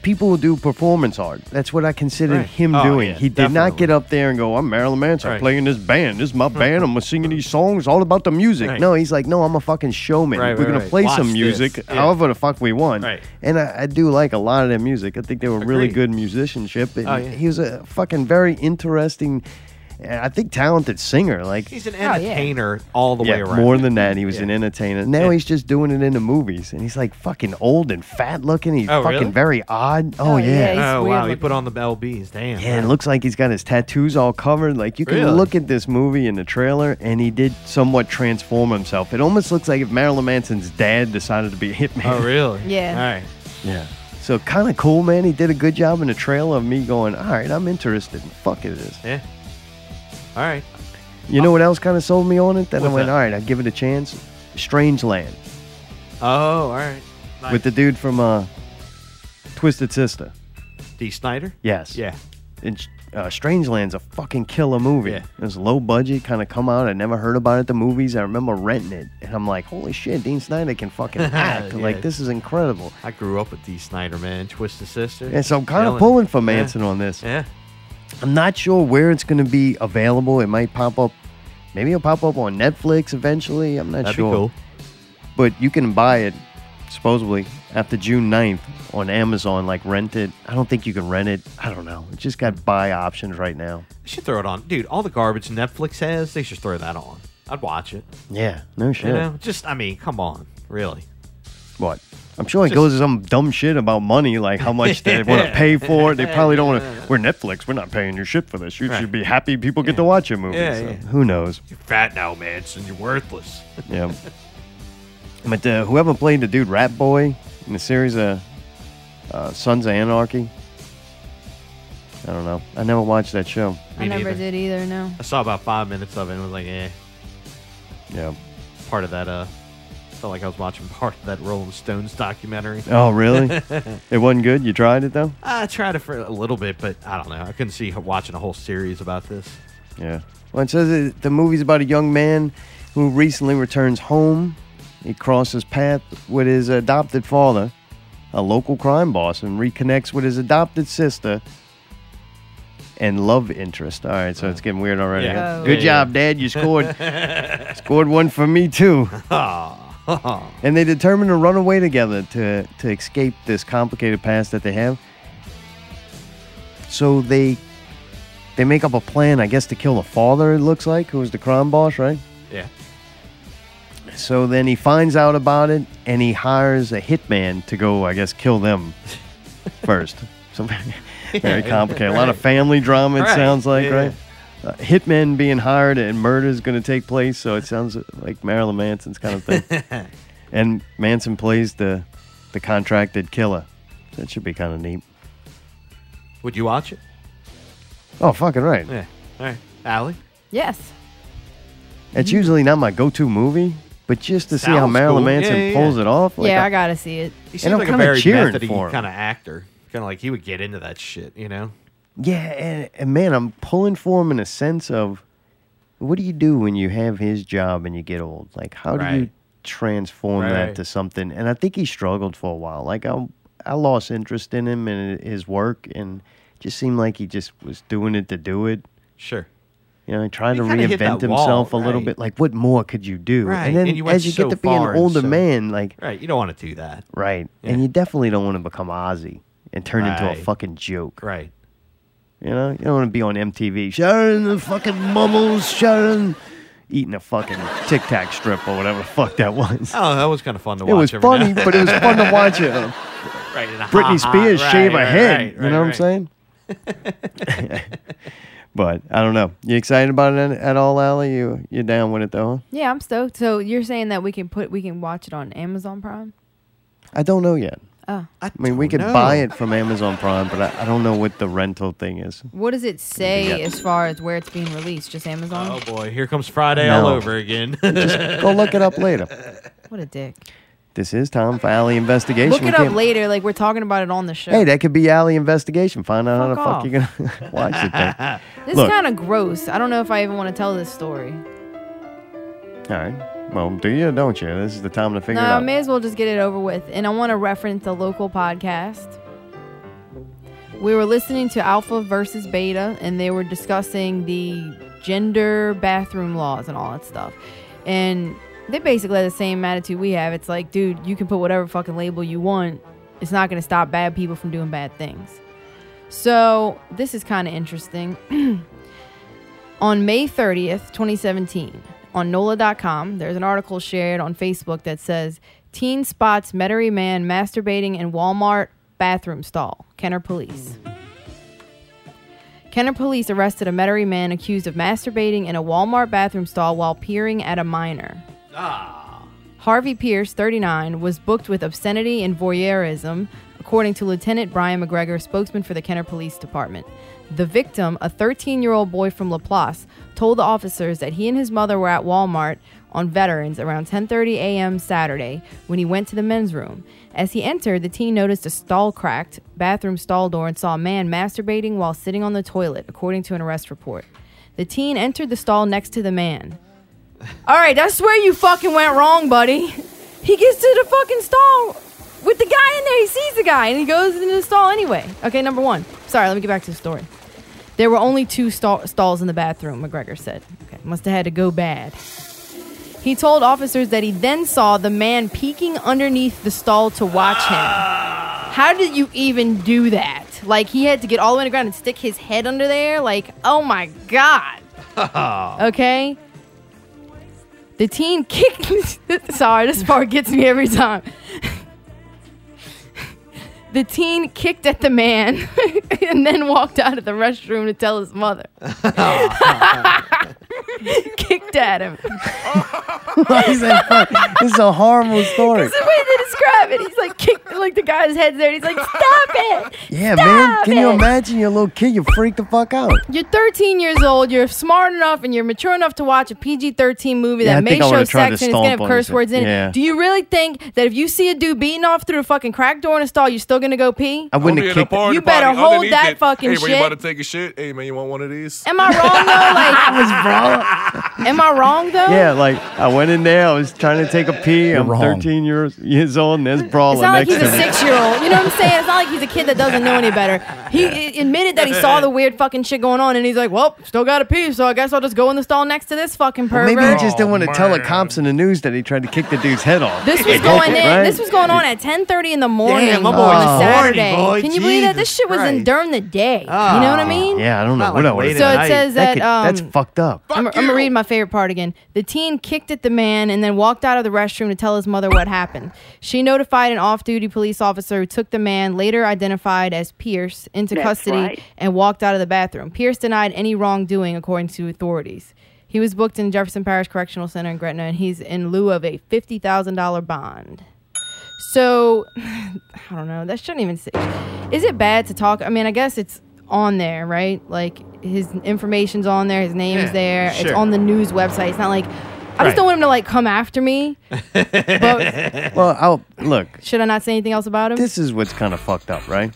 people would do performance art. That's what I considered
Right.
him
Oh,
doing.
yeah,
he did not get up there and go, "I'm Marilyn Manson
Right.
playing this band. This is my band. I'm singing these songs all about the music."
Right.
No, he's like, "No, I'm a fucking showman.
Right,
We're
right,
gonna
right.
play
Watch
some
this."
music,
Yeah.
however the fuck we want."
Right.
And I, I do like a lot of their music. I think they were really
Agreed.
good musicianship. And
Oh, yeah.
He was a fucking very interesting. and I think talented singer. Like
He's an
Oh,
entertainer all the way
yeah,
around.
More than that, he was an entertainer. Now he's just doing it in the movies, and he's like fucking old and fat looking. He's
Oh,
fucking
really?
very odd. Oh, yeah.
oh wow, he put on the LBs. Damn.
Yeah, it looks like he's got his tattoos all covered. Like you can
Really?
look at this movie in the trailer, and he did somewhat transform himself. It almost looks like if Marilyn Manson's dad decided to be a hitman.
Oh really?
Yeah.
All right.
Yeah. So kind of cool, man. He did a good job in the trailer of me going, all right, I'm interested. Fuck it is.
Yeah. All right.
You know what else kind of sold me on it? Then I
What's
went,
that?
all right, I'll give it a chance. Strange Land.
Oh, all right. Nice.
with the dude from uh, Twisted Sister.
D. Snyder.
Yes.
Yeah.
And uh, Strangeland's a fucking killer movie. It was low budget, kind of come out. I never heard about it at the movies. I remember renting it, and I'm like, holy shit, Dean Snyder can fucking act.
Yeah.
Like this is incredible.
I grew up with D. Snyder, man. Twisted Sister.
And so I'm kind of pulling
Killing it.
for
Yeah.
Manson on this.
Yeah.
I'm not sure where it's going to be available. It might pop up. Maybe it'll pop up on Netflix eventually. I'm not
That'd be
sure.
cool.
But you can buy it supposedly after June 9th on Amazon, like rent it. I don't think you can rent it. I don't know. It just got buy options right now.
They should throw it on, dude. All the garbage Netflix has, they should throw that on. I'd watch it.
Yeah, no shit.
You know, just I mean, come on, really.
What? I'm sure it
Just-
goes to some dumb shit about money, like how much they want to pay for it. They probably don't want to. We're Netflix. We're not paying your shit for this. You
Right.
should be happy people get to watch your movie.
Yeah,
so
yeah.
Who knows?
You're fat now, Manson. You're worthless.
Yeah. But uh, whoever played the dude Rat Boy in the series of uh, Sons of Anarchy, I don't know. I never watched that show.
I never did either. No.
I saw about five minutes of it and was like, eh.
Yeah.
Part of that, uh, felt like I was watching part of that Rolling Stones documentary.
Oh, really? it wasn't good. You tried it though.
I tried it for a little bit, but I don't know. I couldn't see her watching a whole series about this.
Yeah. Well, it says it, the movie's about a young man who recently returns home. He crosses path with his adopted father, a local crime boss, and reconnects with his adopted sister and love interest. All right, so it's getting weird already.
Yeah.
Good
Yeah.
job, Dad. You scored. scored one for me too.
Ah,
and they determine to run away together to to escape this complicated past that they have. So they they make up a plan, I guess, to kill the father. It looks like who was the crime boss, right?
Yeah.
So then he finds out about it and he hires a hitman to go, I guess, kill them first. So very
Yeah,
complicated. A lot of
right.
family drama. It
Right,
sounds like
yeah.
right. Uh, hitman being hired and murder is going to take place. So it sounds like Marilyn Manson's kind of thing. and Manson plays the the contracted killer. That should be kind of neat.
Would you watch it?
Oh, fucking right.
Yeah. All right. Allie?
Yes.
It's usually not my go-to movie, but just to see how
Sounds
Marilyn
cool.
Manson
Yeah, yeah,
pulls
yeah.
it off. like,
yeah,
I-
I gotta see it.
He
I'm
seems like a
kinda
very
cheering
methody
for him.
kind of actor. Kind of like he would get into that shit, you know?
Yeah, and, and man, I'm pulling for him in a sense of what do you do when you have his job and you get old? Like, how do you
Right.
transform that
Right.
to something? And I think he struggled for a while. Like, I, I lost interest in him and his work, and just seemed like he just was doing it to do it.
Sure.
You know, he tried to
kinda hit
reinvent
that
himself
wall,
a little
right.
bit. Like, what more could you do?
Right.
And then
And you went
as you
so
get to be
far
an
and
older
so-
man, like,
Right. You don't want to do that.
right. And you definitely don't want to become Ozzy and turn into a
Right.
fucking joke.
Right.
You know, you don't want to be on MTV. Sharon, the fucking bubbles, Sharon. Eating a fucking Tic Tac strip or whatever the fuck that was.
Oh, that was kind of fun to
It
watch.
was
every now
funny,
and
but it was
then.
fun to watch it.
right. and a
Britney
ha-ha,
Spears
right,
shave a
right,
head.
right,
you know what I'm
right, right.
saying? but I don't know. You excited about it at all, Allie? You you down with it though?
Yeah, I'm stoked. So you're saying that we can put we can watch it on Amazon Prime?
I don't know yet.
Oh.
I mean, we could
know.
buy it from Amazon Prime, but I, I don't know what the rental thing is.
What does it say
Yeah.
as far as where it's being released? Just Amazon?
Oh, boy. Here comes Friday all
No.
over again.
Just go look it up later.
What a dick.
This is Tom for Alley Investigation.
Look
We
it up
can't-
later. Like we're talking about it on the show.
Hey, that could be Alley Investigation. Find out how
Fuck
the fuck you're gonna watch it. Then.
this
Look,
is kind of gross. I don't know if I even want to tell this story.
all right. Well, do you or don't you? This is the time to figure
no,
it
I
out.
may as well just get it over with. And I want to reference a local podcast. We were listening to Alpha versus Beta, and they were discussing the gender bathroom laws and all that stuff. And they basically had the same attitude we have. It's like, dude, you can put whatever fucking label you want. It's not going to stop bad people from doing bad things. So this is kind of interesting. On May 30th, 2017, on NOLA.com, there's an article shared on Facebook that says Teen spots Metairie man masturbating in Walmart bathroom stall. Kenner police. Kenner police arrested a Metairie man accused of masturbating in a Walmart bathroom stall while peering at a minor. Harvey Pierce, 39, was booked with obscenity and voyeurism, according to Lieutenant Brian McGregor, spokesman for the Kenner Police Department. The victim, a 13 year old boy from Laplace, told the officers that he and his mother were at Walmart on Veterans around 10:30 a.m. Saturday when he went to the men's room. As he entered, the teen noticed a stall cracked bathroom stall door and saw a man masturbating while sitting on the toilet, according to an arrest report. The teen entered the stall next to the man. All right, that's where you fucking went wrong, buddy. He gets to the fucking stall with the guy in there. He sees the guy and he goes into the stall anyway. Okay, number one. Sorry, let me get back to the story. There were only two stall- stalls in the bathroom, McGregor said. Okay, must have had to go bad. He told officers that he then saw the man peeking underneath the stall to watch him. How did you even do that? Like, he had to get all the way to the ground and stick his head under there? Like, oh my God. Okay? The teen kicked. Sorry, this part gets me every time. the teen kicked at the man and then walked out of the restroom to tell his mother. kicked at him.
Why is that funny? This is a horrible story.
That's the way they describe it. He's like kicked, like the guy's head's there, and he's like, "Stop it!
Yeah,
Stop
man. Can you
it!"
imagine your little kid? You freak the fuck out.
You're 13 years old. You're smart enough and you're mature enough to watch a PG-13 movie
Yeah, I
that may
think I
show
would've
sex
tried to
and it's
stomp
gonna have
on
curse
his-
words in
yeah.
it. Do you really think that if you see a dude beating off through a fucking crack door in a stall, you're still gonna go pee?
I wouldn't have kicked.
You better hold that fucking
Hey, man, you
shit.
about to take a shit? Hey, man, you want one of these?
Am I wrong though? Like, am I wrong though?
Yeah, like I went in there. I was trying to take a pee. I'm 13 years years old, and there's
It's
brawling
not like
next
he's a
to me.
six-year-old. You know what I'm saying? It's not like he's a kid that doesn't know any better. He i- admitted that he saw the weird fucking shit going on, and he's like, "Well, still got to pee, so I guess I'll just go in the stall next to this fucking
Well,
pervert."
maybe he just didn't want to tell
Oh,
the cops in the news that he tried to kick the dude's head off.
This was going in. This was going on at 10:30 in the morning
Damn, my
on
boy's
a Saturday.
horny, boy.
Can you believe that this
Jesus
shit was in
Christ. Ah,
during the day? you know what I mean?
Yeah, I don't know
Not
what
like
I would
late at So it night. says that,
that's
um,
fucked up.
I'm, I'm gonna read my favorite part again. The teen kicked at the man and then walked out of the restroom to tell his mother what happened. She notified an off-duty police officer who took the man, later identified as Pierce, into
That's
custody
right.
and walked out of the bathroom. Pierce denied any wrongdoing, according to authorities. He was booked in Jefferson Parish Correctional Center in Gretna, and he's in lieu of a fifty thousand dollar bond. So, I don't know. That shouldn't even. Say. Is it bad to talk? I mean, I guess it's on there, right? Like his information's on there, his name's
Yeah,
there. It's
sure.
on the news website. It's not like I
Right.
just don't want him to like come after me.
well, I'll, look,
Should I not say anything else about him?
this is what's kind of fucked up, right?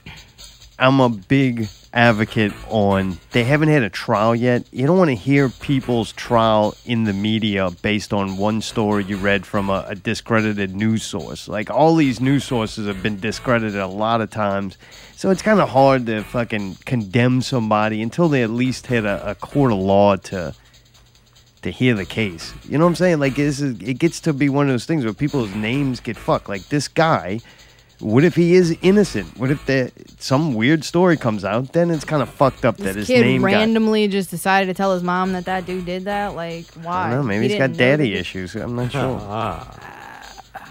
I'm a big advocate on they haven't had a trial yet. You don't want to hear people's trial in the media based on one story you read from a, a discredited news source. Like all these news sources have been discredited a lot of times. So it's kind of hard to fucking condemn somebody until they at least hit a, a court of law to to hear the case. You know what I'm saying? Like this is it gets to be one of those things where people's names get fucked. Like this guy, what if he is innocent? What if there some weird story comes out? Then it's kind of fucked up that his
This kid
name got.
randomly just decided to tell his mom that that dude did that. Like, why?
I don't know. Maybe
He
he's got
didn't know that
daddy
he-
issues. I'm not sure.
Ah.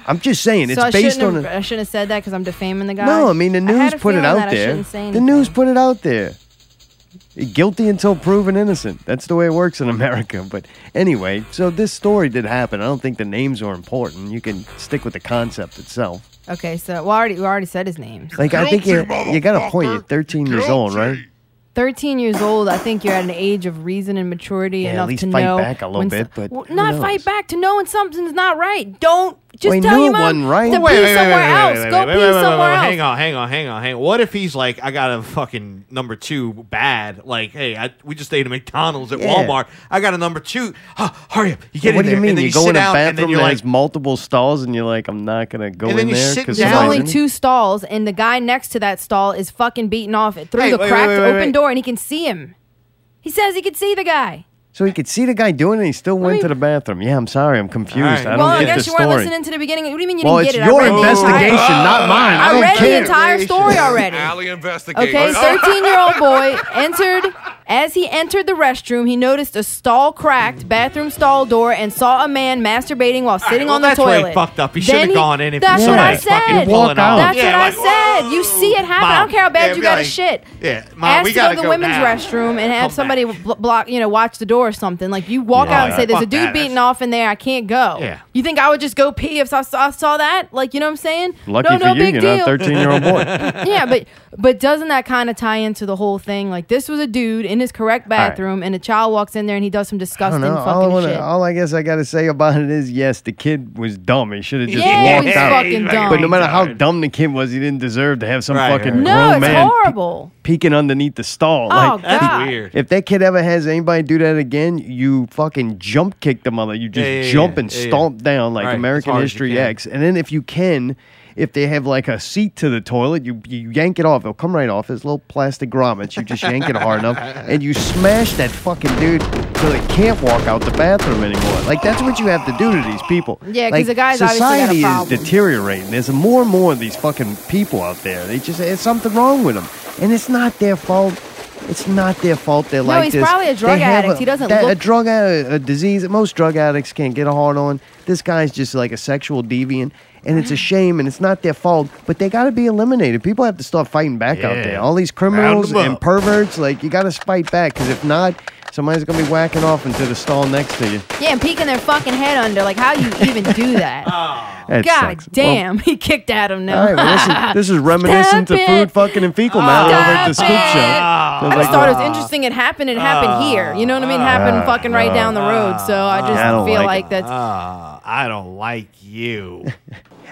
I'm just saying it's
so I
based
shouldn't
on.
Have,
A,
I shouldn't have said that because I'm defaming the guy.
no, I mean the news
had a
put it
feeling that
out
I
there.
shouldn't say
The
anything.
news put it out there. Guilty until proven innocent. That's the way it works in America. But anyway, so this story did happen. I don't think the names are important. You can stick with the concept itself.
Okay, so well, I already we already said his name.
Like I think you you got a point. You're 13 years old, right?
13 years old, I think you're at an age of reason and maturity
Yeah, at
enough
least
to
fight
know
back a little
when
bit,
so-
but
Well,
who
not
knows?
fight back to know when something's not right. Don't just
Well, he
tell
knew
your
it
mom
wasn't right.
to
Wait,
pee
wait, wait,
somewhere
wait,
else. Go pee somewhere else.
Hang on, hang on, hang on, hang on. What if he's like, I got a fucking number two bad? Like, hey, I, we just ate at McDonald's at
Yeah.
Walmart. I got a number two. Huh, hurry up, you get
what
in
do
there.
you mean?
And then
You,
you,
go
sit
in a
out, and then
bathroom
you're
that
like,
has multiple stalls, and you're like, I'm not gonna go
And
in
then you
there
sit
because
There's only two stalls, and the guy next to that stall is fucking beating off it through
Hey,
the
wait, wait,
cracked
wait, wait,
open
wait.
door, and he can see him. He says he could see the guy.
So he could see the guy doing it. and He still went to the bathroom. Yeah, I'm sorry. I'm confused. I don't
well, I
get
guess
the
you weren't
story.
listening to the beginning. What do you mean you
Well,
didn't
it's
get it? I
your
read the entire-
investigation, not mine. I don't
read the
care.
entire story already.
Alley investigation.
Okay, 13 year old boy entered. As he entered the restroom, he noticed a stall cracked bathroom stall door and saw a man masturbating while sitting
well,
on the
that's where
toilet.
he fucked up. He shouldn't have
Then
gone in if he
That's
saw
what
that
I
fucking
said.
pulling out.
That's
Yeah,
what
like,
I said. You see it happen. I
Mom.
don't care how bad
Yeah,
you
be
got a
like,
shit.
yeah, Mom,
Ask
we
to go
gotta
to the
go
women's
now.
restroom and have somebody bl- block, you know, watch the door or something. Like you walk
Yeah,
out and say, "There's a
fuck
dude
that.
beating off in there. I can't go."
Yeah.
You think I would just go pee if I saw, I saw that? Like you know what I'm saying?
Lucky
no, no
for you,
big
you're not
deal
a 13 year old boy.
yeah, but but doesn't that kind of tie into the whole thing? Like this was a dude in his correct
right.
bathroom, and a child walks in there and he does some
I
disgusting
don't know. All I,
fucking
wanna-
shit.
all I guess I got to say about it is, yes, the kid was dumb. He should have just
Yeah, he
walked
was
out.
fucking dumb.
But no matter how dumb the kid was, he didn't deserve to have some
Right,
fucking
right.
no,
grown
it's
man
horrible.
peeking underneath the stall.
Oh,
like,
That's God.
weird.
If that kid ever has anybody do that again, you fucking jump kick the mother. You just
Yeah, yeah, yeah,
jump and
yeah, yeah.
stomp down like
Right, as
American
hard as you
History
can.
X. And then if you can, if they have like a seat to the toilet, you, you yank it off. It'll come right off. It's little plastic grommets. You just yank it hard enough and you smash that fucking dude so they can't walk out the bathroom anymore. Like that's what you have to do to these people.
Yeah, 'cause
Like,
the guy's obviously got a
society is
problem.
deteriorating. There's more and more of these fucking people out there. They just there's something wrong with them, and it's not their fault. It's not their fault. They're
No,
like
he's
this.
probably a
They
drug
have
addict. He doesn't
that- a
look-
drug addict, a disease. that Most drug addicts can't get a hard on. This guy's just like a sexual deviant, and
Mm-hmm.
it's a shame, and it's not their fault. But they got to be eliminated. People have to start fighting back out
Yeah.
there. All these
Round
criminals
'em
and
up.
perverts, like you got to fight back, because if not. Somebody's gonna be whacking off into the stall next to you.
Yeah, and peeking their fucking head under. Like, how do you even do that?
That
God
Oh, sucks.
damn, he kicked Adam now.
All right, well, this, is, this is reminiscent
Stop
to food
it.
fucking and fecal matter over at the
Stop
scoop show.
it.
I
I just thought it was interesting. It happened. It
Ah.
happened here. You know what I mean? happened fucking right down the road. So I just
Ah. I don't
feel
like it.
like,
Ah.
that's.
Ah, I don't like you.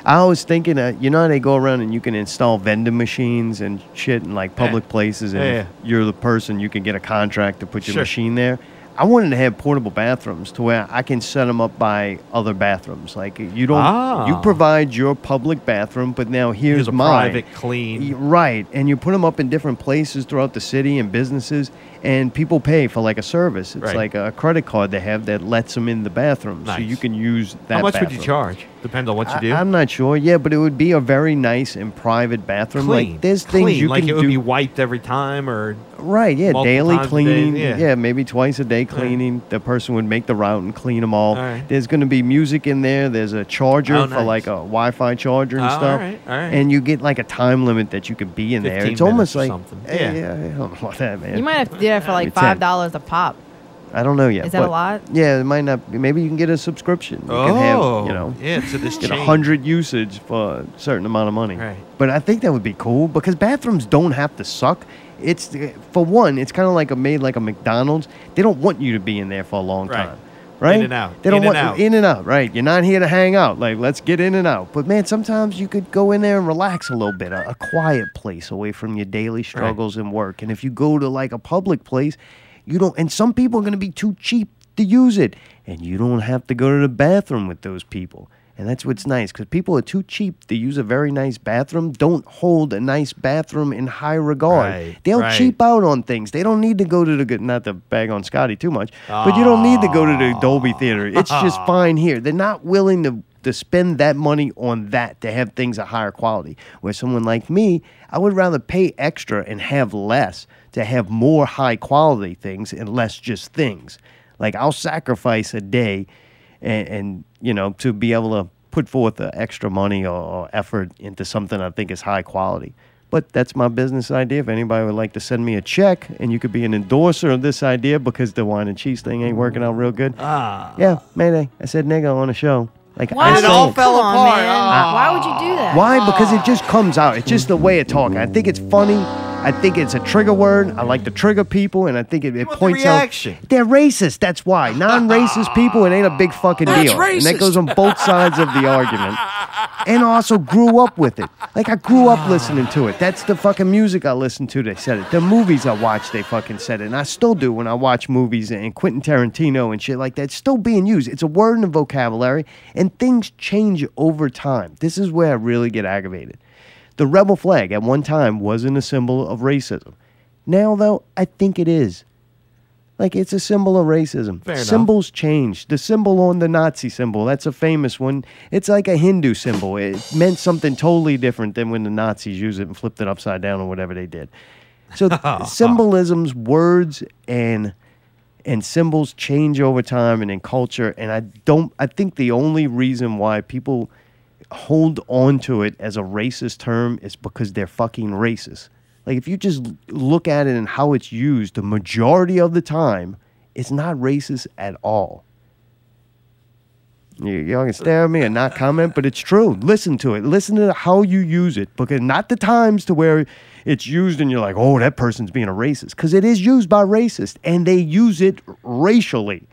I was thinking that you know how they go around and you can install vending machines and shit in like public places, and
Yeah,
if you're the person you can get a contract to put your
Sure.
machine there. I wanted to have portable bathrooms to where I can set them up by other bathrooms. Like you don't, you
Ah.
provide your public bathroom, but now here's,
a
mine.
private clean.
Y- Right, and you put them up in different places throughout the city and businesses, and people pay for like a service. It's
Right.
like a credit card they have that lets them in the bathroom, so you can use that.
How much would you
bathroom.
charge? Depends on what you
I-
do.
I'm not sure. Yeah, but it would be a very nice and private bathroom.
clean.
Like there's
clean.
things you
like
can
it would
do.
be wiped every time or
right. Yeah,
multiple
daily
times a day,
cleaning.
yeah.
maybe twice a day cleaning. The person would make the route and clean them all.
Alright.
There's going to be music in there. There's a charger
Oh,
for
nice.
like a Wi-Fi charger and
Oh,
stuff.
alright, alright.
And you get like a time limit that you can be in there.
15
It's almost
minutes or
like
something.
Yeah,
Yeah.
yeah, I don't know about that, man.
You might have to do that for like
It's ten.
$5 a pop.
I don't know yet.
Is that a
but-
lot?
Yeah, it might not. Be. Maybe you can get a subscription. You can have, you
Oh,
know,
yeah, to this
get a
chain.
hundred usage for a certain amount of money.
Right.
But I think that would be cool because bathrooms don't have to suck. It's for one, it's kind of like a made like a McDonald's. They don't want you to be in there for a long
Right.
time. Right?
In and out,
They don't
in and
want
out.
in and out. Right. You're not here to hang out. Like let's get in and out. But man, sometimes you could go in there and relax a little bit, a, a quiet place away from your daily struggles and work. And if you go to like a public place, you don't. And some people are going to be too cheap to use it, and you don't have to go to the bathroom with those people. And that's what's nice because people are too cheap to use a very nice bathroom. Don't hold a nice bathroom in high regard.
Right,
They'll
right.
cheap out on things. They don't need to go to the good, not to bag on Scotty too much, but you don't need to go to the Dolby Theater. It's just fine here. They're not willing to, to spend that money on that to have things of higher quality. Where someone like me, I would rather pay extra and have less to have more high quality things and less just things. Like I'll sacrifice a day and, and you know, to be able to put forth the extra money or, or effort into something I think is high quality. But that's my business idea. If anybody would like to send me a check and you could be an endorser of this idea because the wine and cheese thing ain't working out real good.
Ah.
Yeah, Mayday. I said nigga on the show. Like
Why
I
would you-
said-
come on, man.
Ah.
Why would you do that?
Why? Because it just comes out. It's just the way it talk. I think it's funny. I think it's a trigger word. I like to trigger people, and I think it, it points
reaction.
out they're racist. That's why non-racist people. It ain't a big fucking
That's
deal, and that
racist.
goes on both sides of the argument. And I also grew up with it. Like I grew up listening to it. That's the fucking music I listened to. They said it. The movies I watched, they fucking said it. And I still do when I watch movies and Quentin Tarantino and shit like that. It's still being used. It's a word in the vocabulary, and things change over time. This is where I really get aggravated. The rebel flag at one time wasn't a symbol of racism. Now, though, I think it is. Like it's a symbol of racism.
Fair enough.
Symbols change. The symbol on the Nazi symbol, that's a famous one. It's like a Hindu symbol. It meant something totally different than when the Nazis used it and flipped it upside down or whatever they did. So symbolisms, words and and symbols change over time and in culture and I don't I think the only reason why people hold on to it as a racist term is because they're fucking racist. Like if you just l- look at it and how it's used, the majority of the time, it's not racist at all. You, y'all can stare at me and not comment, but it's true. Listen to it. Listen to how you use it, because not the times to where it's used and you're like, oh, that person's being a racist, because it is used by racists and they use it racially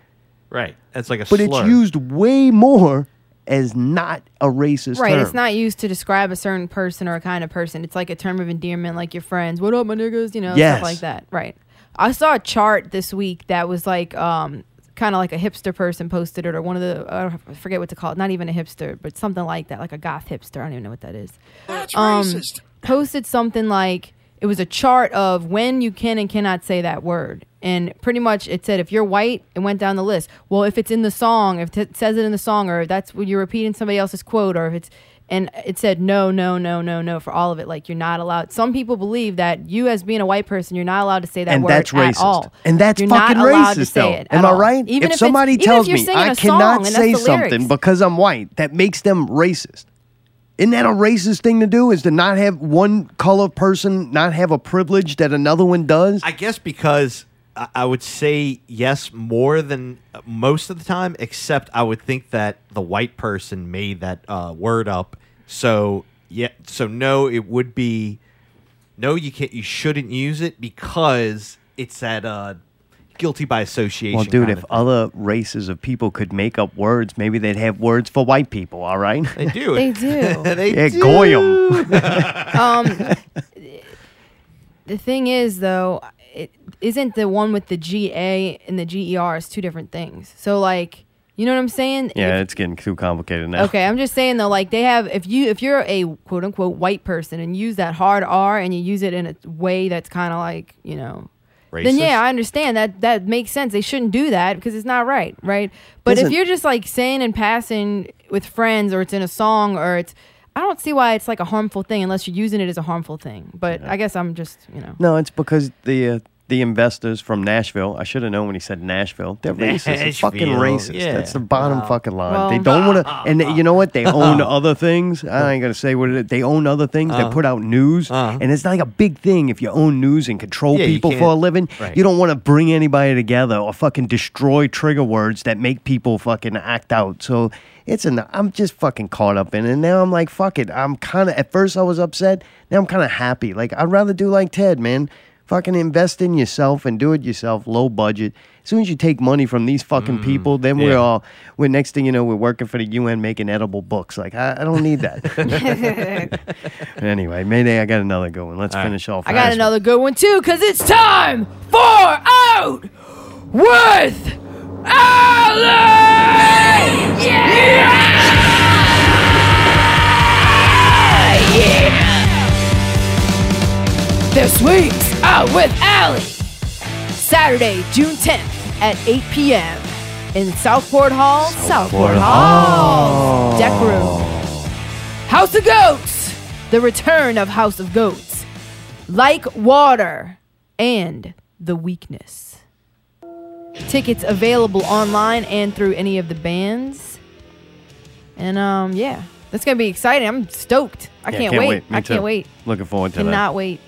Right. That's like a
but
slur.
it's used way more as not a racist
Right,
term.
it's not used to describe a certain person or a kind of person. It's like a term of endearment, like your friends. What up, my niggas? You know,
Yes.
stuff like that. Right. I saw a chart this week that was like, um, kind of like a hipster person posted it, or one of the uh, I forget what to call it. Not even a hipster, but something like that, like a goth hipster. I don't even know what that is. Um,
That's racist.
Posted something like it was a chart of when you can and cannot say that word. And pretty much it said if you're white, it went down the list. Well, if it's in the song, if it says it in the song, or if that's when you're repeating somebody else's quote, or if it's and it said no, no, no, no, no for all of it. Like you're not allowed. Some people believe that you, as being a white person, you're not allowed to say that
and
word
that's
at
racist.
all.
And that's
You're not
fucking
allowed to
racist,
say
though.
it at
Am I
all.
right? if
Even it's-
somebody
even if
tells
you're
me
singing
I
a song,
cannot
and that's
say
the
something
lyrics.
because I'm white, that makes them racist. Isn't that a racist thing to do? Is to not have one color person not have a privilege that another one does?
I guess because I- I would say yes more than uh, most of the time, except I would think that the white person made that uh, word up. So yeah, so no, it would be no. You can't. You shouldn't use it because it's that uh, guilty by association.
Well, dude,
kind
if
of-
other races of people could make up words, maybe they'd have words for white people. All right,
they do.
They do.
They
yeah,
do.
Goyim.
um, the thing is, though, it isn't the one with the G A and the G E R is two different things. So, like, you know what I'm saying?
yeah, it's getting too complicated now.
Okay, I'm just saying though, like they have if you if you're a quote unquote white person and use that hard R and you use it in a way that's kind of like you know. Then yeah, I understand that that makes sense. They shouldn't do that because it's not right, right? But
Isn't-
if you're just like saying and passing with friends, or it's in a song, or it's, I don't see why it's like a harmful thing unless you're using it as a harmful thing. But I guess I'm just, you know,
No, it's because the uh, the investors from Nashville. I should have known when he said Nashville. They're racist. They're fucking
Nashville,
racist.
yeah.
That's the bottom fucking line. they
Well-
don't want to. And they- you know what? They own other things. I ain't gonna say what it is. They own other things.
Uh-huh.
They put out news, and it's not like a big thing if you own news and control
Yeah, you
people
can't-
for a living.
right.
You don't want to bring anybody together or fucking destroy trigger words that make people fucking act out. So. It's an. I'm just fucking caught up in, it. and now I'm like, fuck it. I'm kind of. At first, I was upset. Now I'm kind of happy. Like I'd rather do like Ted, man. Fucking invest in yourself and do it yourself, low budget. As soon as you take money from these
Mm,
fucking people, then we're
yeah.
all, we're next thing you know, we're working for the UN making edible books. Like, I, I don't need that. anyway, Mayday, I got another good one. Let's finish off.
I got
fast.
another good one too because it's time for out with
Yeah! Yeah!
This week's Out with Allie. Saturday, June 10th at 8 p.m. in Southport Hall, Southport, Hall. Deck room. House of Goats. The return of House of Goats. Like water and the weakness. Tickets available online and through any of the bands. And um, yeah, that's gonna be exciting. I'm stoked. I
Yeah,
can't, wait.
Me
I
too.
can't wait.
Looking forward to
Cannot wait.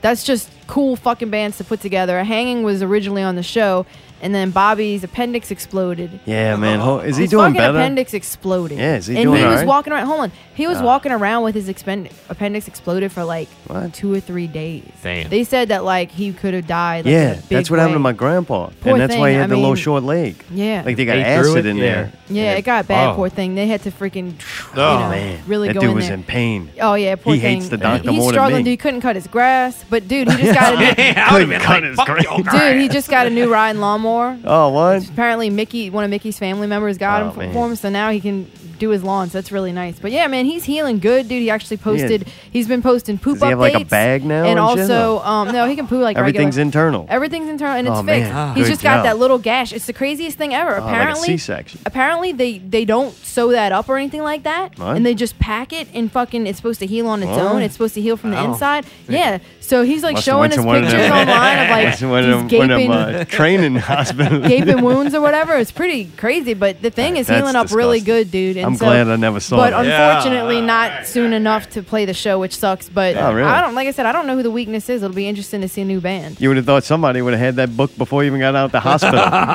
That's just cool fucking bands to put together. Hanging was originally on the show, and then Bobby's appendix exploded.
that. Yeah, man. Ho- is he
His
doing
fucking
better?
appendix exploded.
Yeah, is he
and
doing
he
all
was
right?
walking around. Hold on, he was
Ah.
walking around with his expend- appendix exploded for like
What?
two or three days.
Damn.
They said that like he could have died. Like, in
yeah,
a big
that's what happened to
way.
my grandpa,
Poor
and that's why he
thing,
had
I
the
mean-
little short leg.
Yeah.
like they got
They threw
acid
it?
in
Yeah.
there.
Yeah, it got bad.
Oh.
Poor thing. They had to freaking.
Oh
you know,
man,
really
that
go
dude
in
was
there.
in pain.
Oh yeah, poor
He
thing.
hates the doctor
He- he's
more than
struggling.
me.
Dude, he couldn't cut his grass, but dude, he just got a new,
I would cut his grain.
dude, he just got a new ride and lawnmower.
Oh, what?
Apparently, Mickey, one of Mickey's family members, got
Oh,
him for,
man.
for him, so now he can do his lawn. So that's really nice. But yeah, man, he's healing good, dude. He actually posted. He's been posting poop
Does he
updates.
have, like, a bag now
And
and shit,
also,
or-
um, no, he can poo like
Everything's
regular.
internal.
Everything's internal and it's
Oh, man.
fixed.
Ah.
He's
Good
just got
job.
that little gash. It's the craziest thing ever.
Oh, like a
apparently,
C-section.
Apparently, they they don't sew that up or anything like that,
What?
and they just pack it and fucking. It's supposed to heal on its own.
What?
It's supposed to heal from the
Wow.
inside. Yeah. So he's like
Must've
showing
went
us
to one of
pictures
them-
online of like
must've went to
these
them- one of them,
gaping
uh, training hospitals.
gaping wounds or whatever. It's pretty crazy, but the thing is
That's
healing up really good, dude. And
I'm
so-
glad I never saw
But
that. Yeah.
unfortunately, not soon enough to play the show, which sucks. But
Oh, really?
I don't, like I said, I don't know who the weakness is. It'll be interesting to see a new band.
You would have thought somebody would have had that book before you even got out the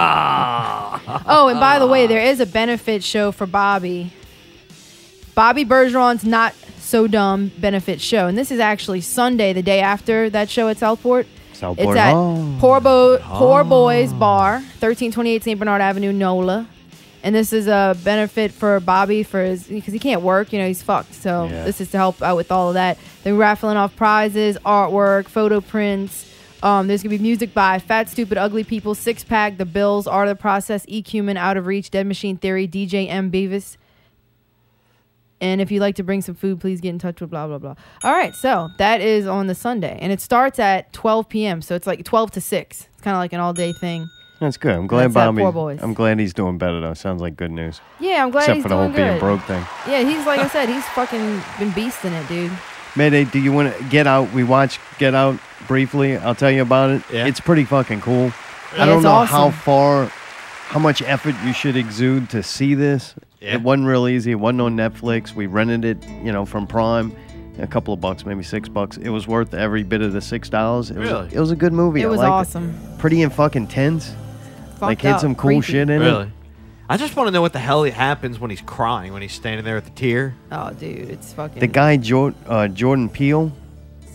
hospital.
Oh, and by the way, there is a benefit show for Bobby. Bobby Bergeron's Not So Dumb benefit show. And this is actually Sunday, the day after that show at Southport.
Southport
it's at
Hall.
Poor, Bo- Poor Boys Bar, 1328 St. Bernard Avenue, NOLA. And this is a benefit for Bobby for his because he can't work, you know, he's fucked. So
Yeah.
this is to help out with all of that. They're raffling off prizes, artwork, photo prints. Um, there's gonna be music by Fat Stupid Ugly People, Six Pack, The Bills, Art of the Process, E Human, Out of Reach, Dead Machine Theory, DJ M Beavis. And if you'd like to bring some food, please get in touch with blah blah blah. All right, so that is on the Sunday, and it starts at 12 p.m. So it's like 12 to six. It's kind of like an all-day thing.
That's good. I'm glad
That's that
Bobby.
poor boys.
I'm glad he's doing better though. Sounds like good news.
Yeah, I'm glad
Except
he's
for the
doing
whole being
good.
broke thing.
Yeah, he's like I said, he's fucking been beasting it, dude.
Mayday, do you want to get out? We watched Get Out briefly. I'll tell you about it. It's pretty fucking cool.
Yeah,
I don't
it's
know how
awesome.
far, how much effort you should exude to see this. It wasn't real easy. It wasn't on Netflix. We rented it, you know, from Prime. a couple of bucks, maybe six bucks. It was worth every bit of the six dollars. It was
Really?
a, it was a good movie.
It
I
was
liked
awesome.
Pretty in fucking tens. like had some cool shit in
really?
it.
I just want to know what the hell happens when he's crying, when he's standing there with the tear.
Oh, dude, it's fucking.
The guy Jordan uh, Jordan Peele.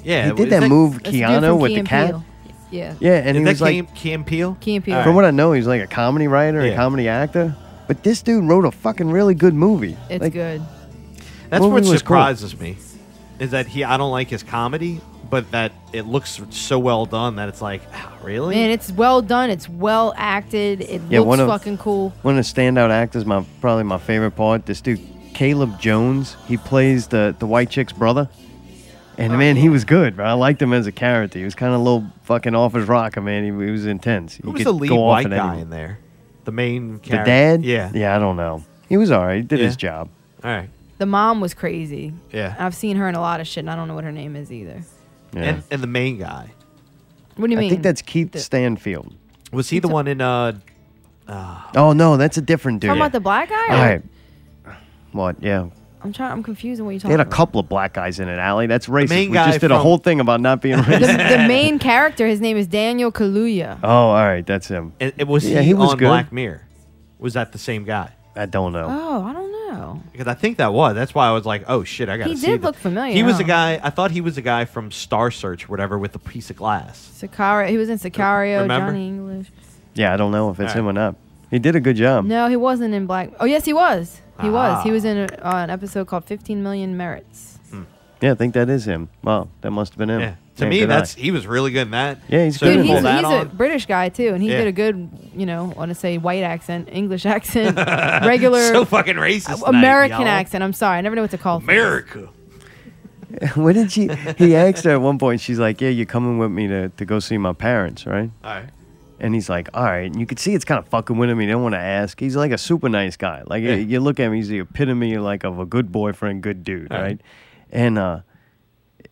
Yeah,
he did
is
that,
that-
move
That's the dude
Keanu
from
with
Key
the
and
cat.
Peele.
Yeah.
Yeah, and
is
he
that
was like-
Kim, Kim Peel?
Kim Peel.
From what I know, he's like a comedy writer, a
Yeah.
comedy actor. But this dude wrote a fucking really good movie.
It's
Like,
good.
That's
Movie
what
was cool.
surprises me, is that he. I don't like his comedy, but that it looks so well done that it's like, "Ah, really?
Man, it's well done. It's well acted. It
Yeah,
looks
one of-
fucking cool.
One of the standout actors, my probably my favorite part. This dude, Caleb Jones, he plays the the white chick's brother.
Oh.
And man, he was good. Bro. I liked him as a character. He was kind of a little fucking off his rocker, man. He, he was intense. He
Who was
could
the lead
go off
white
at
guy
anyone.
in there? The main
The
character.
dad?
Yeah.
Yeah, I don't know. He was all right. He did
Yeah.
his job.
All right.
The mom was crazy.
Yeah.
I've seen her in a lot of shit, and I don't know what her name is either.
Yeah.
And, and the main guy.
What do you mean?
I think that's Keith
The-
Stanfield.
Was he the one in uh
Oh no, that's a different dude.
Talking about the black guy?
All right. What? Yeah.
I'm trying. I'm confused on what you're
They
talking
had a
about.
couple of black guys in it, Allie. That's racist.
main
We
guy
just did a
from-
whole thing about not being
The,
racist.
the main character, his name is Daniel Kaluuya.
oh, all right, that's him.
And it was
yeah,
he,
he was
on
good.
Black Mirror? Was that the same guy?
I don't know.
Oh, I don't know.
Because I think that was. That's why I was like, oh shit, I gotta
He
see.
did
the-
look familiar,
He was the
huh?
guy. I thought he was the guy from Star Search, or whatever, with the piece of glass.
Sicario. He was in Sicario.
Remember?
Johnny English.
Yeah, I don't know if it's
All right.
him or not. He did a good job.
No, he wasn't in Black. Oh, yes, he was. He was.
Ah.
He was in a, uh, an episode called 15 Million Merits.
Yeah, I think that is him. Wow, that must have been him.
Yeah. To
Damn,
me,
good
that's
eye.
he was really good in that.
Yeah, he's
So
good
you
in
pull
that.
that
He's a
on.
British guy too, and he
Yeah.
did a good, you know, want to say white accent, English accent, regular
so fucking racist. tonight,
American
y'all.
accent. I'm sorry, I never know what to call. things.
America.
what did she? He asked her at one point. She's like, "Yeah, you're coming with me to, to go see my parents, right?"
All right.
And he's like, "All right." And you could see it's kind of fucking with him. He didn't want to ask. He's like a super nice guy. Like
Yeah.
you look at him, he's the epitome like of a good boyfriend, good dude, right?
Right.
And uh,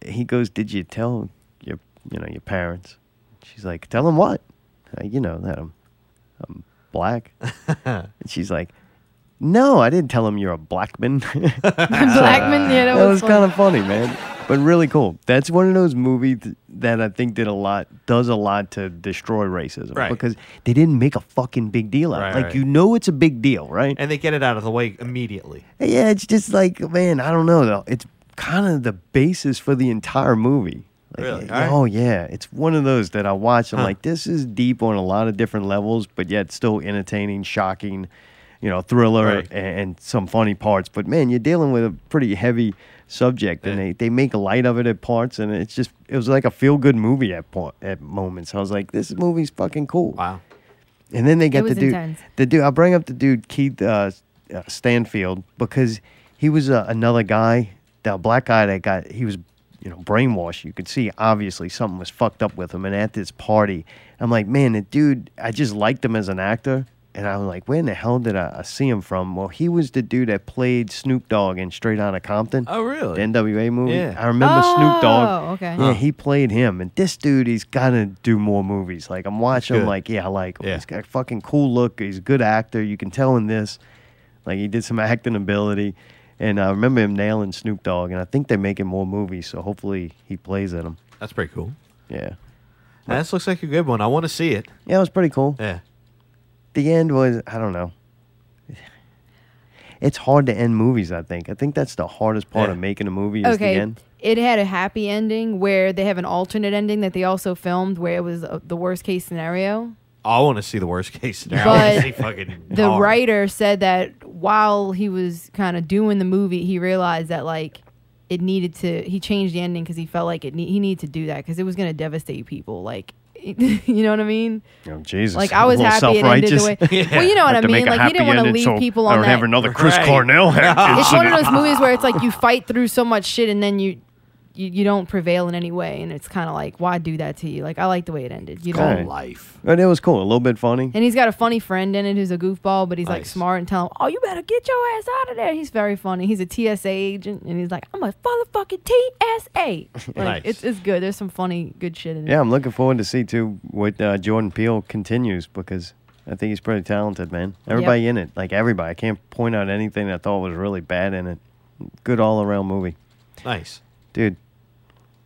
he goes, "Did you tell your you know your parents?" She's like, "Tell them what?" Uh, you know that I'm I'm black. and she's like. No, I didn't tell him you're a black man.
Blackman, yeah, that
that was
was
kind of funny, man. But really cool. That's one of those movies th- that I think did a lot, does a lot to destroy racism
Right.
because they didn't make a fucking big deal out. of it.
Right,
like
right.
you know, it's a big deal, right?
And they get it out of the way immediately.
yeah, it's just like man, I don't know though. It's kind of the basis for the entire movie. Like,
Really?
eh, Oh yeah, it's one of those that I watch. I'm like, this is deep on a lot of different levels, but yet still entertaining, shocking, you know, thriller
Right.
a- and, some funny parts. But man, you're dealing with a pretty heavy subject, and they, they make light of it at parts, and it's just it was like a feel good movie at part, at moments. I was like, this movie's fucking cool.
Wow.
And then they got
was
the dude.
intense.
The dude. I bring up the dude Keith uh, uh, Stanfield because he was uh, another guy, the black guy that got he was, you know, brainwashed. You could see obviously something was fucked up with him. And at this party, I'm like, man, the dude. I just liked him as an actor, and I was like, where in the hell did I, I see him from? Well, he was the dude that played Snoop Dogg in Straight Outta Compton.
Oh, really?
The NWA movie.
Yeah.
I remember Snoop
Oh,
Dogg.
okay.
Yeah,
Huh.
he played him. And this dude, he's got to do more movies. Like, I'm watching him,
good.
like, yeah, I like him. He's got a fucking cool look. He's a good actor. You can tell in this. Like, he did some acting ability. And I remember him nailing Snoop Dogg. And I think they're making more movies. So hopefully he plays in them.
That's pretty cool.
Yeah.
Now, this looks like a good one. I want to see it.
Yeah, it was pretty cool.
Yeah.
The end was, I don't know. It's hard to end movies, I think. I think that's the hardest part of making a movie is the
Okay,
end.
it had a happy ending where they have an alternate ending that they also filmed where it was uh, the worst case scenario.
I want to see the worst case scenario. I wanna
But
see fucking
the
horror.
writer said that while he was kind of doing the movie, he realized that like it needed to. He changed the ending because he felt like it. Ne- he needed to do that because it was gonna devastate people. Like, you know what I mean?
Oh Jesus!
Like, I was
A little
happy it ended the
self-righteous.
way- Well, you know what
Have
I
to make
mean,
a
like, he
happy
didn't wanna
ending
leave
so
people
I
on
don't have
that-
another Chris
Right.
Cornell. act.
it's one of those movies where it's like you fight through so much shit and then you. You, you don't prevail in any way, and it's kind of like, why do that to you? Like, I like the way it ended. You know,
Alright. But it was cool. A little bit funny.
And he's got a funny friend in it who's a goofball, but he's like
Nice.
smart and tell him, "Oh, you better get your ass out of there." He's very funny. He's a TSA agent, and he's like, "I'm a motherfucking TSA." Like,
Nice.
it's it's good. There's some funny good shit in it.
Yeah, I'm looking forward to see too what uh, Jordan Peele continues because I think he's pretty talented, man. Everybody in it, like everybody. I can't point out anything I thought was really bad in it. Good all around movie.
Nice.
Dude,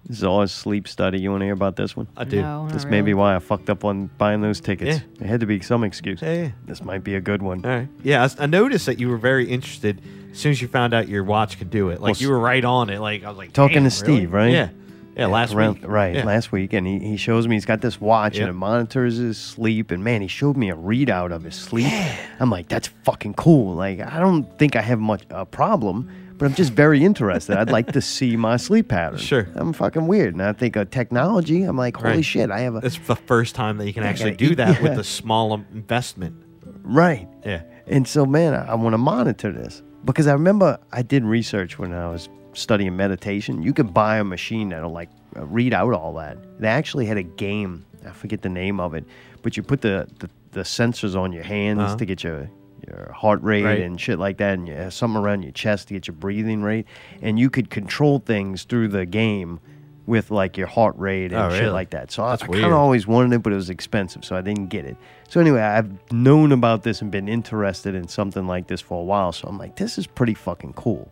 this is all a sleep study. You want to hear about this one?
I do. No, not
this may be
really.
why I fucked up on buying those tickets. It had to be some excuse.
Yeah, yeah.
This might be a good one.
All right. Yeah, I s- I, noticed that you were very interested as soon as you found out your watch could do it. Like
Well,
you were right on it. Like I was like
talking
"Damn,
to
really?"
Steve, right?
Yeah. Yeah, last
around-
week.
Right,
Yeah.
last week. And he, he shows me he's got this watch
Yep.
and it monitors his sleep. And man, he showed me a readout of his sleep. I'm like, that's fucking cool. Like, I don't think I have much a problem, but I'm just very interested. I'd like to see my sleep pattern. Sure. I'm fucking weird. And I think of technology, I'm like, holy
Right.
shit, I have a.
That's the first time that you can
I
actually
gotta eat
do that
that.
with a small um, investment.
Right.
Yeah.
And so, man, I, I want to monitor this because I remember I did research when I was studying meditation. You could buy a machine that'll like uh, read out all that. They actually had a game. I forget the name of it, but you put the the, the sensors on your hands
Uh-huh.
to get your your heart rate
Right.
and shit like that, and you have something around your chest to get your breathing rate, and you could control things through the game with like your heart rate and
Oh,
shit
really?
like that. So I, I
That's
kind
weird.
of always wanted it, but it was expensive, so I didn't get it. So anyway, I've known about this and been interested in something like this for a while. So I'm like, this is pretty fucking cool.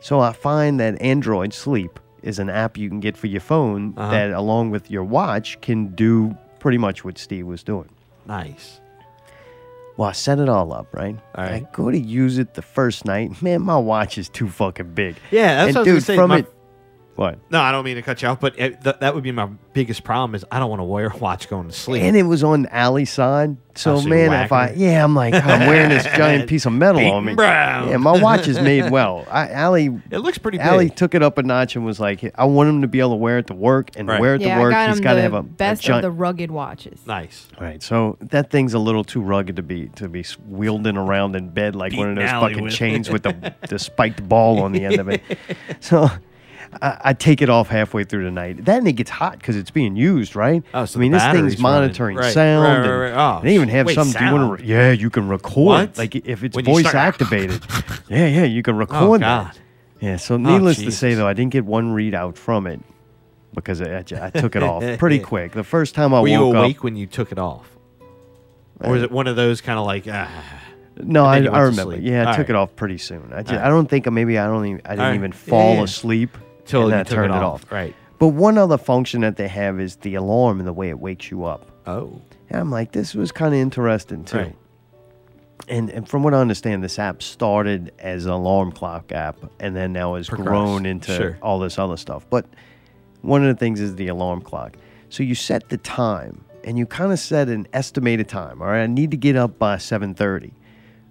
So I find that Android Sleep is an app you can get for your phone
Uh-huh.
that, along with your watch, can do pretty much what Steve was doing.
Nice.
Well, I set it all up, right? I go to use it the first night. Man, my watch is too fucking big.
Yeah, that's
and
what I
dude,
was gonna say.
from
My-
it. What?
No, I don't mean to cut you off, but it, th- that would be my biggest problem is I don't want to wear a watch going to sleep.
And it was on the alley side. So,
Oh, so you're
man, if I,
whacking it.
yeah, I'm like, I'm wearing this giant piece of metal on
Beaten
me.
brown.
Yeah, my watch is made well. I, Allie,
it looks pretty
Allie
big.
took it up a notch and was like, I want him to be able to wear it to work and wear it
yeah,
to work.
I got
He's
him
got to
the
have a, a
best
giant,
of the rugged watches.
Nice.
Right. So that thing's a little too rugged to be to be wielding around in bed like one of
Beating
those
Allie
fucking
with it.
chains with the, the spiked ball on the end of it. So I, I take it off halfway through the night. Then it gets hot because it's being used, right? Oh, I
so
mean,
the
this
battery's
thing's
running.
monitoring
Right,
sound.
right, right,
and
right. Oh,
they even have
wait,
some. Do you want
sound.
to? Yeah, you can record.
What?
Like if it's
When you
voice
start- Oh,
activated. yeah, yeah, you can record
God. Oh,
that. Yeah. So needless to
Jesus.
say, though, I didn't get one readout from it because I, I ju- I took it off pretty quick. The first time I
Were
woke
you
up.
awake when you took it off? Or is it one of those kind of like, ah.
No, I,
and then you
I
went to
remember.
sleep?
Yeah, I
All
took
right.
it off pretty soon. I, just,
All
I don't think maybe I don't even I didn't
right.
even
Yeah,
fall
yeah.
asleep
Till
and
you
I
took it
turned
off, right.
But one other function that they have is the alarm and the way it wakes you up.
Oh.
And I'm like, this was kind of interesting too.
Right.
And, and from what I understand, this app started as an alarm clock app and then now has
Progressed.
grown into
Sure.
all this other stuff. But one of the things is the alarm clock. So you set the time and you kind of set an estimated time. All right, I need to get up by 7:30.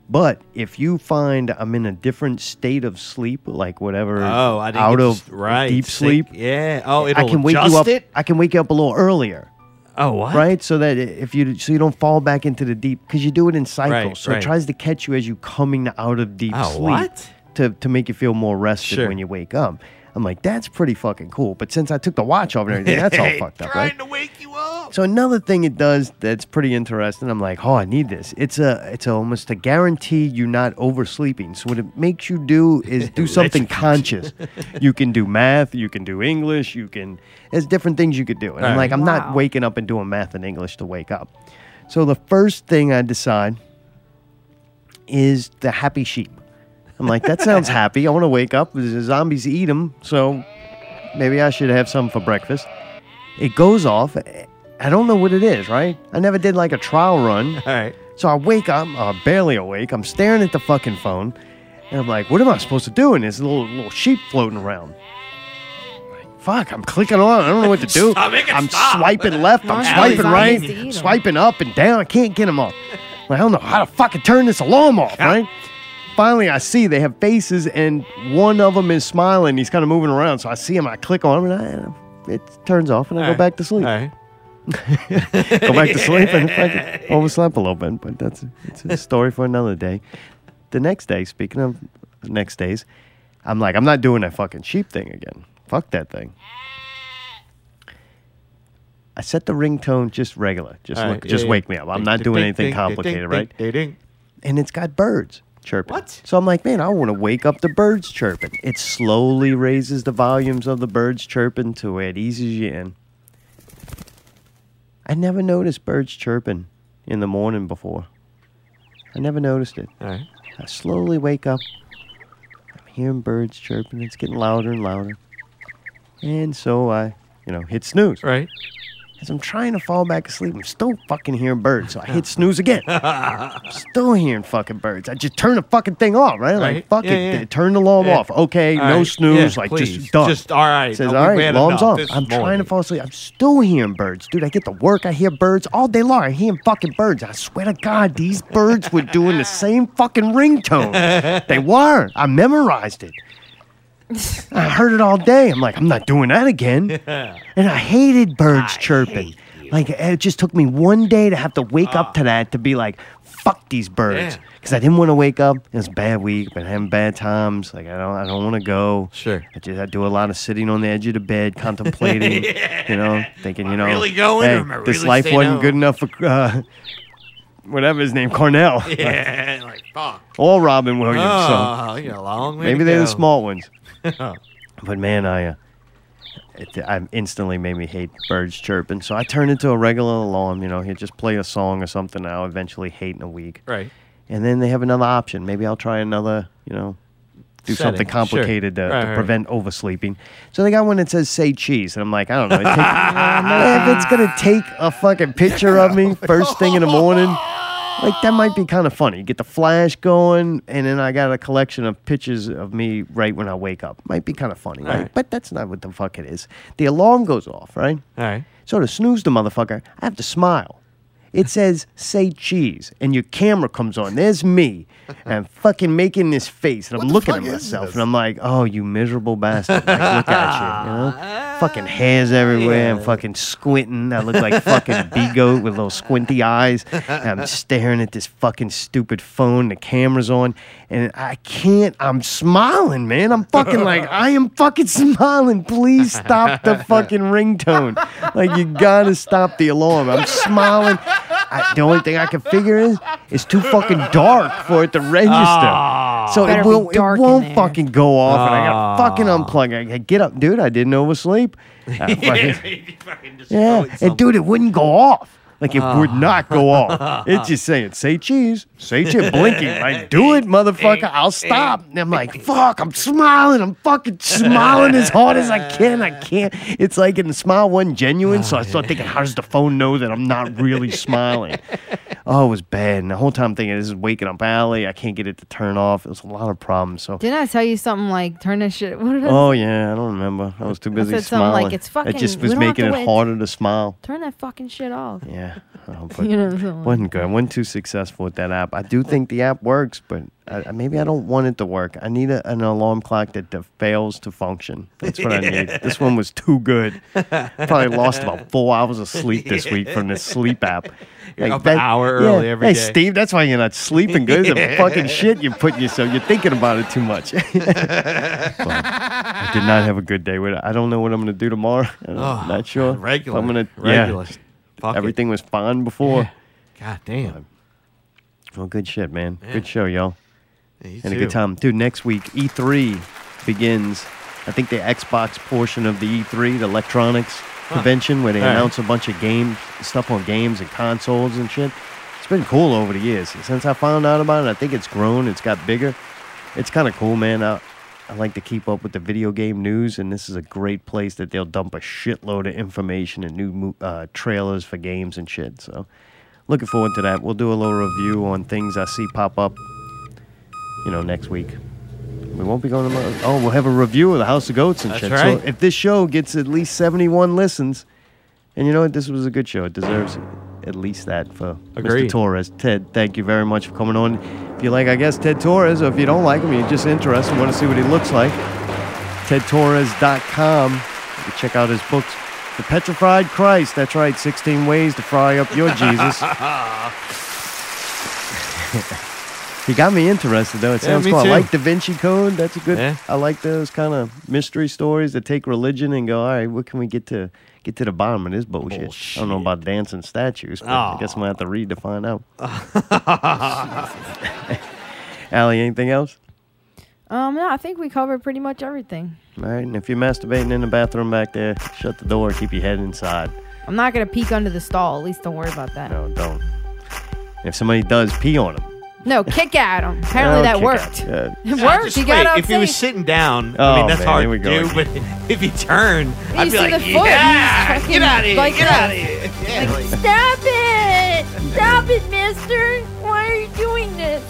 But if you find I'm in a different state of sleep, like whatever,
Oh, I didn't
out
get
of
s- right,
deep
sick-
sleep,
yeah. Oh,
I
it'll
can wake you
adjust
up.
it?
I can wake you up a little earlier.
Oh, what?
Right, so that i- if you so you don't fall back into the deep because you do it in cycles,
Right,
so
right.
it tries to catch you as you coming out of deep
Oh,
sleep
what?
to to make you feel more rested
Sure.
when you wake up. I'm like, that's pretty fucking cool. But since I took the watch off and everything, that's all fucked up, right? So another thing it does that's pretty interesting. I'm like, oh, I need this. It's a, it's almost a guarantee you're not oversleeping. So what it makes you do is do something conscious. You can do math, you can do English, you can. There's different things you could do. And I'm
Alright.
like, I'm not waking up and doing math and English to wake up. So the first thing I decide is the happy sheep. I'm like, that sounds happy. I want to wake up. The zombies eat them, so maybe I should have some for breakfast. It goes off. I don't know what it is, right? I never did like a trial run. All
right.
So I wake up, uh, barely awake. I'm staring at the fucking phone, and I'm like, what am I supposed to do? And there's a little little sheep floating around. Fuck, I'm clicking on. I don't know what to do.
Stop, make it
I'm
stop.
swiping left. I'm
Alright.
swiping
Zombies
right.
to eat 'em.
swiping up and down. I can't get them off. I don't know how to fucking turn this alarm off, right? Finally, I see they have faces, and one of them is smiling. He's kind of moving around. So I see him. I click on him, and I, it turns off, and I go back to sleep. go back to sleep, and fucking overslept a little bit. But that's it's a story for another day. The next day, speaking of next days, I'm like, I'm not doing that fucking sheep thing again. Fuck that thing. I set the ringtone just regular. Just
All
look,
right, yeah,
just
yeah.
wake me up. I'm
Ding,
not
ding,
doing
ding,
anything
ding, ding, ding,
complicated,
ding,
right?
ding, ding.
And it's got birds chirping. What? So I'm like, man, I want to wake up the birds chirping. It slowly raises the volumes of the birds chirping to where it eases you in. I never noticed birds chirping in the morning before. I never noticed it.
All right.
I slowly wake up. I'm hearing birds chirping. It's getting louder and louder. And so I, you know, hit snooze.
Right.
As I'm trying to fall back asleep, I'm still fucking hearing birds. So I hit snooze again. still hearing fucking birds. I just turn the fucking thing off, right? Like,
Right.
fuck
Yeah,
it.
yeah.
d- Turn the alarm
Yeah.
off. Okay,
All
no
right.
snooze.
Yeah,
like,
please.
just done.
Just, all right.
Says,
Uh,
all
we
right,
ran
alarm's
enough
off.
this
I'm trying to
morning.
fall asleep. I'm still hearing birds, dude. I get to work. I hear birds all day long. I hear fucking birds. I swear to God, these birds were doing the same fucking ringtone. They were. I memorized it. I heard it all day. I'm like, I'm not doing that again. And I hated birds chirping. like it just took me one day to have to wake up to that to be like, fuck these birds.
Ah. Yeah.
Because I didn't want to wake up. It was a bad week, been having bad times. Like I don't I don't want to go. Sure. I just I do a lot of sitting on the edge of the bed, contemplating, you know, thinking, you know,
really going or
hey,
am I
this
really
life
staying
wasn't
home?"
good enough for uh, whatever his name, Cornell.
Yeah, like fuck.
Or Robin Williams.
Oh,
so
you got a long way
Maybe
to
they're the
go. Oh.
small ones. But man, I, uh, it, I instantly made me hate birds chirping. So I turned into a regular alarm. You know, he'd just play a song or something. I'll eventually hate in a week.
Right.
And then they have another option. Maybe I'll try another. You know, do
Setting,
something
sure.
complicated to,
Right,
to
right.
prevent oversleeping. So they got one that says "say cheese," and I'm like, I don't know. It take, if it's gonna take a fucking picture of me first thing in the morning. Like that might be kind of funny. Get the flash going, and then I got a collection of pictures of me right when I wake up. Might be kind of funny, right? But that's not what the fuck it is. The alarm goes off, right?
All right.
So to snooze the motherfucker, I have to smile. It says "say cheese," and your camera comes on. There's me, and I'm fucking making this face, and I'm looking at myself, and I'm like, "Oh, you miserable bastard! Like, look at you, you know? fucking hairs everywhere. I'm fucking squinting. I look like fucking B goat with little squinty eyes. And I'm staring at this fucking stupid phone. The camera's on, and I can't. I'm smiling, man. I'm fucking like, I am fucking smiling. Please stop the fucking ringtone. Like, you gotta stop the alarm. I'm smiling. I, the only thing I can figure is it's too fucking dark for it to register.
Ah.
so it
Better be
will it
dark in
won't fucking go off, and I gotta
Ah.
fucking unplug. I, I get up, dude. I didn't oversleep. I fucking-
yeah,
and dude, it wouldn't go off. Like it would not go off.
Ah.
It's just saying, say cheese, say cheese, blinking. Like, do it, motherfucker. I'll stop. And I'm like, fuck, I'm smiling. I'm fucking smiling as hard as I can. I can't. It's like, and the smile wasn't genuine. So I start thinking, how does the phone know that I'm not really smiling? Oh, it was bad. And the whole time I'm thinking, this is waking up alley. I can't get it to turn off. It was a lot of problems. So
Didn't I tell you something like turn that shit? What did I
Oh yeah, I don't remember. I was too busy
said something
smiling.
like, "It's
It
fucking-
just
we
was
don't have
making
to
it
wait."
harder to smile.
Turn that fucking shit off.
Yeah. Oh,
You know, something like
wasn't good. I wasn't too successful with that app. I do think the app works, but I, I- maybe I don't want it to work. I need a, an alarm clock that, that fails to function. That's what I need. This one was too good. Probably lost about four hours of sleep this week from this sleep app.
You're up an hour early every
hey,
day.
Steve, that's why you're not sleeping good. It's a fucking shit you're putting yourself. You're thinking about it too much. But I did not have a good day with it. I don't know what I'm going to do tomorrow. I'm
Oh,
not sure. if
regular,
I'm going to.
regular. Fuck it.
Everything was fine before.
God damn.
Well, good shit, man.
Yeah.
Good show, y'all.
Yeah, you
and a good
too.
time. Dude, next week, E3 begins. I think the Xbox portion of the E3, the electronics convention, where they
All right.
announce a bunch of game stuff on games and consoles and shit. It's been cool over the years. Since I found out about it, I think it's grown. It's got bigger. It's kind of cool, man. I, I like to keep up with the video game news, and this is a great place that they'll dump a shitload of information and new mo- uh, trailers for games and shit. So, looking forward to that. We'll do a little review on things I see pop up, you know, next week. We won't be going to. Mo- oh, we'll have a review of the House of Goats and
That's
shit.
right.
So, if this show gets at least 71 listens, and you know what? This was a good show. It deserves at least that for
Agreed.
Mr. Torres. Ted, thank you very much for coming on. If you like, I guess, Ted Torres, or if you don't like him, you're just interested, want to see what he looks like, tedtorres.com. You can check out his books. The Petrified Christ, that's right, 16 Ways to Fry Up Your Jesus. he got me interested, though. It
Yeah,
sounds
me
cool.
too.
I like Da Vinci Code. That's a good.
Yeah.
I like those kind of mystery stories that take religion and go, all right, what can we get to get to the bottom of this bullshit? I don't know about dancing statues, but I guess I'm gonna have to read to find out. Allie, anything else?
Um, no, I think we covered pretty much everything.
All right, and if you're masturbating in the bathroom back there, shut the door. Keep your head inside.
I'm not gonna peek under the stall. At least don't worry about that.
No, don't. If somebody does pee on him,
No, kick at him. Apparently
Oh,
that
kick
worked.
at-
It
Yeah,
worked.
just
He got
wait.
up.
If he was sitting down,
Oh,
I mean that's
man,
hard
here we
to do.
go.
But if he turned,
You
I'd
see
be like,
the foot.
yeah,
He's
get
fucking
out of here,
like
get
this.
out of here. Yeah, like-
Stop it! Stop it, mister! Why are you doing this?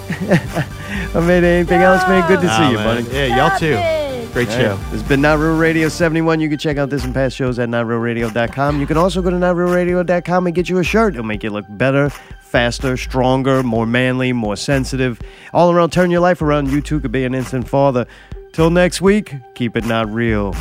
I mean, anything else, man? Good to
Nah,
see you,
man.
buddy.
Yeah, y'all Stop too. it. Great
Yeah.
show.
This has been Not Real Radio 71. You can check out this and past shows at notrealradio.com. You can also go to notrealradio.com and get you a shirt. It'll make you look better, faster, stronger, more manly, more sensitive. All around, turn your life around. You too could be an instant father. Till next week, keep it not real.